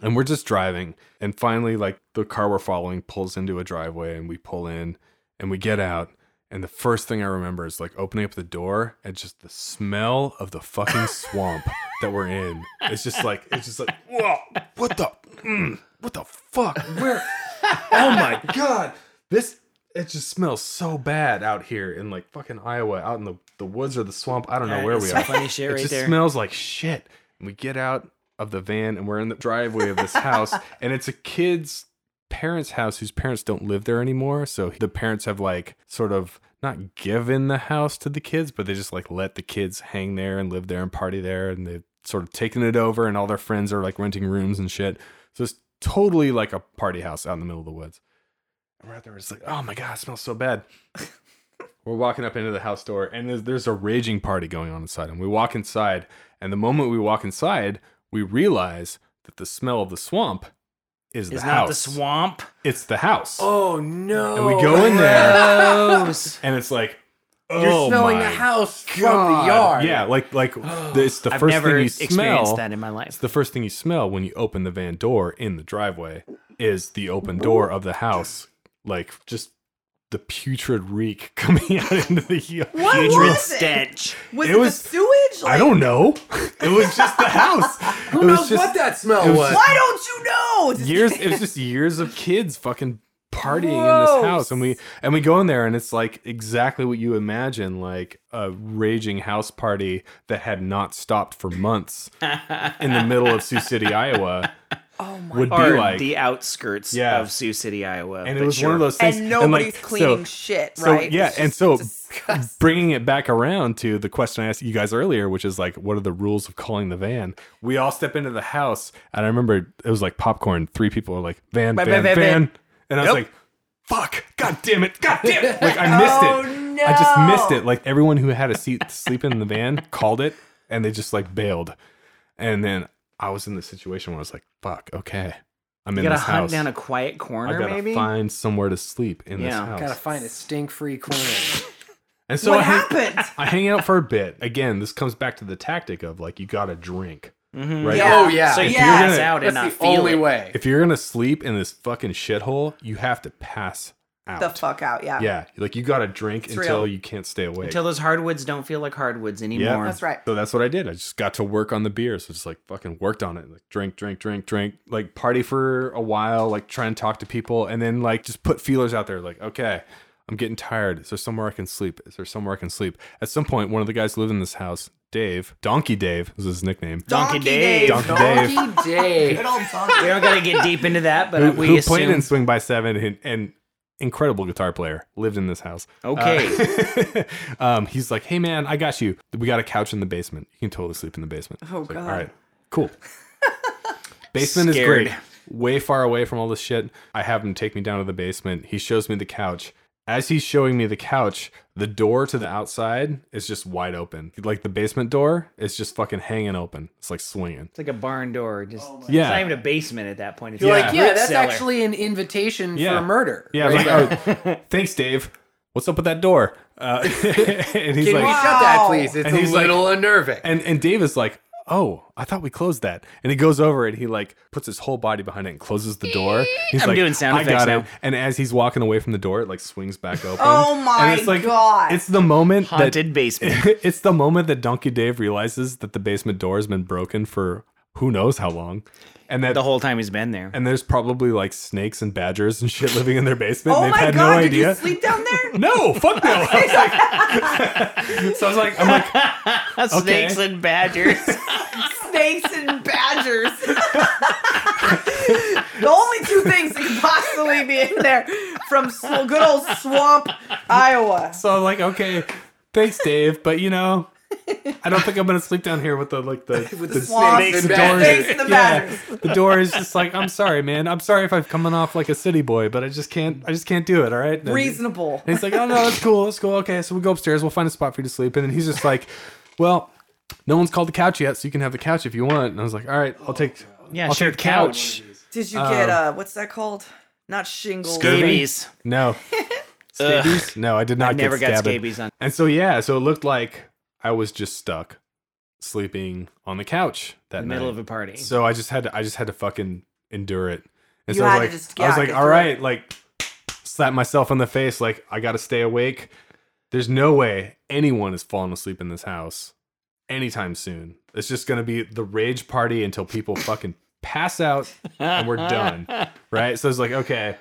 Speaker 2: And we're just driving. And finally, like the car we're following pulls into a driveway and we pull in and we get out. And the first thing I remember is like opening up the door and just the smell of the fucking swamp
Speaker 3: *laughs*
Speaker 2: that we're in. It's just like, it's just like, whoa, what the, mm, what the fuck? Where? Oh my God. This, it just smells so bad out here in like fucking Iowa, out in the, the woods or the swamp. I don't know
Speaker 3: Yeah,
Speaker 2: where
Speaker 3: it's
Speaker 2: we
Speaker 3: some
Speaker 2: are
Speaker 3: Funny shit
Speaker 2: it
Speaker 3: right
Speaker 2: just
Speaker 3: there.
Speaker 2: smells like shit. And we get out of the van and we're in the driveway
Speaker 3: *laughs*
Speaker 2: of this house, and it's a kid's parents' house whose parents don't live there anymore. So the parents have like sort of not given the house to the kids, but they just like let the kids hang there and live there and party there, and they've sort of taken it over, and all their friends are like renting rooms and shit. So it's totally like a party house out in the middle of the woods. And we're out there, we're just like, oh my god, it smells so bad. We're walking up into the house door, and there's, there's a raging party going on inside. And we walk inside, and the moment we walk inside, we realize that the smell of the swamp is the
Speaker 3: It's
Speaker 2: house.
Speaker 3: not the swamp.
Speaker 2: It's the house.
Speaker 4: Oh no!
Speaker 2: and we go in there,
Speaker 3: Gross.
Speaker 2: and it's like, oh
Speaker 4: You're smelling
Speaker 2: my
Speaker 4: the house from
Speaker 2: God.
Speaker 4: the yard.
Speaker 2: Yeah, like like it's the
Speaker 3: I've
Speaker 2: first
Speaker 3: never
Speaker 2: thing you
Speaker 3: experienced
Speaker 2: smell.
Speaker 3: that in my
Speaker 2: It's
Speaker 3: life.
Speaker 2: the first thing you smell when you open the van door in the driveway is the open door of the house, like just the putrid reek *laughs* coming out into the yard.
Speaker 5: What
Speaker 3: Putrid
Speaker 5: was it?
Speaker 3: stench.
Speaker 5: Was
Speaker 2: It
Speaker 5: it,
Speaker 2: was-
Speaker 5: the sewage?
Speaker 2: I don't know. It was just the house. Who
Speaker 4: Who knows what that smell
Speaker 2: it was
Speaker 4: was?
Speaker 2: just-
Speaker 5: Why don't you know? Just-
Speaker 2: years it was just years of kids fucking partying in
Speaker 5: Gross.
Speaker 2: this house and we and we go in there and it's like exactly what you imagine like a raging house party that had not stopped for months in the middle of Sioux City, Iowa
Speaker 5: Oh my!
Speaker 2: would be
Speaker 3: Or
Speaker 2: like
Speaker 3: the outskirts
Speaker 2: Yeah.
Speaker 3: of Sioux City, Iowa.
Speaker 2: and it
Speaker 3: but
Speaker 2: was
Speaker 3: sure.
Speaker 2: one of those things
Speaker 5: And nobody's
Speaker 2: like, so-
Speaker 5: cleaning shit,
Speaker 2: so,
Speaker 5: right?
Speaker 2: yeah,
Speaker 5: It's
Speaker 2: and
Speaker 5: just
Speaker 2: so-
Speaker 5: disgusting.
Speaker 2: bringing it back around to the question I asked you guys earlier, which is like, what are the rules of calling the van? We all step into the house, and I remember it was like popcorn. Three people were like, van, van, van,
Speaker 5: Van, van, van, van.
Speaker 2: and I was like, fuck, god damn it, god damn
Speaker 5: *laughs*
Speaker 2: it, like I missed it.
Speaker 5: Oh, no.
Speaker 2: I just missed it. Like everyone who had a seat *laughs* to sleep in the van called it, and they just like bailed. And then I was in the situation where I was like, fuck, okay, I'm
Speaker 3: You
Speaker 2: in
Speaker 3: gotta
Speaker 2: this
Speaker 3: hunt
Speaker 2: house.
Speaker 3: down a quiet
Speaker 2: I
Speaker 3: corner,
Speaker 2: gotta
Speaker 3: maybe.
Speaker 2: find somewhere to sleep in this
Speaker 3: Yeah.
Speaker 2: house.
Speaker 4: Gotta find a stink-free corner.
Speaker 2: and so
Speaker 5: what
Speaker 2: I hang-
Speaker 5: happened?
Speaker 2: *laughs* I hang out for a bit. Again, this comes back to the tactic of like you gotta drink,
Speaker 3: Mhm.
Speaker 2: right?
Speaker 5: Mm-hmm. Yeah.
Speaker 4: Oh yeah,
Speaker 3: So you
Speaker 5: Yes.
Speaker 3: pass out
Speaker 4: that's
Speaker 3: and
Speaker 4: the
Speaker 3: not feel
Speaker 4: only
Speaker 3: it.
Speaker 4: way.
Speaker 2: If you're gonna sleep in this fucking shithole, you have to pass out.
Speaker 5: the fuck out, yeah.
Speaker 2: Yeah, like you gotta drink
Speaker 5: It's
Speaker 2: until
Speaker 5: real.
Speaker 2: you can't stay awake.
Speaker 3: Until those hardwoods don't feel like hardwoods anymore.
Speaker 2: yeah,
Speaker 5: That's right.
Speaker 2: So that's what I did. I just got to work on the beer. So just like fucking worked on it. Like drink, drink, drink, drink. Like party for a while. Like try and talk to people, and then like just put feelers out there. Like okay, I'm getting tired. Is there somewhere I can sleep? Is there somewhere I can sleep? At some point, one of the guys who lived in this house, Dave, Donkey Dave, was his nickname.
Speaker 3: Donkey Dave.
Speaker 2: Donkey Dave.
Speaker 4: Donkey Dave.
Speaker 5: Good old Donkey.
Speaker 3: *laughs* We don't gotta get deep into that, but
Speaker 2: who,
Speaker 3: we
Speaker 2: who
Speaker 3: assume.
Speaker 2: played in Swing by Seven and, and incredible guitar player lived in this house.
Speaker 3: okay.
Speaker 2: Uh, *laughs* um, he's like, hey man, I got you. We got a couch in the basement. You can totally sleep in the basement.
Speaker 5: Oh,
Speaker 2: It's like,
Speaker 5: God.
Speaker 2: All right,
Speaker 3: *laughs*
Speaker 2: cool. basement is
Speaker 3: Scared.
Speaker 2: great. Way far away from all this shit. I have him take me down to the basement. He shows me the couch. As he's showing me the couch, the door to the outside is just wide open. Like the basement door is just fucking hanging open. It's like swinging.
Speaker 3: It's like a barn door. Just
Speaker 2: Yeah.
Speaker 3: it's not even a basement at that point. It's
Speaker 4: You're
Speaker 3: just
Speaker 2: Yeah.
Speaker 4: like,
Speaker 3: a
Speaker 4: yeah,
Speaker 3: root
Speaker 4: that's
Speaker 3: cellar.
Speaker 4: actually an invitation
Speaker 2: Yeah.
Speaker 4: for murder.
Speaker 2: Yeah, I was like, oh, thanks, Dave. What's up with that door? Uh, *laughs* and he's
Speaker 4: Can
Speaker 2: like,
Speaker 4: we shut that,
Speaker 5: Wow.
Speaker 4: please? It's
Speaker 2: And
Speaker 4: a
Speaker 2: he's like-
Speaker 4: little unnerving.
Speaker 2: and and Dave is like, oh, I thought we closed that. And he goes over and he like puts his whole body behind it and closes the door. He's
Speaker 3: I'm
Speaker 2: like,
Speaker 3: doing sound
Speaker 2: I got
Speaker 3: effects
Speaker 2: it.
Speaker 3: now.
Speaker 2: And as he's walking away from the door, it like swings back open.
Speaker 5: Oh my
Speaker 2: and it's like,
Speaker 5: God.
Speaker 2: It's the moment
Speaker 3: haunted basement.
Speaker 2: that *laughs* it's the moment that Donkey Dave realizes that the basement door has been broken for who knows how long, and that
Speaker 3: the whole time he's been there.
Speaker 2: and there's probably like snakes and badgers and shit living in their basement.
Speaker 5: Oh
Speaker 2: and they've
Speaker 5: my
Speaker 2: had
Speaker 5: god,
Speaker 2: no
Speaker 5: did
Speaker 2: idea.
Speaker 5: you sleep down there?
Speaker 2: *laughs* No, fuck no. I was like, *laughs* so I was like, I'm like, okay.
Speaker 3: Snakes and badgers.
Speaker 2: *laughs*
Speaker 5: Snakes and badgers. the only two things that could possibly be in there from sw- good old swamp, Iowa.
Speaker 2: so I'm like, okay, thanks, Dave, but you know, I don't think I'm gonna sleep down here with the like the
Speaker 4: With
Speaker 2: the
Speaker 4: the
Speaker 5: Swamp
Speaker 4: snakes and
Speaker 5: and
Speaker 4: bad-
Speaker 2: *laughs*
Speaker 5: doors. Snakes and the
Speaker 2: yeah,
Speaker 5: batters.
Speaker 2: the door is just like I'm sorry, man. I'm sorry if I've coming off like a city boy, but I just can't. I just can't do it. All right, And-
Speaker 5: Reasonable.
Speaker 2: And he's like, oh no, that's cool, that's cool. Okay, so we go upstairs. We'll find a spot for you to sleep. in. And he's just like, well, no one's called the couch yet, so you can have the couch if you want. And I was like, all right, I'll take.
Speaker 3: Yeah,
Speaker 2: I'll
Speaker 3: shared
Speaker 2: take the couch.
Speaker 3: couch.
Speaker 5: Did you get uh what's that called? Not shingles.
Speaker 3: Scabies.
Speaker 2: No. Scabies? No, I did not
Speaker 3: I
Speaker 2: get
Speaker 3: never got
Speaker 2: scabbed.
Speaker 3: scabies on.
Speaker 2: And so yeah, so it looked like I was just stuck sleeping on the couch that
Speaker 3: the
Speaker 2: night.
Speaker 3: middle of a party.
Speaker 2: so I just had to I just had to fucking endure it. And
Speaker 5: You
Speaker 2: so I was
Speaker 5: had to
Speaker 2: like
Speaker 5: just-
Speaker 2: I was
Speaker 5: yeah,
Speaker 2: like,
Speaker 5: get
Speaker 2: all
Speaker 5: through it."
Speaker 2: right, like slap myself on the face, like I gotta stay awake. There's no way anyone is falling asleep in this house anytime soon. It's just gonna be the rage party until people fucking pass out and we're
Speaker 5: *laughs*
Speaker 2: done. Right? So it's like, okay.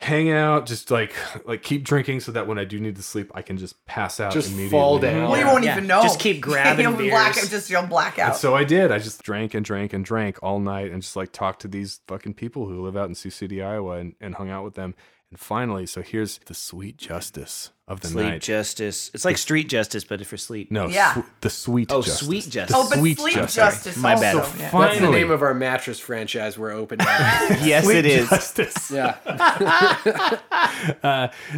Speaker 2: Hang out, just like like keep drinking so that when I do need to sleep, I can just pass out
Speaker 4: Just
Speaker 2: immediately.
Speaker 4: fall down.
Speaker 5: Well, *laughs* you won't
Speaker 3: Yeah,
Speaker 5: even know.
Speaker 3: just keep grabbing
Speaker 5: you'll black,
Speaker 3: beers.
Speaker 5: Just you'll black
Speaker 2: And
Speaker 5: out.
Speaker 2: so I did. I just drank and drank and drank all night and just like talked to these fucking people who live out in Sioux City, Iowa and, and hung out with them. And finally, so here's the sweet justice of the
Speaker 3: Sleep
Speaker 2: night.
Speaker 3: justice. It's like street justice, but for sleep.
Speaker 2: no,
Speaker 5: Yeah.
Speaker 2: swe- the sweet
Speaker 3: Oh,
Speaker 2: justice.
Speaker 3: sweet
Speaker 2: The
Speaker 3: justice.
Speaker 5: oh, but
Speaker 2: sweet
Speaker 5: sleep
Speaker 2: justice.
Speaker 5: justice.
Speaker 3: My bad.
Speaker 5: also, yeah.
Speaker 4: That's
Speaker 2: Finally.
Speaker 4: the name of our mattress franchise
Speaker 2: *laughs*
Speaker 4: we're opening.
Speaker 3: Yes,
Speaker 2: Sweet
Speaker 3: it is.
Speaker 2: Justice.
Speaker 4: yeah.
Speaker 2: *laughs*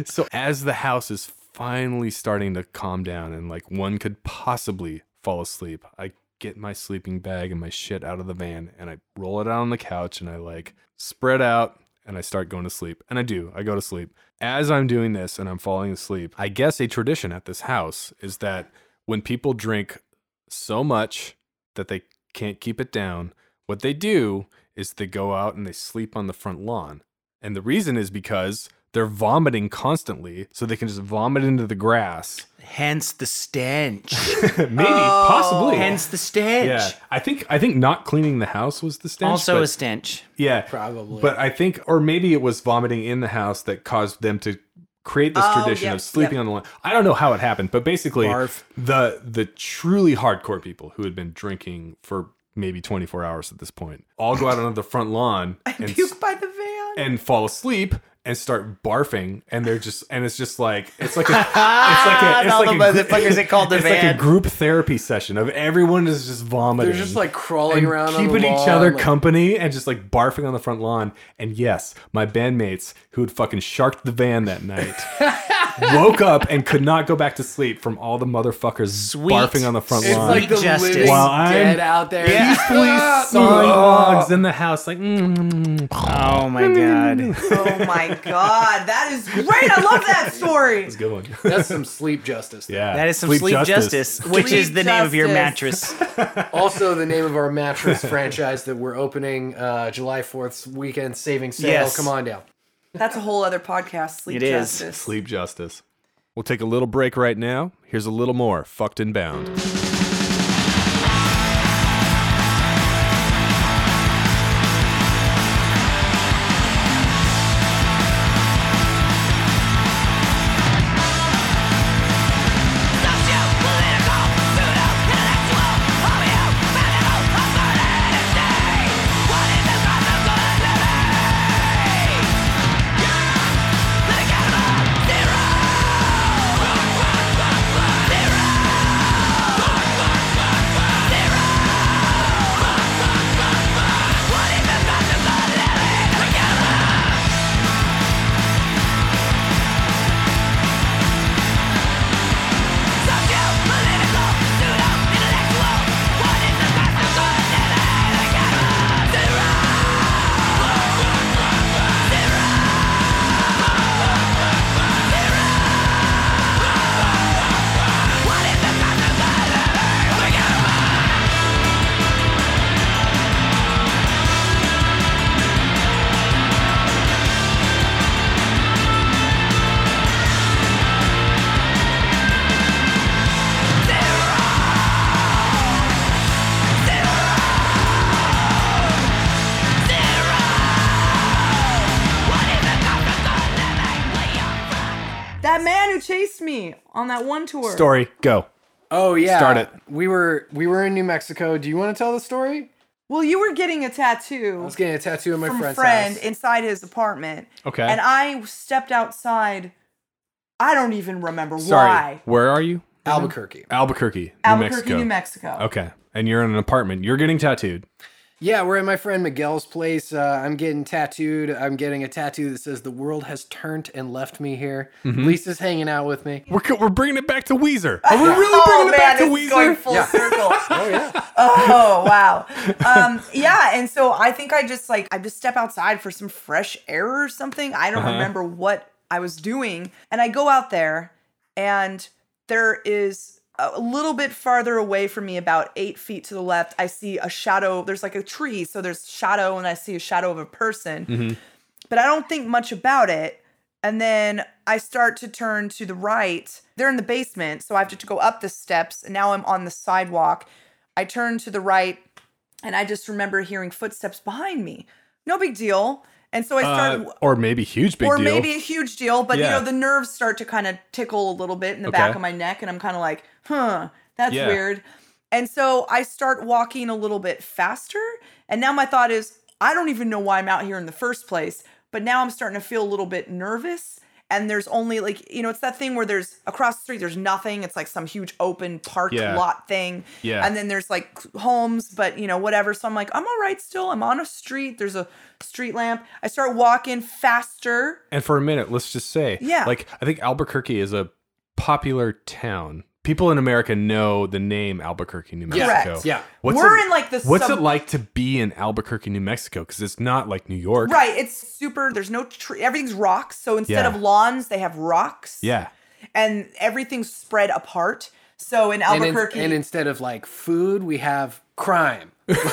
Speaker 2: So as the house is finally starting to calm down and like one could possibly fall asleep, I get my sleeping bag and my shit out of the van and I roll it out on the couch and I like spread out and I start going to sleep. And I do. I go to sleep. As I'm doing this and I'm falling asleep, I guess a tradition at this house is that when people drink so much that they can't keep it down, what they do is they go out and they sleep on the front lawn. And the reason is because they're vomiting constantly, so they can just vomit into the grass.
Speaker 3: Hence the stench.
Speaker 2: *laughs* Maybe, possibly.
Speaker 3: Hence the Oh. stench.
Speaker 2: Oh. yeah, I think I think not cleaning the house was the stench.
Speaker 3: Also
Speaker 2: but-
Speaker 3: a stench.
Speaker 2: yeah,
Speaker 4: Probably.
Speaker 2: But I think, or maybe it was vomiting in the house that caused them to create this
Speaker 5: Oh,
Speaker 2: tradition
Speaker 5: yep,
Speaker 2: of sleeping
Speaker 5: yep.
Speaker 2: on the lawn. I don't know how it happened, but basically,
Speaker 4: Barf.
Speaker 2: the the truly hardcore people who had been drinking for maybe 24 hours at this point all go out onto the front lawn and
Speaker 5: Puke by the van.
Speaker 2: and fall asleep and start barfing and they're just and it's just like it's like a it's like
Speaker 3: *laughs*
Speaker 2: a it's
Speaker 3: All
Speaker 2: like
Speaker 3: the
Speaker 2: a, gr-
Speaker 3: motherfuckers that called the
Speaker 2: it's like
Speaker 3: van.
Speaker 2: a group therapy session of everyone is just vomiting
Speaker 4: They're just like crawling
Speaker 2: and
Speaker 4: around on the
Speaker 2: keeping each
Speaker 4: lawn,
Speaker 2: other
Speaker 4: like-
Speaker 2: company and just like barfing on the front lawn and yes my bandmates who had fucking sharked the van that
Speaker 4: *laughs*
Speaker 2: night woke up and could not go back to sleep from all the motherfuckers
Speaker 3: Sweet.
Speaker 2: barfing on the front
Speaker 4: It's
Speaker 2: lawn
Speaker 4: like the
Speaker 3: Justice.
Speaker 4: living
Speaker 2: While I'm-
Speaker 4: dead out there. *laughs*
Speaker 2: peacefully sawing logs in the house like mm
Speaker 3: Oh my god.
Speaker 5: oh my god, that is great! I love that story.
Speaker 2: good one
Speaker 4: That's some sleep justice. there.
Speaker 2: yeah
Speaker 3: That is some sleep, justice, which
Speaker 5: Sleep
Speaker 3: is the name of your
Speaker 5: justice.
Speaker 3: mattress.
Speaker 5: *laughs*
Speaker 4: Also, the name
Speaker 2: *laughs*
Speaker 4: of our mattress franchise that we're opening uh, July 4th's weekend saving sale.
Speaker 3: Yes.
Speaker 4: Come on down.
Speaker 5: That's a whole other podcast. Sleep
Speaker 3: It is.
Speaker 5: justice.
Speaker 2: Sleep justice. We'll take a little break right now. Here's a little more Fucked and Bound.
Speaker 5: That man who chased me on that one tour.
Speaker 2: Story, go.
Speaker 4: Oh yeah.
Speaker 2: Start it.
Speaker 4: We were we were in New Mexico. Do you want to tell the story?
Speaker 5: Well, you were getting a tattoo
Speaker 4: I was getting a tattoo in my
Speaker 5: from a
Speaker 4: friend's
Speaker 5: friend
Speaker 4: house.
Speaker 5: inside his apartment,
Speaker 2: Okay.
Speaker 5: and I stepped outside. I don't even remember
Speaker 2: Sorry.
Speaker 5: why.
Speaker 2: Where are you?
Speaker 4: Albuquerque.
Speaker 2: Albuquerque, New
Speaker 5: Albuquerque,
Speaker 2: Mexico.
Speaker 5: New Mexico.
Speaker 2: Okay. And you're in an apartment. You're getting tattooed.
Speaker 4: Yeah, we're at my friend Miguel's place. Uh, I'm getting tattooed. I'm getting a tattoo that says "The world has turned and left me here." Lisa's hanging out with me.
Speaker 2: We're, co- we're bringing it back to Weezer.
Speaker 5: *laughs*
Speaker 2: Are we really
Speaker 5: oh
Speaker 2: bringing it
Speaker 5: man,
Speaker 2: back to
Speaker 5: it's going
Speaker 2: Weezer?
Speaker 5: full circle.
Speaker 4: Oh yeah.
Speaker 5: *laughs* oh
Speaker 4: *laughs*
Speaker 5: wow um yeah and so i think i just like i just step outside for some fresh air or something i
Speaker 4: Uh-huh.
Speaker 5: don't remember what i was doing and i go out there and there is a little bit farther away from me about eight feet to the left i see a shadow there's like a tree so there's shadow and i see a shadow of a person but I don't think much about it. And then I start to turn to the right. They're in the basement, so I have to go up the steps. And now I'm on the sidewalk. I turn to the right, and I just remember hearing footsteps behind me. No big deal. And so I started,
Speaker 2: Uh, or maybe huge big
Speaker 5: or
Speaker 2: deal.
Speaker 5: maybe a huge deal, but
Speaker 2: Yeah.
Speaker 5: you know, the nerves start to kind of tickle a little bit in the
Speaker 2: Okay.
Speaker 5: back of my neck, and I'm kind of like, huh, that's
Speaker 2: Yeah.
Speaker 5: weird. And so I start walking a little bit faster. And now my thought is, I don't even know why I'm out here in the first place, but now I'm starting to feel a little bit nervous. And there's only like, you know, it's that thing where there's across the street, there's nothing. It's like some huge open park
Speaker 2: Yeah.
Speaker 5: lot thing.
Speaker 2: Yeah.
Speaker 5: And then there's like homes, but you know, whatever. So I'm like, I'm all right still. I'm on a street. There's a street lamp. I start walking faster.
Speaker 2: and for a minute, let's just say,
Speaker 5: Yeah.
Speaker 2: like I think Albuquerque is a popular town. People in America know the name Albuquerque, New
Speaker 5: Correct.
Speaker 2: Mexico.
Speaker 4: Yeah.
Speaker 2: What's
Speaker 5: We're
Speaker 2: it,
Speaker 5: in like the
Speaker 2: What's
Speaker 5: sub-
Speaker 2: it like to be in Albuquerque, New Mexico? Because it's not like New York.
Speaker 5: Right. It's super. There's no tree. Everything's rocks. So instead
Speaker 2: Yeah.
Speaker 5: of lawns, they have rocks.
Speaker 2: Yeah.
Speaker 5: And everything's spread apart. So in
Speaker 4: And, in-
Speaker 5: Albuquerque,
Speaker 4: and instead of like food, we have crime.
Speaker 2: Let's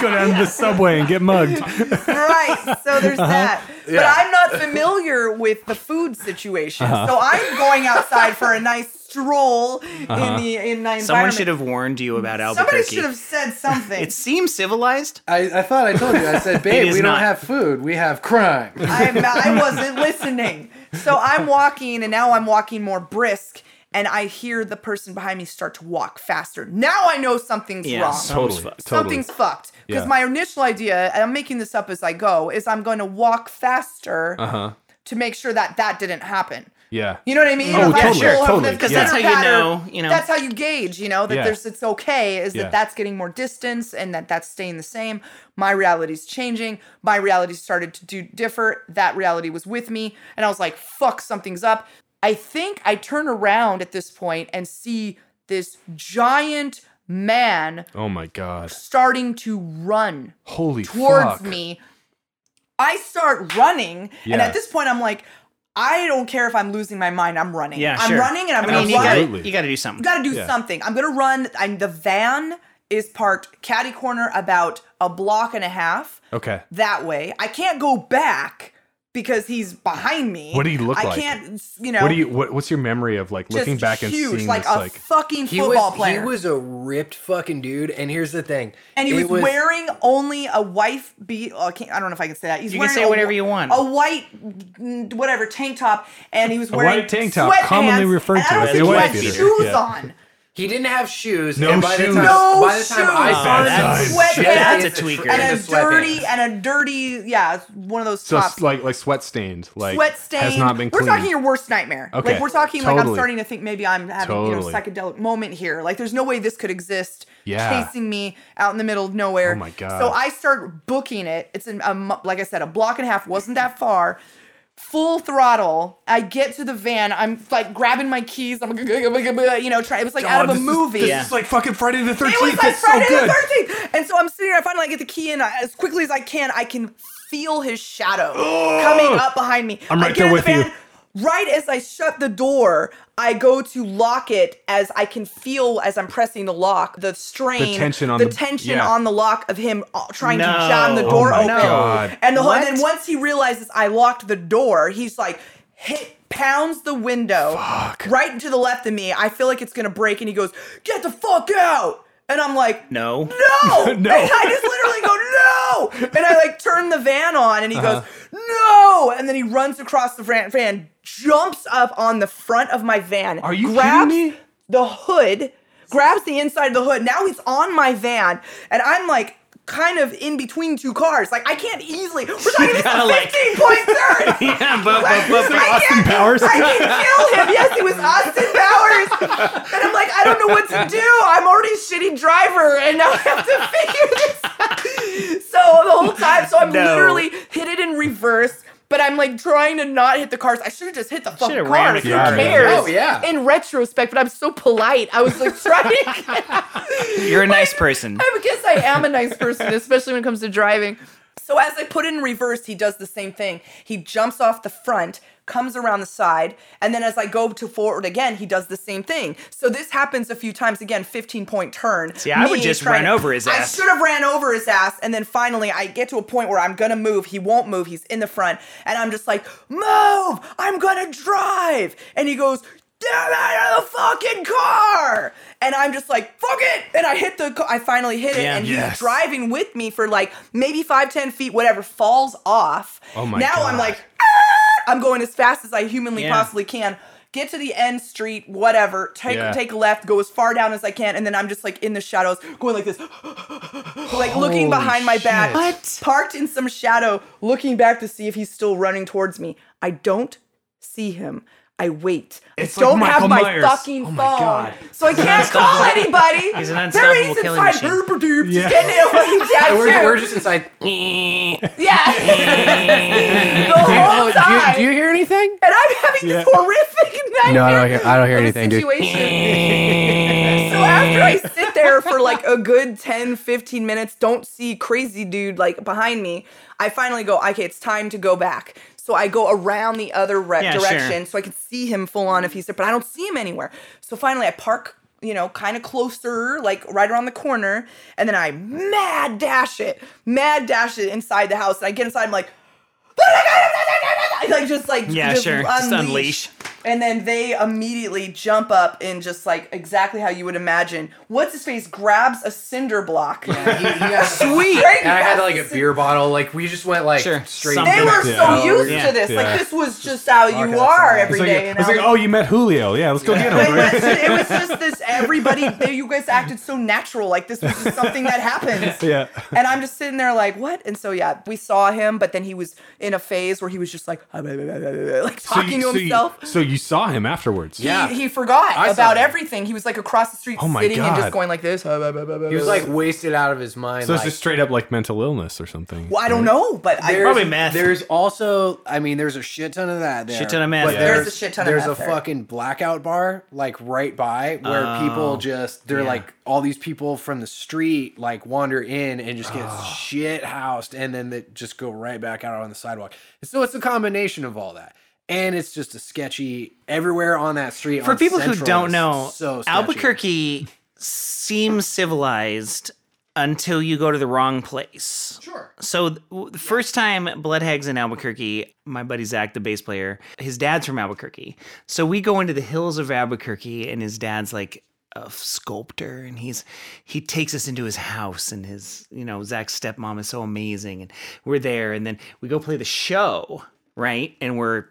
Speaker 2: go down to the subway and get *laughs* mugged.
Speaker 5: *laughs* right. So there's
Speaker 2: Uh-huh.
Speaker 5: that. But I'm not familiar with the food situation.
Speaker 2: Uh-huh.
Speaker 5: So I'm going outside for a nice stroll
Speaker 2: Uh-huh.
Speaker 5: in the in the environment.
Speaker 3: Someone should have warned you about
Speaker 5: Somebody
Speaker 3: Albuquerque.
Speaker 5: should have said
Speaker 3: *laughs*
Speaker 5: something.
Speaker 3: It seems civilized.
Speaker 4: I, I thought I told you. I said,
Speaker 3: It
Speaker 4: "Babe,
Speaker 3: is
Speaker 4: we
Speaker 3: not.
Speaker 4: don't have food. We have crime."
Speaker 5: I'm not, I wasn't listening. So I'm walking, and now I'm walking more brisk, and I hear the person behind me start to walk faster. Now I know something's
Speaker 3: Yeah,
Speaker 5: wrong.
Speaker 3: so-
Speaker 2: totally.
Speaker 3: Something's
Speaker 2: Totally.
Speaker 5: Something's fucked. Because
Speaker 2: Yeah.
Speaker 5: my initial idea, and I'm making this up as I go, is I'm going to walk faster
Speaker 2: Uh-huh.
Speaker 5: to make sure that that didn't happen.
Speaker 2: Yeah.
Speaker 5: You know what I mean?
Speaker 2: Oh,
Speaker 5: If I
Speaker 2: totally,
Speaker 5: pull over
Speaker 2: totally,
Speaker 5: the
Speaker 2: Because
Speaker 3: that's
Speaker 5: consider
Speaker 3: how you know, you know.
Speaker 5: That's how you gauge, you know, that
Speaker 2: Yeah.
Speaker 5: there's it's okay is
Speaker 2: Yeah.
Speaker 5: that that's getting more distance and that that's staying the same. My reality's changing. My reality started to do differ. That reality was with me, and I was like, "Fuck, something's up." I think I turn around at this point and see this giant man
Speaker 2: Oh my God.
Speaker 5: starting to run
Speaker 2: Holy
Speaker 5: towards
Speaker 2: fuck.
Speaker 5: me. I start running, and
Speaker 2: Yeah.
Speaker 5: at this point, I'm like, I don't care if I'm losing my mind. I'm running.
Speaker 3: Yeah,
Speaker 5: I'm
Speaker 3: sure.
Speaker 5: running, and I'm
Speaker 3: I mean,
Speaker 5: gonna
Speaker 3: you
Speaker 5: run.
Speaker 3: gotta-
Speaker 2: Absolutely.
Speaker 3: you got to do something.
Speaker 5: Got to do
Speaker 2: Yeah.
Speaker 5: something. I'm gonna run. I'm the van is parked catty corner about a block and a half
Speaker 2: Okay.
Speaker 5: that way. I can't go back because he's behind me.
Speaker 2: What did he look
Speaker 5: I
Speaker 2: like?
Speaker 5: I can't. You know.
Speaker 2: What do you? What, what's your memory of like
Speaker 5: just
Speaker 2: looking back and
Speaker 5: huge,
Speaker 2: seeing
Speaker 5: like
Speaker 2: this?
Speaker 5: a
Speaker 2: Like,
Speaker 5: fucking
Speaker 4: He
Speaker 5: football
Speaker 4: was
Speaker 5: player.
Speaker 4: he was a ripped fucking dude. And here's the thing.
Speaker 5: and he
Speaker 4: It
Speaker 5: was, wearing only a wife beat. Oh, I, can't, I don't know if I can say that. He's
Speaker 3: You can
Speaker 5: wearing
Speaker 3: say
Speaker 5: a-
Speaker 3: whatever you want.
Speaker 5: A white, mm, whatever tank top, and he was wearing
Speaker 2: white tank top,
Speaker 5: sweatpants,
Speaker 2: commonly referred
Speaker 5: and
Speaker 2: to
Speaker 5: I don't
Speaker 2: as
Speaker 5: think
Speaker 2: a
Speaker 5: he
Speaker 2: white
Speaker 5: had
Speaker 2: beater.
Speaker 5: shoes
Speaker 2: Yeah.
Speaker 5: on.
Speaker 4: He didn't have shoes.
Speaker 2: No
Speaker 4: and by
Speaker 2: shoes.
Speaker 4: The time,
Speaker 5: No
Speaker 4: by the time I
Speaker 5: shoes.
Speaker 4: saw
Speaker 3: Oh,
Speaker 4: him,
Speaker 3: that's-
Speaker 5: Sweatpants.
Speaker 4: shit,
Speaker 3: That's a
Speaker 4: it's
Speaker 3: tweaker.
Speaker 4: it's
Speaker 5: and a
Speaker 4: a sweatband.
Speaker 5: dirty and a dirty yeah one of those
Speaker 2: so
Speaker 5: tops
Speaker 2: s- like like sweat stained. Like
Speaker 5: sweat stained
Speaker 2: Has not been
Speaker 5: we're
Speaker 2: cleaned.
Speaker 5: talking your worst nightmare
Speaker 2: Okay.
Speaker 5: like we're talking like i'm
Speaker 2: Totally.
Speaker 5: starting to think maybe i'm having you
Speaker 2: Totally.
Speaker 5: know psychedelic moment here like there's no way this could exist
Speaker 2: Yeah.
Speaker 5: chasing me out in the middle of nowhere
Speaker 2: Oh my God.
Speaker 5: so i start booking it it's in a, mo- like i said a block and a half wasn't that far Full throttle. I get to the van. I'm like grabbing my keys. I'm *laughs* you know, try. It was like out of a movie.
Speaker 2: Is, this is like fucking Friday the Thirteenth.
Speaker 5: It was like
Speaker 2: That's
Speaker 5: Friday
Speaker 2: so good.
Speaker 5: the thirteenth. And so I'm sitting there, I finally get the key in I, as quickly as I can, I can feel his
Speaker 2: *gasps*
Speaker 5: shadow coming up behind me.
Speaker 2: I'm
Speaker 5: I
Speaker 2: right
Speaker 5: get
Speaker 2: there
Speaker 5: in the
Speaker 2: with you.
Speaker 5: van, Right as I shut the door, I go to lock it as I can feel as I'm pressing the lock, the strain,
Speaker 2: tension on the-
Speaker 5: tension
Speaker 2: yeah.
Speaker 5: on the lock of him uh, trying to
Speaker 3: No.
Speaker 5: jam the
Speaker 3: Oh
Speaker 5: door
Speaker 2: my
Speaker 5: open.
Speaker 2: God.
Speaker 5: And the whole, and
Speaker 3: What?
Speaker 5: then once he realizes I locked the door, he's like hit pounds the window right to the left of me. I feel like it's gonna break, and he goes, "Get the fuck out!" And I'm like,
Speaker 3: No.
Speaker 5: *laughs* no,
Speaker 2: *laughs* No.
Speaker 5: And I just literally go, no. And I like turn the van on and he
Speaker 2: Uh-huh.
Speaker 5: goes, no. And then he runs across the van, van, jumps up on the front of my van.
Speaker 2: Are you
Speaker 5: grabs
Speaker 2: kidding me?
Speaker 5: the hood, grabs the inside of the hood. Now he's on my van. And I'm like, kind of in between two cars. Like I can't easily. We're
Speaker 3: *laughs*
Speaker 5: talking
Speaker 3: gotta,
Speaker 5: about
Speaker 3: like-
Speaker 5: fifteen point
Speaker 3: *laughs*
Speaker 5: third.
Speaker 3: *laughs* yeah, but, but, but, but
Speaker 5: I
Speaker 2: Austin
Speaker 5: can't-
Speaker 2: Powers?
Speaker 5: I can kill him. Yes, it was Austin Powers. And I'm like, I don't know what to do. I'm already a shitty driver, and now I have to figure this out. So the whole time, so I'm
Speaker 3: No.
Speaker 5: literally hit it in reverse. But I'm like trying to not hit the cars. I should have just hit the fucking
Speaker 3: Should've ran
Speaker 5: cars. Who
Speaker 2: into it.
Speaker 5: cares?
Speaker 4: Oh, yeah.
Speaker 5: In retrospect, but I'm so polite. I was like trying to get out.
Speaker 3: you're a nice person.
Speaker 5: *laughs* I guess I am a nice person, especially when it comes to driving. So as I put it in reverse, he does the same thing. He jumps off the front, comes around the side, and then as I go to forward again, he does the same thing. So this happens a few times again, 15 point turn.
Speaker 3: See, I would just
Speaker 5: trying
Speaker 3: ran over his ass.
Speaker 5: I should have ran over his ass, and then finally I get to a point where I'm gonna move. He won't move, he's in the front, and I'm just like, move! I'm gonna drive! And he goes, Damn out of the fucking car! And I'm just like, fuck it! And I hit the, ca- I finally hit it,
Speaker 3: Yeah.
Speaker 5: and
Speaker 2: Yes.
Speaker 5: he's driving with me for like maybe five, ten feet, whatever, falls off.
Speaker 2: Oh my
Speaker 5: Now
Speaker 2: God.
Speaker 5: I'm like, "Ah!" I'm going as fast as I humanly
Speaker 3: Yeah.
Speaker 5: possibly can. Get to the end street, whatever. Take
Speaker 2: Yeah.
Speaker 5: take left, go as far down as I can, and then I'm just like in the shadows, going like this, like looking behind my back,
Speaker 3: What?
Speaker 5: parked in some shadow, looking back to see if he's still running towards me. I don't see him. I wait.
Speaker 2: It's
Speaker 5: I
Speaker 2: like
Speaker 5: don't
Speaker 2: Michael
Speaker 5: have my
Speaker 2: Myers.
Speaker 5: fucking
Speaker 2: Oh
Speaker 5: phone,
Speaker 2: my God.
Speaker 5: so I can't call anybody.
Speaker 3: He's an
Speaker 5: there
Speaker 3: unstoppable
Speaker 5: he is
Speaker 3: killing
Speaker 5: inside.
Speaker 3: machine.
Speaker 5: Derp, derp,
Speaker 2: Yeah.
Speaker 5: Getting in a fucking
Speaker 4: And we're,
Speaker 5: tattoo.
Speaker 4: we're just
Speaker 5: *laughs*
Speaker 4: inside.
Speaker 5: yeah. the whole
Speaker 4: Oh, do, you,
Speaker 5: time.
Speaker 4: do you hear anything?
Speaker 5: and I'm having this horrific *laughs* nightmare.
Speaker 4: No, I don't hear- I don't hear
Speaker 5: of a
Speaker 4: anything, dude.
Speaker 5: situation. so after I sit there for like a good 10, 15 minutes, don't see crazy dude like behind me, I finally go, okay, it's time to go back. So I go around the other re-
Speaker 3: Yeah, sure.
Speaker 5: direction so I can see him full on if he's there, but I don't see him anywhere. So finally I park, you know, kind of closer, like right around the corner, and then I mad dash it, mad dash it inside the house. And I get inside, I'm like, I, *laughs* like just like
Speaker 3: Yeah,
Speaker 5: just
Speaker 3: sure. Just unleash.
Speaker 5: and then they immediately jump up and just like exactly how you would imagine. What's his face grabs a cinder block. *laughs* Sweet.
Speaker 4: And I had like a beer bottle. Like we just went like
Speaker 3: Sure.
Speaker 4: straight.
Speaker 3: Something.
Speaker 5: They were so
Speaker 2: Yeah.
Speaker 5: used
Speaker 3: Yeah.
Speaker 5: to this.
Speaker 2: Yeah.
Speaker 5: Like this was just how you
Speaker 4: walking
Speaker 5: are
Speaker 4: outside.
Speaker 5: every
Speaker 2: It's like,
Speaker 5: day. and
Speaker 2: it's
Speaker 5: I
Speaker 2: like,
Speaker 5: was-
Speaker 2: oh, you met Julio. Yeah, let's go get
Speaker 5: But it
Speaker 2: him.
Speaker 5: was, it was just this everybody you guys acted so natural like this was just something that happens
Speaker 2: *laughs* Yeah.
Speaker 5: and i'm just sitting there like what and so yeah we saw him but then he was in a phase where he was just like *laughs* like talking to himself
Speaker 2: So you, saw him afterwards.
Speaker 4: Yeah.
Speaker 5: he, he forgot
Speaker 4: I saw
Speaker 5: about
Speaker 4: him.
Speaker 5: everything. He was like across the street
Speaker 2: Oh my
Speaker 5: sitting and
Speaker 2: God.
Speaker 5: just going like this. He
Speaker 4: He
Speaker 5: was
Speaker 4: was like wasted out of his mind.
Speaker 2: So it's
Speaker 4: like-
Speaker 2: just straight up like mental illness or something.
Speaker 5: well, I don't know, but I, Oh
Speaker 4: There's-
Speaker 3: Probably meth.
Speaker 4: There's also, I mean, there's a shit ton of that there.
Speaker 3: Shit ton of meth.
Speaker 4: But
Speaker 3: Yeah.
Speaker 5: There's a shit ton of
Speaker 4: There's
Speaker 5: meth
Speaker 4: a
Speaker 5: there.
Speaker 4: fucking blackout bar like right by where
Speaker 3: Oh,
Speaker 4: people just they're like all these people from the street like wander in and just get
Speaker 3: Oh.
Speaker 4: shit housed and then they just go right back out on the sidewalk. And so it's a combination of all that. And it's just a sketchy everywhere on that street.
Speaker 3: For
Speaker 4: on
Speaker 3: people who
Speaker 4: Central
Speaker 3: don't
Speaker 4: is
Speaker 3: know,
Speaker 4: so sketchy.
Speaker 3: Albuquerque seems civilized until you go to the wrong place. Sure. So th- w- the first time Bloodhag's in Albuquerque, my buddy Zach, the bass player, his dad's from Albuquerque. So we go into the hills of Albuquerque, and his dad's like a sculptor, and he's he takes us into his house, and his you know Zach's stepmom is so amazing, and we're there, and then we go play the show, right? And we're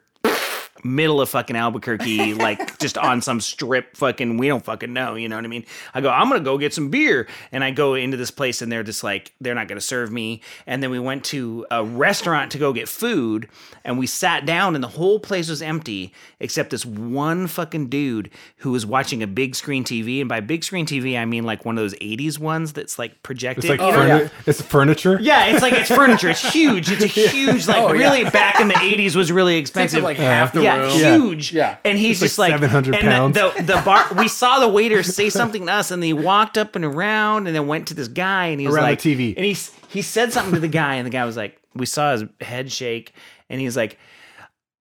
Speaker 3: middle of fucking Albuquerque, like *laughs* just on some strip, fucking, we don't fucking know, you know what I mean? I go, I'm gonna go get some beer. And I go into this place and they're just like, they're not gonna serve me. And then we went to a restaurant to go get food and we sat down and the whole place was empty except this one fucking dude who was watching a big screen TV. And by big screen TV, I mean like one of those 80s ones that's like projected.
Speaker 2: It's like
Speaker 3: you know?
Speaker 2: furni- it's furniture.
Speaker 3: Yeah, it's like it's furniture. It's huge. It's a huge, like,
Speaker 4: *laughs* yeah.
Speaker 3: really back in the 80s was really
Speaker 4: Takes up,
Speaker 3: expensive
Speaker 4: like half the
Speaker 3: yeah,
Speaker 4: room.
Speaker 3: huge.
Speaker 4: Yeah.
Speaker 3: and he's
Speaker 2: like
Speaker 3: just like
Speaker 2: 700
Speaker 3: and the-
Speaker 2: pounds.
Speaker 3: The, the, bar. We saw the waiter say something to us, and he walked up and around, and then went to this guy, and he was
Speaker 2: Around the
Speaker 3: like,
Speaker 2: TV.
Speaker 3: and he s- he said something to the guy, and the guy was like, we saw his head shake, and he's like,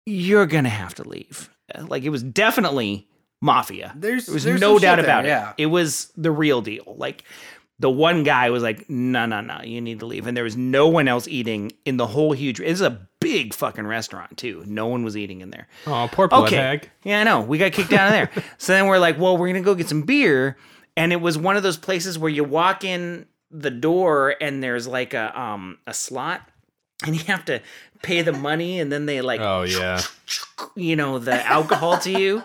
Speaker 3: you're gonna have to leave. Uh, Like it was definitely mafia.
Speaker 4: There's-
Speaker 3: there was
Speaker 4: there's
Speaker 3: no
Speaker 4: some
Speaker 3: doubt
Speaker 4: shit
Speaker 3: about
Speaker 4: there,
Speaker 3: it.
Speaker 4: yeah.
Speaker 3: It was the real deal. Like. The one guy was like, "No, no, no, you need to leave," and there was no one else eating in the whole huge. It's a big fucking restaurant too. No one was eating in there.
Speaker 2: Oh, poor
Speaker 3: Okay.
Speaker 2: bloodhag.
Speaker 3: Yeah, I know. We got kicked out of there. so then we're like, well, we're gonna go get some beer, and it was one of those places where you walk in the door and there's like a um a slot, and you have to pay the money, and then they like
Speaker 2: Oh yeah.
Speaker 3: you know the alcohol to you.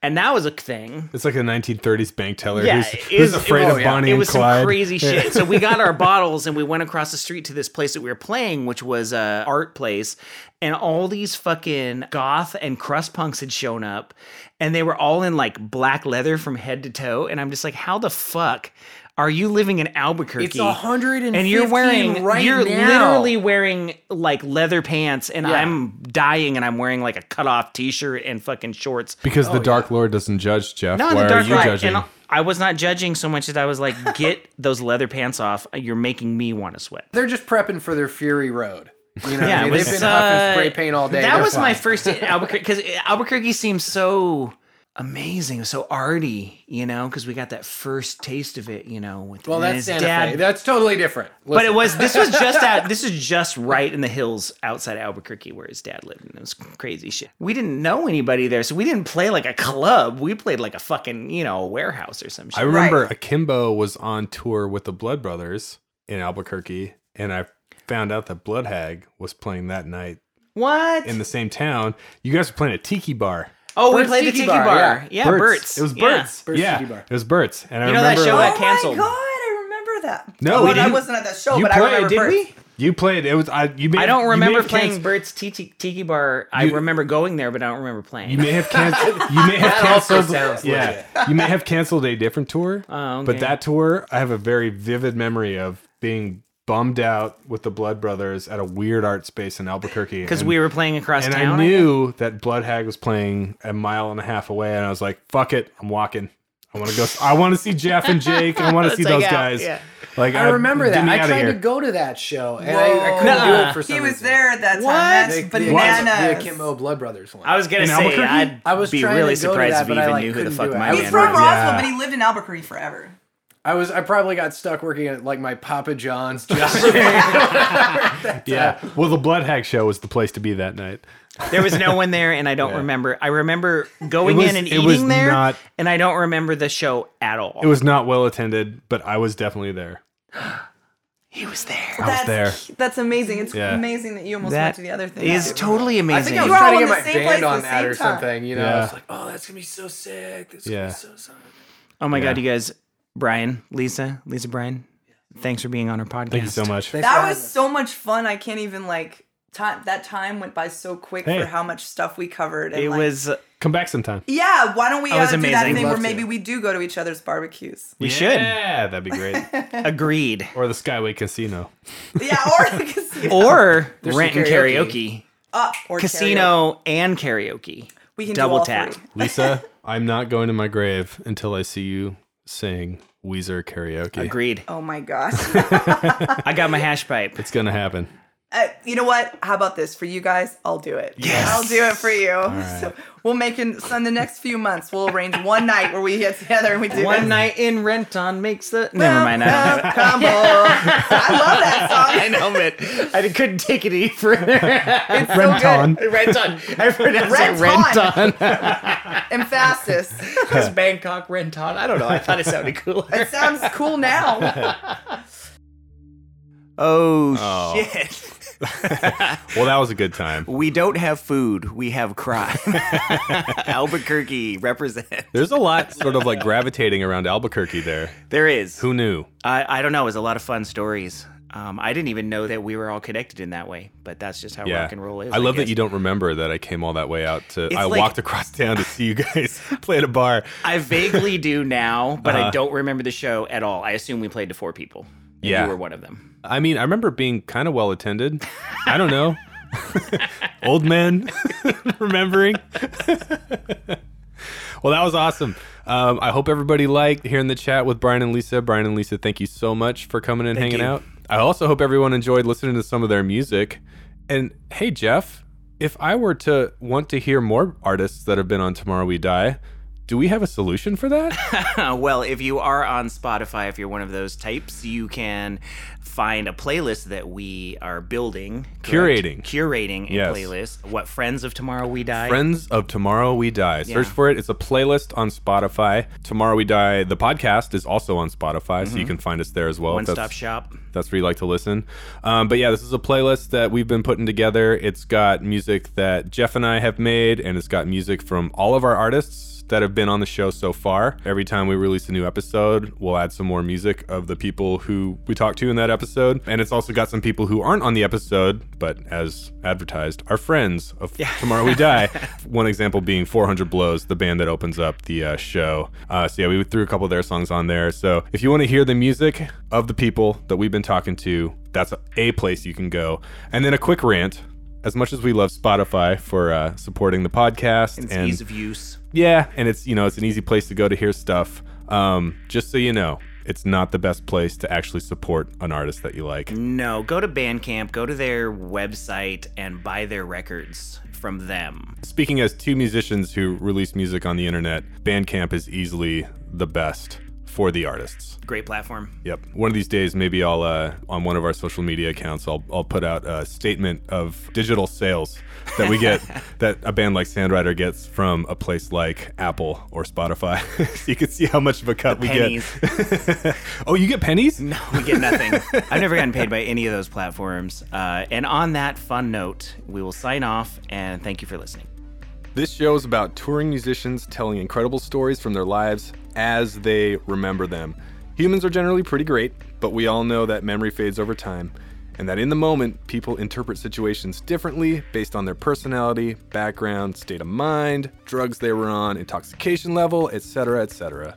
Speaker 3: and that was a thing.
Speaker 2: It's like a 1930s bank teller
Speaker 3: Yeah,
Speaker 2: who's,
Speaker 3: it
Speaker 2: who's
Speaker 3: is-
Speaker 2: afraid
Speaker 4: oh,
Speaker 2: of
Speaker 4: yeah.
Speaker 2: Bonnie
Speaker 3: it
Speaker 2: and
Speaker 3: was
Speaker 2: Clyde.
Speaker 3: some crazy shit. So
Speaker 2: *laughs*
Speaker 3: we got our bottles and we went across the street to this place that we were playing, which was a art place, and all these fucking goth and crust punks had shown up, and they were all in like black leather from head to toe, and I'm just like, how the fuck are you living in Albuquerque?
Speaker 4: It's 115
Speaker 3: and you're wearing
Speaker 4: right
Speaker 3: you're
Speaker 4: now.
Speaker 3: literally wearing like leather pants and i'm dying and i'm wearing like a cutoff t-shirt and fucking shorts
Speaker 2: Because the Dark Lord doesn't judge Jeff.
Speaker 3: oh,
Speaker 2: Why
Speaker 3: no, the
Speaker 2: are
Speaker 3: dark
Speaker 2: you
Speaker 3: ride.
Speaker 2: judging?
Speaker 3: And I was not judging so much as I was like, get *laughs* those leather pants off. You're making me want to sweat.
Speaker 4: They're just prepping for their Fury Road. You know,
Speaker 3: Yeah,
Speaker 4: I mean,
Speaker 3: it
Speaker 4: they've
Speaker 3: was,
Speaker 4: been huffing
Speaker 3: uh,
Speaker 4: spray paint all day.
Speaker 3: that
Speaker 4: They're
Speaker 3: was my
Speaker 4: fine.
Speaker 3: first Albuquerque because Albuquerque seems so amazing, so arty, you know, because we got that first taste of it, you know, with
Speaker 4: Well,
Speaker 3: and
Speaker 4: that's
Speaker 3: his
Speaker 4: Santa
Speaker 3: dad.
Speaker 4: Fe. That's totally different.
Speaker 3: but it
Speaker 4: Listen,
Speaker 3: was this was
Speaker 4: *laughs*
Speaker 3: just out this is just right in the hills outside Albuquerque where his dad lived and it was crazy shit. We didn't know anybody there, so we didn't play like a club. We played like a fucking, you know, warehouse or some shit.
Speaker 2: I remember Akimbo was on tour with the Blood Brothers in Albuquerque, and I found out that Blood Hag was playing that night
Speaker 3: what?
Speaker 2: in the same town. You guys were playing a tiki bar.
Speaker 3: Oh, we
Speaker 4: Burt's
Speaker 3: played
Speaker 4: Tiki
Speaker 3: the Tiki
Speaker 4: Bar,
Speaker 3: Bar.
Speaker 4: yeah.
Speaker 3: Yeah, Burt's.
Speaker 2: It was
Speaker 3: Yeah.
Speaker 2: Burt's.
Speaker 4: Burt's
Speaker 2: yeah,
Speaker 4: Tiki Bar.
Speaker 2: It was Burt's. And I
Speaker 3: know that
Speaker 2: remember
Speaker 3: show
Speaker 2: like,
Speaker 3: got canceled.
Speaker 5: my god, I remember that.
Speaker 2: No,
Speaker 5: Oh,
Speaker 2: we
Speaker 5: well, I
Speaker 2: didn't.
Speaker 5: wasn't at that show,
Speaker 2: you
Speaker 5: but
Speaker 2: played,
Speaker 5: I remember.
Speaker 2: did
Speaker 5: Birth.
Speaker 2: we? You played. It was I. You may,
Speaker 3: I don't
Speaker 2: you may
Speaker 3: remember
Speaker 2: have
Speaker 3: playing
Speaker 2: canc-
Speaker 3: Burt's Tiki, Tiki Bar. I
Speaker 2: You-
Speaker 3: remember going there, but I don't remember playing.
Speaker 2: You may have
Speaker 4: *laughs*
Speaker 2: canceled. You may have
Speaker 4: That also
Speaker 2: canceled.
Speaker 4: sounds
Speaker 2: yeah,
Speaker 4: legit.
Speaker 2: you may have canceled a different tour.
Speaker 3: Oh,
Speaker 2: But
Speaker 3: okay.
Speaker 2: that tour, I have a very vivid memory of being bummed out with the Blood Brothers at a weird art space in Albuquerque
Speaker 3: Because
Speaker 2: And-
Speaker 3: we were playing across
Speaker 2: and
Speaker 3: town.
Speaker 2: I knew that Blood Hag was playing a mile and a half away, and I was like, "Fuck it, I'm walking. I want to go. I want to see Jeff and Jake. I
Speaker 3: *laughs*
Speaker 2: want to see
Speaker 3: Let's
Speaker 2: those
Speaker 3: hang out,
Speaker 2: guys.
Speaker 3: yeah.
Speaker 2: Like
Speaker 4: I remember
Speaker 2: get
Speaker 4: that.
Speaker 2: me
Speaker 4: I
Speaker 2: outta
Speaker 4: tried
Speaker 2: here.
Speaker 4: to go to that show, and I, I couldn't do
Speaker 3: Nuh-uh.
Speaker 4: it for some
Speaker 5: He was
Speaker 4: reason.
Speaker 5: there at that
Speaker 3: What?
Speaker 5: time.
Speaker 4: They-
Speaker 5: That's
Speaker 4: they- The
Speaker 5: bananas.
Speaker 4: Akimbo Blood Brothers one.
Speaker 3: I was gonna
Speaker 2: In
Speaker 3: say
Speaker 2: Albuquerque?
Speaker 3: I'd
Speaker 4: I was
Speaker 3: be
Speaker 4: trying to
Speaker 3: really
Speaker 4: go to
Speaker 3: surprised
Speaker 4: that,
Speaker 3: if
Speaker 4: but
Speaker 3: you
Speaker 4: I,
Speaker 3: even
Speaker 4: like,
Speaker 3: knew who the
Speaker 4: couldn't
Speaker 3: fuck
Speaker 4: do it.
Speaker 3: my
Speaker 4: I was
Speaker 5: He's
Speaker 3: man
Speaker 5: from
Speaker 3: was.
Speaker 5: Roswell,
Speaker 2: Yeah.
Speaker 5: but he lived in Albuquerque forever.
Speaker 4: I was I probably got stuck working at like my
Speaker 3: *laughs*
Speaker 4: Papa John's job.
Speaker 2: Yeah. Well, the Blood Hag show was the place to be that night.
Speaker 3: There
Speaker 2: *laughs*
Speaker 3: was no one there, and I don't remember. I remember going
Speaker 2: was-
Speaker 3: in and
Speaker 2: it
Speaker 3: eating
Speaker 2: was
Speaker 3: there,
Speaker 2: not-
Speaker 3: and I don't remember the show at all.
Speaker 2: It was not well attended, but I was definitely there.
Speaker 3: he was there.
Speaker 2: I was there.
Speaker 5: That's, that's amazing. It's
Speaker 2: Yeah.
Speaker 5: amazing that you almost went
Speaker 3: That
Speaker 5: to the other thing.
Speaker 3: is totally
Speaker 4: I think
Speaker 3: amazing.
Speaker 4: I was
Speaker 5: were all
Speaker 4: trying to
Speaker 5: in
Speaker 4: get
Speaker 5: the
Speaker 4: my
Speaker 5: same place
Speaker 4: band
Speaker 5: at
Speaker 4: on
Speaker 5: the
Speaker 4: that
Speaker 5: same
Speaker 4: or
Speaker 5: time.
Speaker 4: something. You know,
Speaker 2: Yeah.
Speaker 4: I was like, oh, that's gonna be so sick. That's
Speaker 2: Yeah.
Speaker 4: gonna be so sick.
Speaker 3: oh my
Speaker 2: Yeah.
Speaker 3: god, you guys, Brian, Lisa, Lisa, Brian, thanks for being on our podcast.
Speaker 2: Thank you so much.
Speaker 4: Thanks for
Speaker 5: That
Speaker 4: having
Speaker 5: was
Speaker 4: us.
Speaker 5: so much fun. I can't even like time. That time went by so quick
Speaker 2: Hey.
Speaker 5: for how much stuff we covered. And
Speaker 3: It
Speaker 5: like,
Speaker 3: was.
Speaker 2: Come back sometime.
Speaker 5: Yeah, why don't we
Speaker 3: That was
Speaker 5: uh, do that
Speaker 3: amazing.
Speaker 5: thing where
Speaker 4: Love to.
Speaker 5: maybe we do go to each other's barbecues? *laughs*
Speaker 3: We
Speaker 2: Yeah, that'd be
Speaker 4: *laughs*
Speaker 2: great.
Speaker 3: should agreed.
Speaker 2: or the Skyway Casino.
Speaker 5: Yeah, or the casino.
Speaker 3: or
Speaker 4: There's
Speaker 3: rent
Speaker 4: some
Speaker 3: and
Speaker 4: karaoke.
Speaker 3: karaoke,
Speaker 5: Uh, or
Speaker 3: casino and karaoke.
Speaker 5: karaoke. We can
Speaker 3: double
Speaker 5: do all
Speaker 3: tap.
Speaker 5: three.
Speaker 2: Lisa, I'm not going to my grave until I see you sing Weezer karaoke.
Speaker 3: Agreed.
Speaker 5: Oh
Speaker 3: *laughs*
Speaker 5: my gosh.
Speaker 3: I got my hash pipe.
Speaker 2: It's gonna happen.
Speaker 5: Uh, you know what? How about this for you guys? I'll do it. Yes, I'll do it for you. *laughs* So we'll make in so in the next few months. We'll arrange one night where we get together and we do
Speaker 3: One
Speaker 5: this.
Speaker 3: night in Renton makes the. *laughs* Never mind. I don't have it.
Speaker 5: Come on.
Speaker 3: *laughs*
Speaker 5: I love that song.
Speaker 3: I know, but I couldn't take it any further.
Speaker 5: It's so
Speaker 3: *laughs*
Speaker 5: good.
Speaker 3: Renton. I pronounced it
Speaker 5: Renton.
Speaker 3: Renton. *laughs*
Speaker 5: Emphasis.
Speaker 3: It's Bangkok Renton. I don't know. I thought it *laughs* sounded cooler.
Speaker 5: It sounds cool now.
Speaker 3: Oh,
Speaker 2: Oh.
Speaker 3: shit.
Speaker 2: Well, that was a good time.
Speaker 3: We don't have food. We have crime. *laughs* Albuquerque represent.
Speaker 2: There's a lot sort of like gravitating around Albuquerque there.
Speaker 3: There is.
Speaker 2: Who knew?
Speaker 3: I, I don't know. It was a lot of fun stories. Um, I didn't even know that we were all connected in that way, but that's just how
Speaker 2: Yeah.
Speaker 3: rock and roll is.
Speaker 2: I love that
Speaker 3: guess.
Speaker 2: you don't remember that I came all that way out to. I
Speaker 3: like-
Speaker 2: walked across town to see you guys *laughs* play at a bar.
Speaker 3: I vaguely do now, but
Speaker 2: Uh-huh.
Speaker 3: I don't remember the show at all. I assume we played to four people. and
Speaker 2: Yeah.
Speaker 3: you were one of them.
Speaker 2: I mean, I remember it being kind of well attended. I don't know. Old men *laughs* remembering. well, that was awesome. Um, I hope everybody liked hearing the chat with Brian and Lisa. Brian and Lisa, thank you so much for coming and hanging
Speaker 3: you.
Speaker 2: out. I also hope everyone enjoyed listening to some of their music. And hey, Jeff, if I were to want to hear more artists that have been on Tomorrow We Die, do we have a solution for that?
Speaker 3: *laughs* well, if you are on Spotify, if you're one of those types, you can find a playlist that we are building, correct?
Speaker 2: Curating.
Speaker 3: curating a
Speaker 2: Yes.
Speaker 3: playlist. What friends of tomorrow we die.
Speaker 2: Friends of Tomorrow We Die. Search for it. It's a playlist on Spotify. Tomorrow We Die, the podcast, is also on Spotify, so you can find us there as well.
Speaker 3: One
Speaker 2: if that's-
Speaker 3: stop shop.
Speaker 2: that's where you like to listen. Um, but yeah, this is a playlist that we've been putting together. It's got music that Jeff and I have made, and it's got music from all of our artists that have been on the show so far. Every time we release a new episode, we'll add some more music of the people who we talked to in that episode. And it's also got some people who aren't on the episode, but as advertised, are friends of Tomorrow We Die. One example being 400 Blows, the band that opens up the uh, show. Uh, so yeah, we threw a couple of their songs on there. So if you want to hear the music of the people that we've been talking to, that's a place you can go. And then a quick rant. As much as we love Spotify for uh, supporting the podcast
Speaker 3: It's
Speaker 2: and
Speaker 3: ease of use.
Speaker 2: yeah, and it's you know it's an easy place to go to hear stuff. Um, just so you know, it's not the best place to actually support an artist that you like.
Speaker 3: No, go to Bandcamp, go to their website, and buy their records from them.
Speaker 2: Speaking as two musicians who release music on the internet, Bandcamp is easily the best for the artists.
Speaker 3: Great platform.
Speaker 2: Yep. One of these days, maybe I'll uh, on one of our social media accounts, I'll I'll put out a statement of digital sales that we
Speaker 3: *laughs*
Speaker 2: get that a band like Sandrider gets from a place like Apple or Spotify. *laughs* so you can see how much of a cut we
Speaker 3: Pennies.
Speaker 2: get. *laughs* oh, you get pennies?
Speaker 3: No, we
Speaker 2: *laughs*
Speaker 3: get nothing. I've never gotten paid by any of those platforms. Uh, and on that fun note, we will sign off and thank you for listening.
Speaker 2: This show is about touring musicians telling incredible stories from their lives as they remember them. Humans are generally pretty great, but we all know that memory fades over time, and that in the moment, people interpret situations differently based on their personality, background, state of mind, drugs they were on, intoxication level, etc., etc.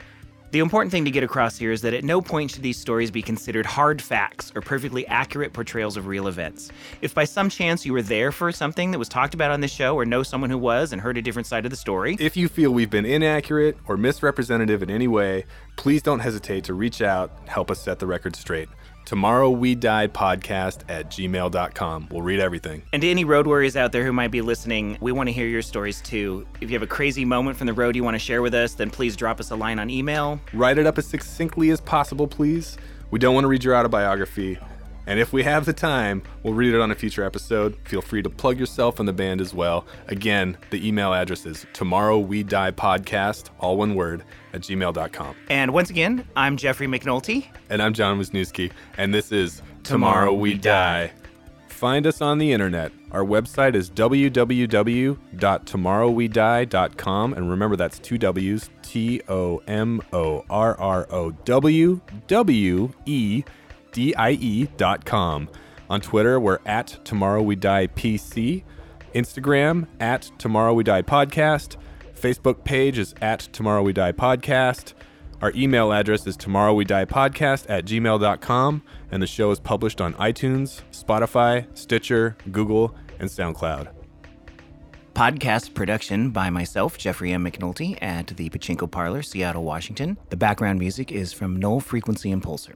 Speaker 3: The important thing to get across here is that at no point should these stories be considered hard facts or perfectly accurate portrayals of real events. If by some chance you were there for something that was talked about on this show or know someone who was and heard a different side of the story,
Speaker 2: If you feel we've been inaccurate or misrepresentative in any way, please don't hesitate to reach out and help us set the record straight. Tomorrow We Die podcast at gmail.com. We'll read everything.
Speaker 3: And to any road warriors out there who might be listening, we want to hear your stories too. If you have a crazy moment from the road you want to share with us, then please drop us a line on email.
Speaker 2: Write it up as succinctly as possible, please. We don't want to read your autobiography. And if we have the time, we'll read it on a future episode. Feel free to plug yourself and the band as well. Again, the email address is tomorrow we die podcast, all one word, at gmail.com.
Speaker 3: And once again, I'm Jeffrey McNulty.
Speaker 2: And I'm John Wisniewski, and this is Tomorrow We Die. Find us on the internet. Our website is www.tomorrowwedie.com. And remember, that's two W's T O M O R R O W W E D I E dot com. On Twitter, we're at Tomorrow We Die PC. Instagram, at Tomorrow We Die Podcast. Facebook page is at Tomorrow We Die Podcast. Our email address is tomorrowwediepodcast at gmail.com, and the show is published on iTunes, Spotify, Stitcher, Google, and SoundCloud.
Speaker 3: Podcast production by myself, Jeffrey M. McNulty, at the Pachinko Parlor, Seattle, Washington. The background music is from Null Frequency Impulsor.